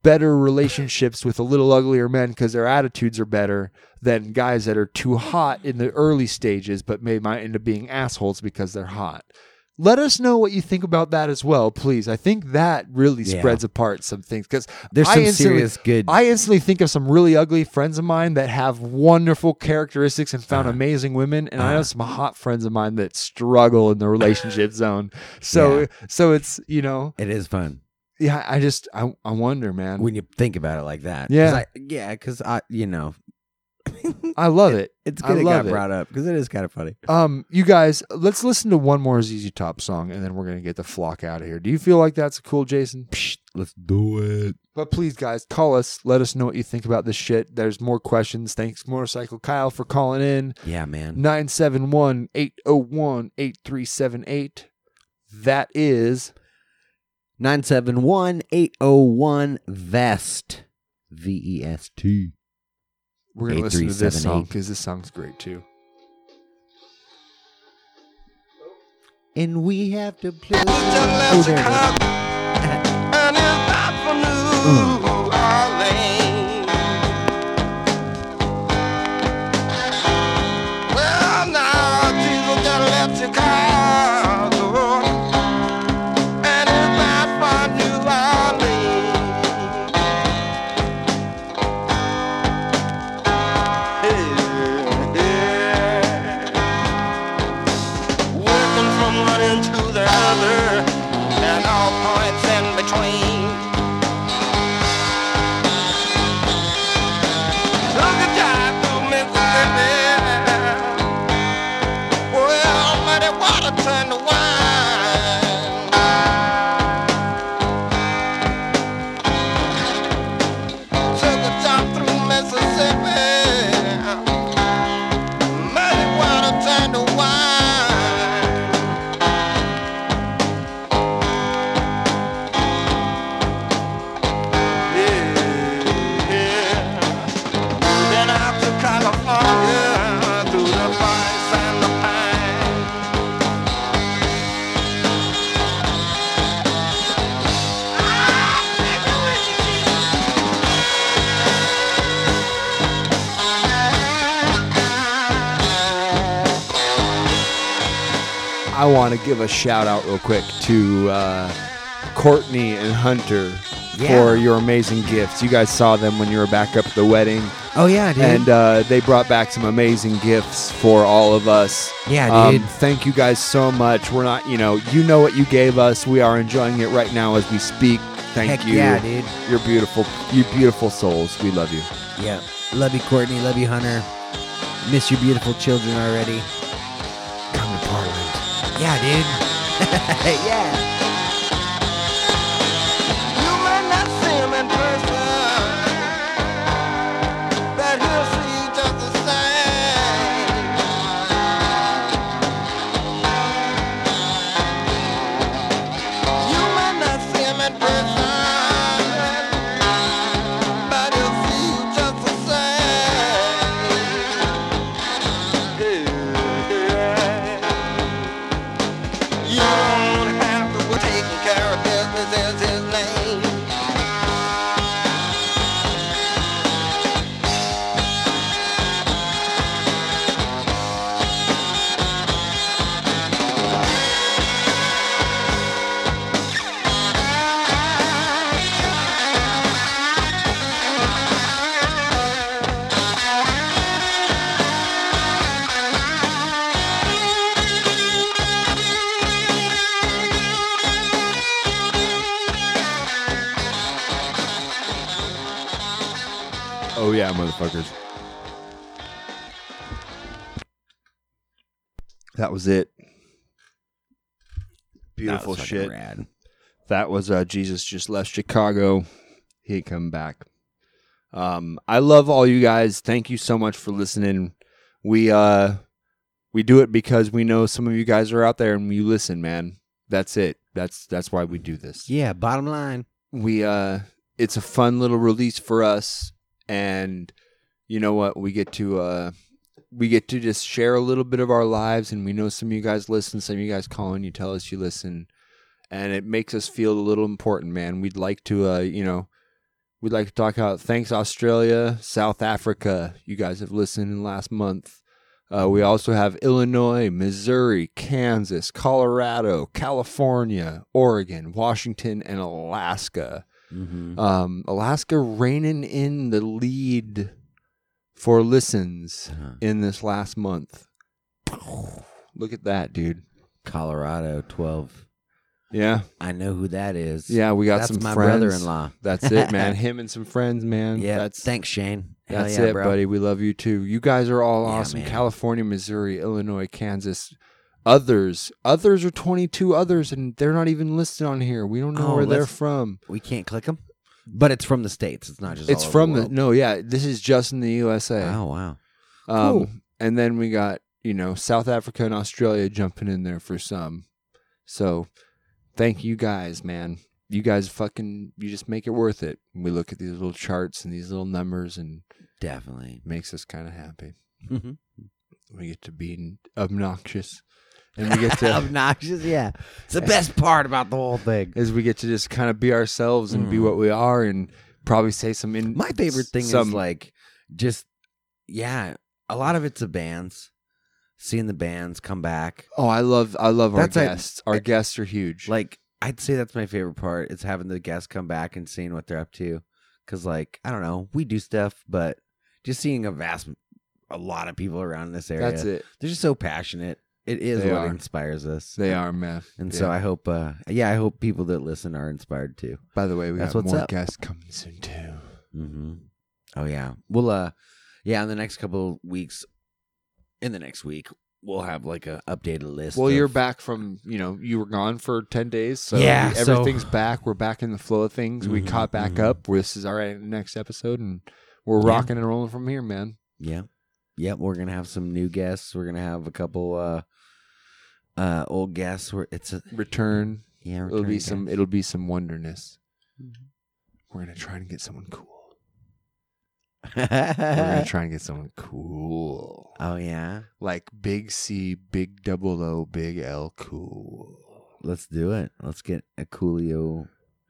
better relationships with a little uglier men because their attitudes are better than guys that are too hot in the early stages but may might end up being assholes because they're hot let us know what you think about that as well please i think that really Yeah. spreads apart some things because There's I some instantly- serious good. I instantly think of some really ugly friends of mine that have wonderful characteristics and Uh-huh. found amazing women, and I know some hot friends of mine that struggle in the relationship zone. So, Yeah. so it's you know, it is fun yeah. I just I, I wonder, man. when you think about it like that. 'Cause Yeah. I, yeah, because I, you know, I love it. it's I good it love got it. brought up because it is kind of funny. Um, you guys, let's listen to one more ZZ Top song, and then we're gonna get the flock out of here. Do you feel like that's cool, Jason? Let's do it. But please, guys, call us. Let us know what you think about this shit. There's more questions. Thanks, Motorcycle Kyle, for calling in. Yeah, man. 971 801 8378. That is Nine seven one eight zero one vest. V E S T. we're gonna listen to this song 8378. because this song's great too. And we have to play. Oh, there it is. Working from one end to the other and all points in between. Look at drive through Mississippi. Well, almighty water turned to wine. Took a jump through Mississippi. Muddy water turned to wine. Yeah, yeah. Moving out to California through the forest and the pine. Ah, baby, what you I want to give a shout out real quick to uh, Courtney and Hunter for your amazing gifts. You guys saw them when you were back up at the wedding, Oh yeah, dude. and uh, they brought back some amazing gifts for all of us. Um, yeah, dude. thank you guys so much. We're not, you know, you know what you gave us. We are enjoying it right now as we speak. Thank Heck you. yeah, dude. You're beautiful. You beautiful souls. We love you. Yeah. Love you, Courtney. Love you, Hunter. Miss your beautiful children already. Come to Parliament. Yeah, dude. <laughs> yeah. You may not see him in person, but he'll see you just the same. You may not see him in person, but he'll see you just the same. You don't have to worry. Taking care of business is his name. Oh yeah, motherfuckers. That was it. That Beautiful was fucking shit. rad. That was uh, Jesus just left Chicago. He ain't coming back. Um, I love all you guys. Thank you so much for listening. We uh, we do it because we know some of you guys are out there and you listen, man. That's it. That's that's why we do this Yeah. Bottom line. we uh it's a fun little release for us and you know what we get to uh we get to just share a little bit of our lives and we know some of you guys listen some of you guys call in you tell us you listen and it makes us feel a little important man we'd like to uh you know we'd like to talk about thanks australia south africa you guys have listened in the last month uh, we also have Illinois, Missouri, Kansas, Colorado, California, Oregon, Washington, and Alaska. Mm-hmm. Um, Alaska reigning in the lead for listens Uh-huh. in this last month. Look at that, dude. Colorado 12. Yeah. I know who that is. Yeah, we got That's some my friends. brother-in-law. <laughs> That's <laughs> it, man. Him and some friends, man. Yeah. That's Thanks, Shane. Hell That's yeah, it, bro. buddy. We love you too. You guys are all Yeah, awesome. man. California, Missouri, Illinois, Kansas. Others, others are 22 others, and they're not even listed on here. We don't know Oh, where they're let's- from. We can't click them, but it's from the States. It's not just It's all over from the, the, world. no, yeah. This is just in the USA. Oh, wow. Um, Cool. And then we got, you know, South Africa and Australia jumping in there for some. So thank you guys, man. You guys fucking, you just make it worth it. We look at these little charts and these little numbers and Definitely. <laughs> it makes us kind of happy. Mhm. We get to be obnoxious and we <laughs> get to, Obnoxious, yeah. It's the best part about the whole thing. as we get to just kind of be ourselves and be Mm. what we are and probably say some, in, My favorite thing some, is like just yeah, a lot of it's the bands. Seeing the bands come back. oh, I love, I love our That's a- e guests. our guests are huge. Like I'd say that's my favorite part is having the guests come back and seeing what they're up to cuz like I don't know, we do stuff but just seeing a vast a lot of people around in this area. that's it. They're just so passionate. It is They what are. inspires us. They are, man. And Yeah. so I hope uh yeah, I hope people that listen are inspired too. By the way, we That's got what's more up. guests coming soon too. Mm-hmm. Oh yeah. We'll uh yeah, in the next couple weeks in the next week, we'll have like a updated list. Well, of- you're back from you know you were gone for ten days, so Yeah, we- so- everything's back. We're back in the flow of things. we Mhm, caught back mhm. up. This is our next episode, and we're Yeah. rocking and rolling from here, man. Yeah. Yep, we're gonna have some new guests. We're gonna have a couple uh uh old guests. We're it's a Return. yeah, it'll returning <laughs> be some. guests. It'll be some wonderness. Mm-hmm. We're gonna try and get someone <laughs> cool. We're <laughs> gonna try and get someone cool, oh yeah. like Big C, Big Double O, Big L, cool. Let's do it. Let's get a Coolio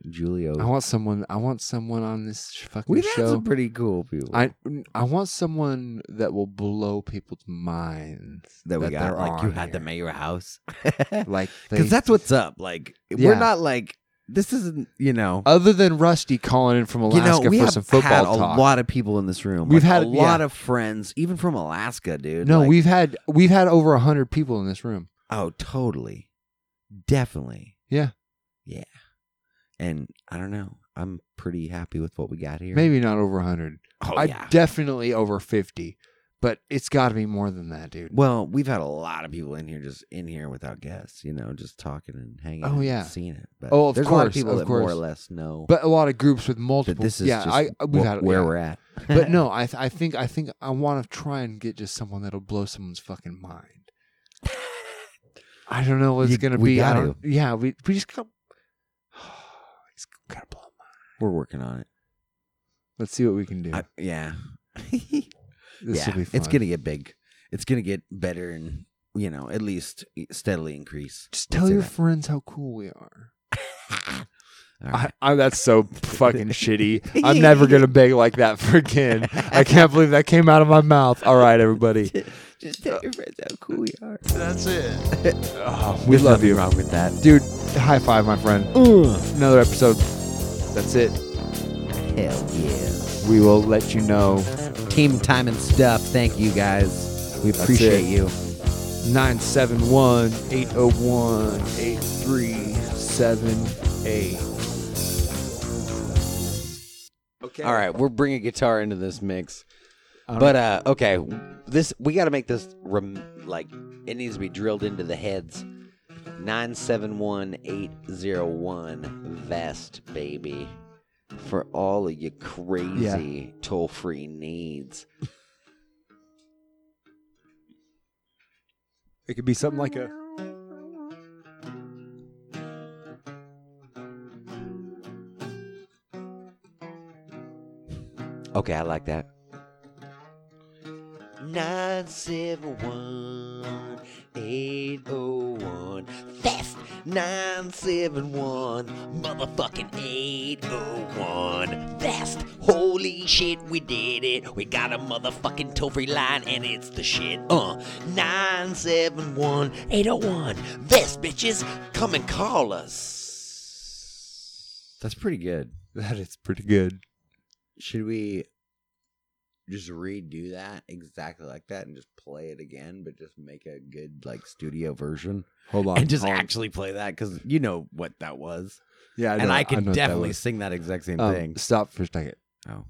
Julio. I want someone. I want someone on this sh- fucking We've show. had some pretty cool people. I I want someone that will blow people's minds that we they're got like you on had them here. at your house. <laughs> like they- because that's what's up. Like Yeah. we're not like this isn't you know other than Rusty calling in from you know Alaska we for have some football had talk. a lot of people in this room. We've Like, had- a lot yeah. of friends, even from Alaska, dude. no, Like, we've had we've had over hundred people in this room. oh totally, definitely, Yeah. yeah. And I don't know. I'm pretty happy with what we got here. Maybe not over hundred. oh I yeah. definitely over fifty, but it's got to be more than that, dude. well, we've had a lot of people in here just in here without guests, you know, just talking and hanging. Oh, and yeah. seeing it. But Oh, of there's a lot of course, people of that more or course. less know But a lot of groups with that multiple. this is yeah, just I I- we've wh- had where yeah. we're at. but no, I th- I think I think I want to try and get just someone that'll blow someone's <laughs> fucking mind. I don't know what it's You- gonna we be. I gotta. don't, yeah, we we just gotta, <sighs> just gotta blow my. <laughs> we're working on it. Let's see what we can do. I- yeah. <laughs> this yeah. will be fun. It's gonna get big. It's gonna get better and you know, at least steadily increase. just tell Let's say your that. friends how cool we are. <laughs> All I, right. I, that's <laughs> so fucking shitty. I'm never gonna beg like that for again. I can't believe that came out of my mouth. All right, everybody. <laughs> Just uh, tell your friends how cool we are. That's it. we Oh, There's love nothing you, wrong with that. dude. High five, my friend. Another episode. That's it. Hell yeah. We will let you know. Team time and stuff. Thank you guys. We appreciate it. you. 971 801 8378. Okay. All right, we're bringing guitar into this mix. All But uh okay, this we got to make this rem- like it needs to be drilled into the heads. 971801 vest baby for all of your crazy toll-free needs. It could be something like a. <laughs> Okay, I like that. 971 801 Fast 971 Motherfucking 801 Fast Holy shit, we did it. We got a motherfucking toll free line and it's the shit. Uh 971 801 Fast bitches, come and call us. That's pretty good. That is pretty good. Should we just redo that exactly like that and just play it again, but just make a good like studio version Hold on. and just hold on. actually play that because you know what that was, yeah, I and know- I know can what that definitely was. sing that exact same Um, thing. Stop for a second. Oh,